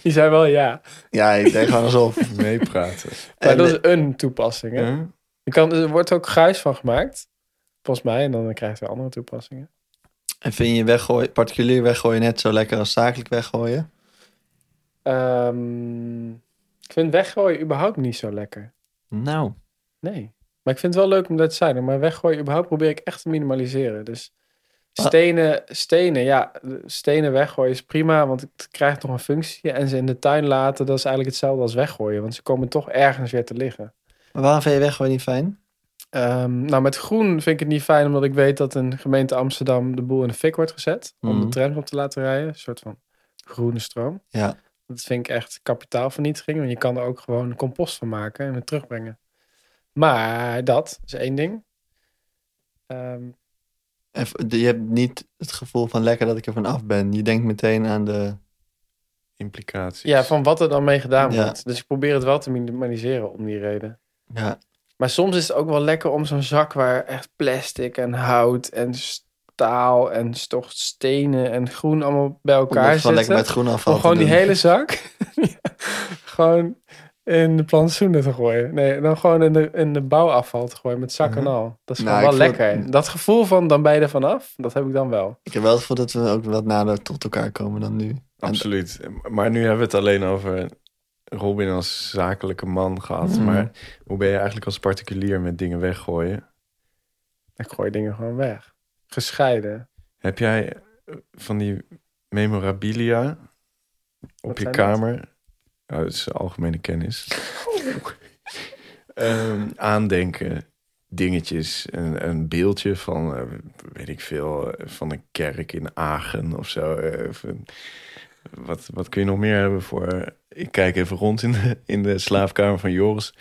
[SPEAKER 3] Die zijn wel ja.
[SPEAKER 2] Ja, ik deed gewoon alsof.
[SPEAKER 1] Meepraten.
[SPEAKER 3] Maar
[SPEAKER 2] En,
[SPEAKER 3] dat is een toepassing. Hè?
[SPEAKER 1] Huh?
[SPEAKER 3] Je kan, er wordt ook gruis van gemaakt. Volgens mij. En dan krijg je weer andere toepassingen.
[SPEAKER 2] en vind je weggooien, particulier weggooien net zo lekker als zakelijk weggooien?
[SPEAKER 3] Ehm, ik vind weggooien überhaupt niet zo lekker.
[SPEAKER 2] Nou.
[SPEAKER 3] Nee. Maar ik vind het wel leuk om dat te zijn. Maar weggooien überhaupt probeer ik echt te minimaliseren. Dus Stenen, stenen, ja. Stenen weggooien is prima, want het krijgt nog een functie. En ze in de tuin laten, dat is eigenlijk hetzelfde als weggooien. Want ze komen toch ergens weer te liggen.
[SPEAKER 2] Maar waarom vind je weggooien niet fijn?
[SPEAKER 3] Ehm, nou, met groen vind ik het niet fijn, omdat ik weet dat in gemeente Amsterdam de boel in de fik wordt gezet. Om de
[SPEAKER 2] Mhm.
[SPEAKER 3] trams op te laten rijden. Een soort van groene stroom.
[SPEAKER 2] Ja.
[SPEAKER 3] Dat vind ik echt kapitaalvernietiging. Want je kan er ook gewoon compost van maken en het terugbrengen. Maar dat is één ding. Ehm,
[SPEAKER 2] En v- Je hebt niet het gevoel van lekker dat ik er van af ben. Je denkt meteen aan de...
[SPEAKER 1] Implicaties.
[SPEAKER 3] ja, van wat er dan mee gedaan
[SPEAKER 2] Ja.
[SPEAKER 3] wordt. Dus ik probeer het wel te minimaliseren om die reden.
[SPEAKER 2] Ja,
[SPEAKER 3] Maar soms is het ook wel lekker om zo'n zak waar echt plastic en hout en staal en toch stenen en groen allemaal bij
[SPEAKER 2] om dat
[SPEAKER 3] elkaar
[SPEAKER 2] gewoon
[SPEAKER 3] zitten.
[SPEAKER 2] lekker met groen afval
[SPEAKER 3] om gewoon
[SPEAKER 2] te
[SPEAKER 3] die
[SPEAKER 2] doen.
[SPEAKER 3] hele zak ja, gewoon in de plantsoenen te gooien. Nee, dan gewoon in de, in de bouwafval te gooien met zak en al. Dat is
[SPEAKER 2] Nou,
[SPEAKER 3] gewoon wel
[SPEAKER 2] ik voel-
[SPEAKER 3] lekker. Dat gevoel van dan ben je er vanaf, dat heb ik dan wel.
[SPEAKER 2] Ik heb wel het gevoel dat we ook wat nader tot elkaar komen dan nu.
[SPEAKER 1] Absoluut. Maar nu hebben we het alleen over Robin als zakelijke man gehad.
[SPEAKER 2] Mhm.
[SPEAKER 1] Maar hoe ben je eigenlijk als particulier met dingen weggooien?
[SPEAKER 3] Ik gooi dingen gewoon weg. Gescheiden.
[SPEAKER 1] Heb jij eh, van die memorabilia op
[SPEAKER 3] Wat
[SPEAKER 1] je
[SPEAKER 3] zijn dat?
[SPEAKER 1] kamer? Oh, dat is algemene kennis. Ehm, aandenken, dingetjes, een, een beeldje van, eh, weet ik veel, eh, van een kerk in Agen of zo. eh, of een- wat, wat kun je nog meer hebben voor... Ik kijk even rond in de, in de slaapkamer van Joris.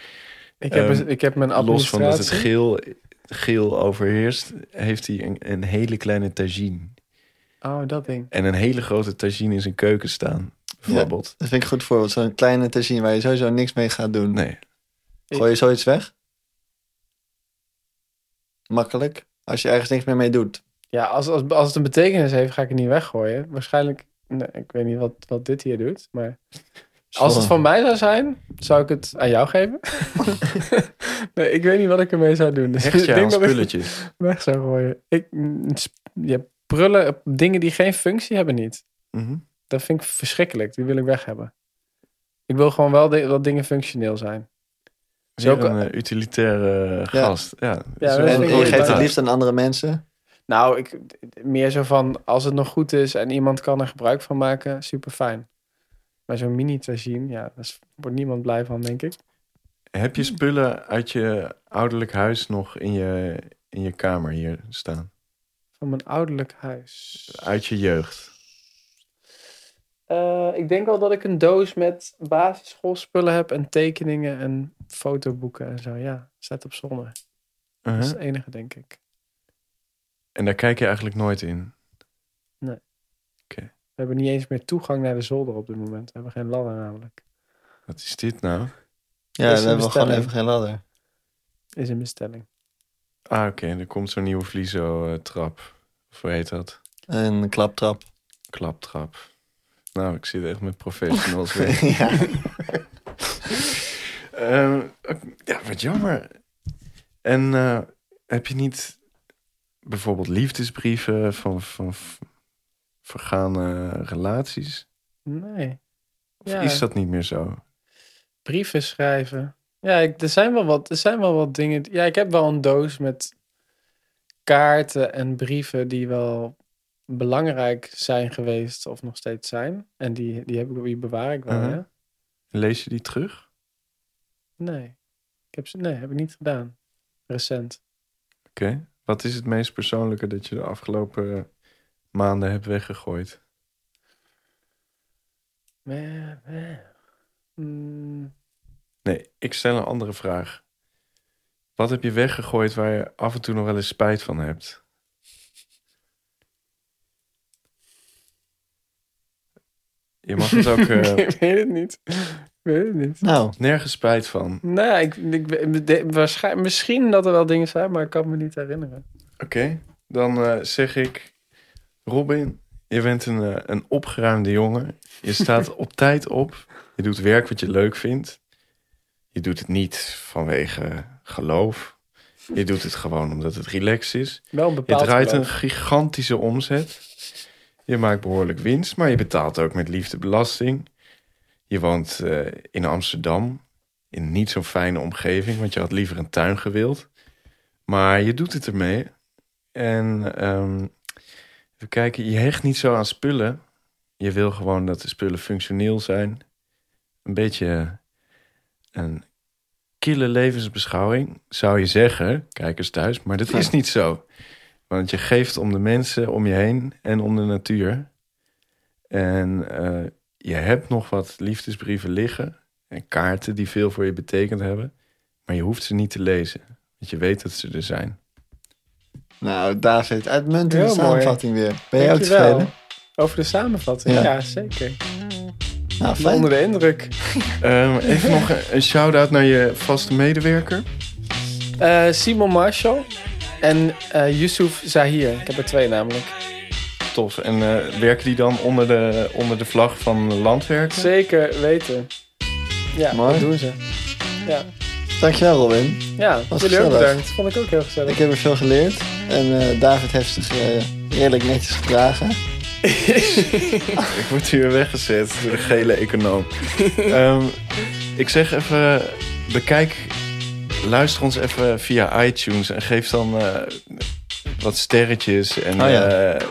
[SPEAKER 3] Ik heb,
[SPEAKER 1] Ehm,
[SPEAKER 3] ik heb mijn
[SPEAKER 1] Los van dat het
[SPEAKER 3] administratie.
[SPEAKER 1] geel, geel overheerst, heeft hij een, een hele kleine tagine.
[SPEAKER 3] oh, dat ding.
[SPEAKER 1] En een hele grote tagine in zijn keuken staan, bijvoorbeeld.
[SPEAKER 2] Dat vind ik een goed voorbeeld. Zo'n kleine tagine waar je sowieso niks mee gaat doen.
[SPEAKER 1] Nee,
[SPEAKER 2] Gooi je zoiets weg? Makkelijk. Als je ergens niks meer mee doet.
[SPEAKER 3] Ja, als, als, als het een betekenis heeft, ga ik het niet weggooien. Waarschijnlijk, nee, ik weet niet wat, wat dit hier doet, maar... Als het van mij zou zijn, zou ik het aan jou geven. nee, ik weet niet wat ik ermee zou doen. Dus
[SPEAKER 1] hecht
[SPEAKER 3] ik
[SPEAKER 1] je aan
[SPEAKER 3] denk dat ik het
[SPEAKER 1] spulletjes.
[SPEAKER 3] weg zou gooien. Ik, mm, sp- ja, prullen, op dingen die geen functie hebben niet.
[SPEAKER 1] Mhm.
[SPEAKER 3] Dat vind ik verschrikkelijk. Die wil ik weg hebben. Ik wil gewoon wel di- dat dingen functioneel zijn.
[SPEAKER 1] Zo
[SPEAKER 3] Weer
[SPEAKER 1] een eh, utilitaire eh,
[SPEAKER 2] Ja.
[SPEAKER 1] gast. Ja,
[SPEAKER 3] Ja,
[SPEAKER 1] zo
[SPEAKER 3] dat
[SPEAKER 2] En
[SPEAKER 1] een
[SPEAKER 3] vind ik
[SPEAKER 2] je geeft het
[SPEAKER 1] inderdaad.
[SPEAKER 2] liefst aan andere mensen.
[SPEAKER 3] Nou, ik, meer zo van als het nog goed is en iemand kan er gebruik van maken, super fijn. Maar zo'n mini tagine, ja, daar is- wordt niemand blij van, denk ik.
[SPEAKER 1] Heb je spullen uit je ouderlijk huis nog in je, in je kamer hier staan?
[SPEAKER 3] Van mijn ouderlijk huis.
[SPEAKER 1] Uit je jeugd?
[SPEAKER 3] Eh, ik denk wel dat ik een doos met basisschoolspullen heb en tekeningen en fotoboeken en zo. Ja, zet op zolder.
[SPEAKER 1] Uh-huh.
[SPEAKER 3] Dat is het enige, denk ik.
[SPEAKER 1] En daar kijk je eigenlijk nooit in.
[SPEAKER 3] We hebben niet eens meer toegang naar de zolder op dit moment. We hebben geen ladder namelijk.
[SPEAKER 1] Wat is dit nou?
[SPEAKER 2] Ja,
[SPEAKER 3] Is
[SPEAKER 2] dan
[SPEAKER 3] een
[SPEAKER 2] hebben we gewoon
[SPEAKER 3] bestelling.
[SPEAKER 2] even geen ladder.
[SPEAKER 3] Is een bestelling.
[SPEAKER 1] Ah, oké. Er komt zo'n nieuwe Vlizo-trap. of hoe heet dat?
[SPEAKER 2] Een klaptrap.
[SPEAKER 1] Klaptrap. Nou, ik zit echt met professionals weer.
[SPEAKER 2] ja.
[SPEAKER 1] Ehm, ja, wat jammer. En eh, heb je niet bijvoorbeeld liefdesbrieven van, van v- vergane relaties?
[SPEAKER 3] Nee.
[SPEAKER 1] Of is dat niet meer zo?
[SPEAKER 3] brieven schrijven. Ja, ik, er, zijn wel wat, er zijn wel wat dingen. Ja, ik heb wel een doos met kaarten en brieven die wel belangrijk zijn geweest of nog steeds zijn. En die, die, heb ik, die bewaar ik wel,
[SPEAKER 1] Mhm.
[SPEAKER 3] hè?
[SPEAKER 1] Lees je die terug?
[SPEAKER 3] Nee. Ik heb, ze- nee, heb ik niet gedaan. Recent.
[SPEAKER 1] Oké. Wat is het meest persoonlijke dat je de afgelopen maanden hebt weggegooid?
[SPEAKER 3] Meh, meh. Mm,
[SPEAKER 1] Nee, ik stel een andere vraag. Wat heb je weggegooid waar je af en toe nog wel eens spijt van hebt? Je mag het ook eh,
[SPEAKER 3] ik weet het niet. Ik weet het niet.
[SPEAKER 2] Nou,
[SPEAKER 1] nergens spijt van.
[SPEAKER 3] Nou, ik, ik, de- waarschijn- misschien dat er wel dingen zijn, maar ik kan me niet herinneren.
[SPEAKER 1] Oké, dan eh, zeg ik... Robin, je bent een, eh, een opgeruimde jongen. Je staat op tijd op. Je doet werk wat je leuk vindt. Je doet het niet vanwege eh, geloof. Je doet het gewoon omdat het relax is.
[SPEAKER 3] Wel een
[SPEAKER 1] Je
[SPEAKER 3] bepaald
[SPEAKER 1] draait
[SPEAKER 3] geloof.
[SPEAKER 1] een gigantische omzet. Je maakt behoorlijk winst, maar je betaalt ook met liefde belasting. Je woont eh, in Amsterdam, in een niet zo'n fijne omgeving, want je had liever een tuin gewild. Maar je doet het ermee. En ehm, Even kijken, je hecht niet zo aan spullen. Je wil gewoon dat de spullen functioneel zijn. Een beetje een kille levensbeschouwing, zou je zeggen, kijkers thuis. Maar dat is niet zo. Want je geeft om de mensen om je heen en om de natuur. En eh, je hebt nog wat liefdesbrieven liggen en kaarten die veel voor je betekend hebben. Maar je hoeft ze niet te lezen, want je weet dat ze er zijn.
[SPEAKER 2] Nou, David, uitmuntende
[SPEAKER 3] Heel mooi.
[SPEAKER 2] samenvatting weer. Ben je ook
[SPEAKER 3] Dankjewel.
[SPEAKER 2] tevreden?
[SPEAKER 3] Over de samenvatting,
[SPEAKER 2] Ja.
[SPEAKER 3] ja, zeker. Ik
[SPEAKER 2] Nou,
[SPEAKER 3] ben Onder
[SPEAKER 2] fijn.
[SPEAKER 3] de indruk.
[SPEAKER 1] Ehm, even nog een- een shout-out naar je vaste medewerker.
[SPEAKER 3] Eh, Simon Marshall en eh Yusuf Zahir. Ik heb er twee namelijk.
[SPEAKER 1] Tof. En eh, werken die dan onder de, onder de vlag van Landwerk?
[SPEAKER 3] Zeker weten. Ja,
[SPEAKER 2] Mooi.
[SPEAKER 3] dat doen ze. Ja,
[SPEAKER 2] Dankjewel, Robin.
[SPEAKER 3] ja
[SPEAKER 2] Was
[SPEAKER 3] jullie ook
[SPEAKER 2] gezellig.
[SPEAKER 3] bedankt. Vond ik ook heel gezellig.
[SPEAKER 2] Ik heb er veel geleerd. En eh, David heeft zich eh, redelijk netjes gedragen.
[SPEAKER 1] Ik word hier weggezet door de gele econoom. Ehm, ik zeg even, bekijk, luister ons even via iTunes en geef dan eh, wat sterretjes. En,
[SPEAKER 2] Oh ja.
[SPEAKER 1] eh,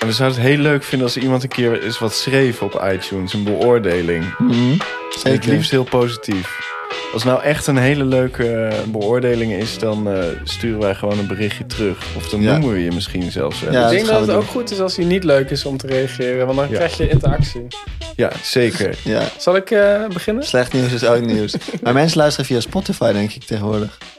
[SPEAKER 1] en we zouden het heel leuk vinden als iemand een keer eens wat schreef op iTunes, een beoordeling.
[SPEAKER 2] Mhm.
[SPEAKER 1] En het
[SPEAKER 2] Zeker.
[SPEAKER 1] liefst heel positief. Als het nou echt een hele leuke eh, beoordeling is, dan eh, sturen wij gewoon een berichtje terug. Of dan
[SPEAKER 2] Ja.
[SPEAKER 1] noemen we je misschien zelfs. wel.
[SPEAKER 2] Ja,
[SPEAKER 1] Dus-
[SPEAKER 2] dat
[SPEAKER 3] ik denk
[SPEAKER 2] gaan
[SPEAKER 3] dat
[SPEAKER 2] we
[SPEAKER 3] het ook
[SPEAKER 2] doen.
[SPEAKER 3] goed is als hij niet leuk is om te reageren, want dan
[SPEAKER 1] Ja.
[SPEAKER 3] krijg je interactie.
[SPEAKER 1] ja, zeker.
[SPEAKER 2] Ja,
[SPEAKER 3] Zal ik eh, beginnen?
[SPEAKER 2] slecht nieuws is ook nieuws. Maar mensen luisteren via Spotify, denk ik, tegenwoordig.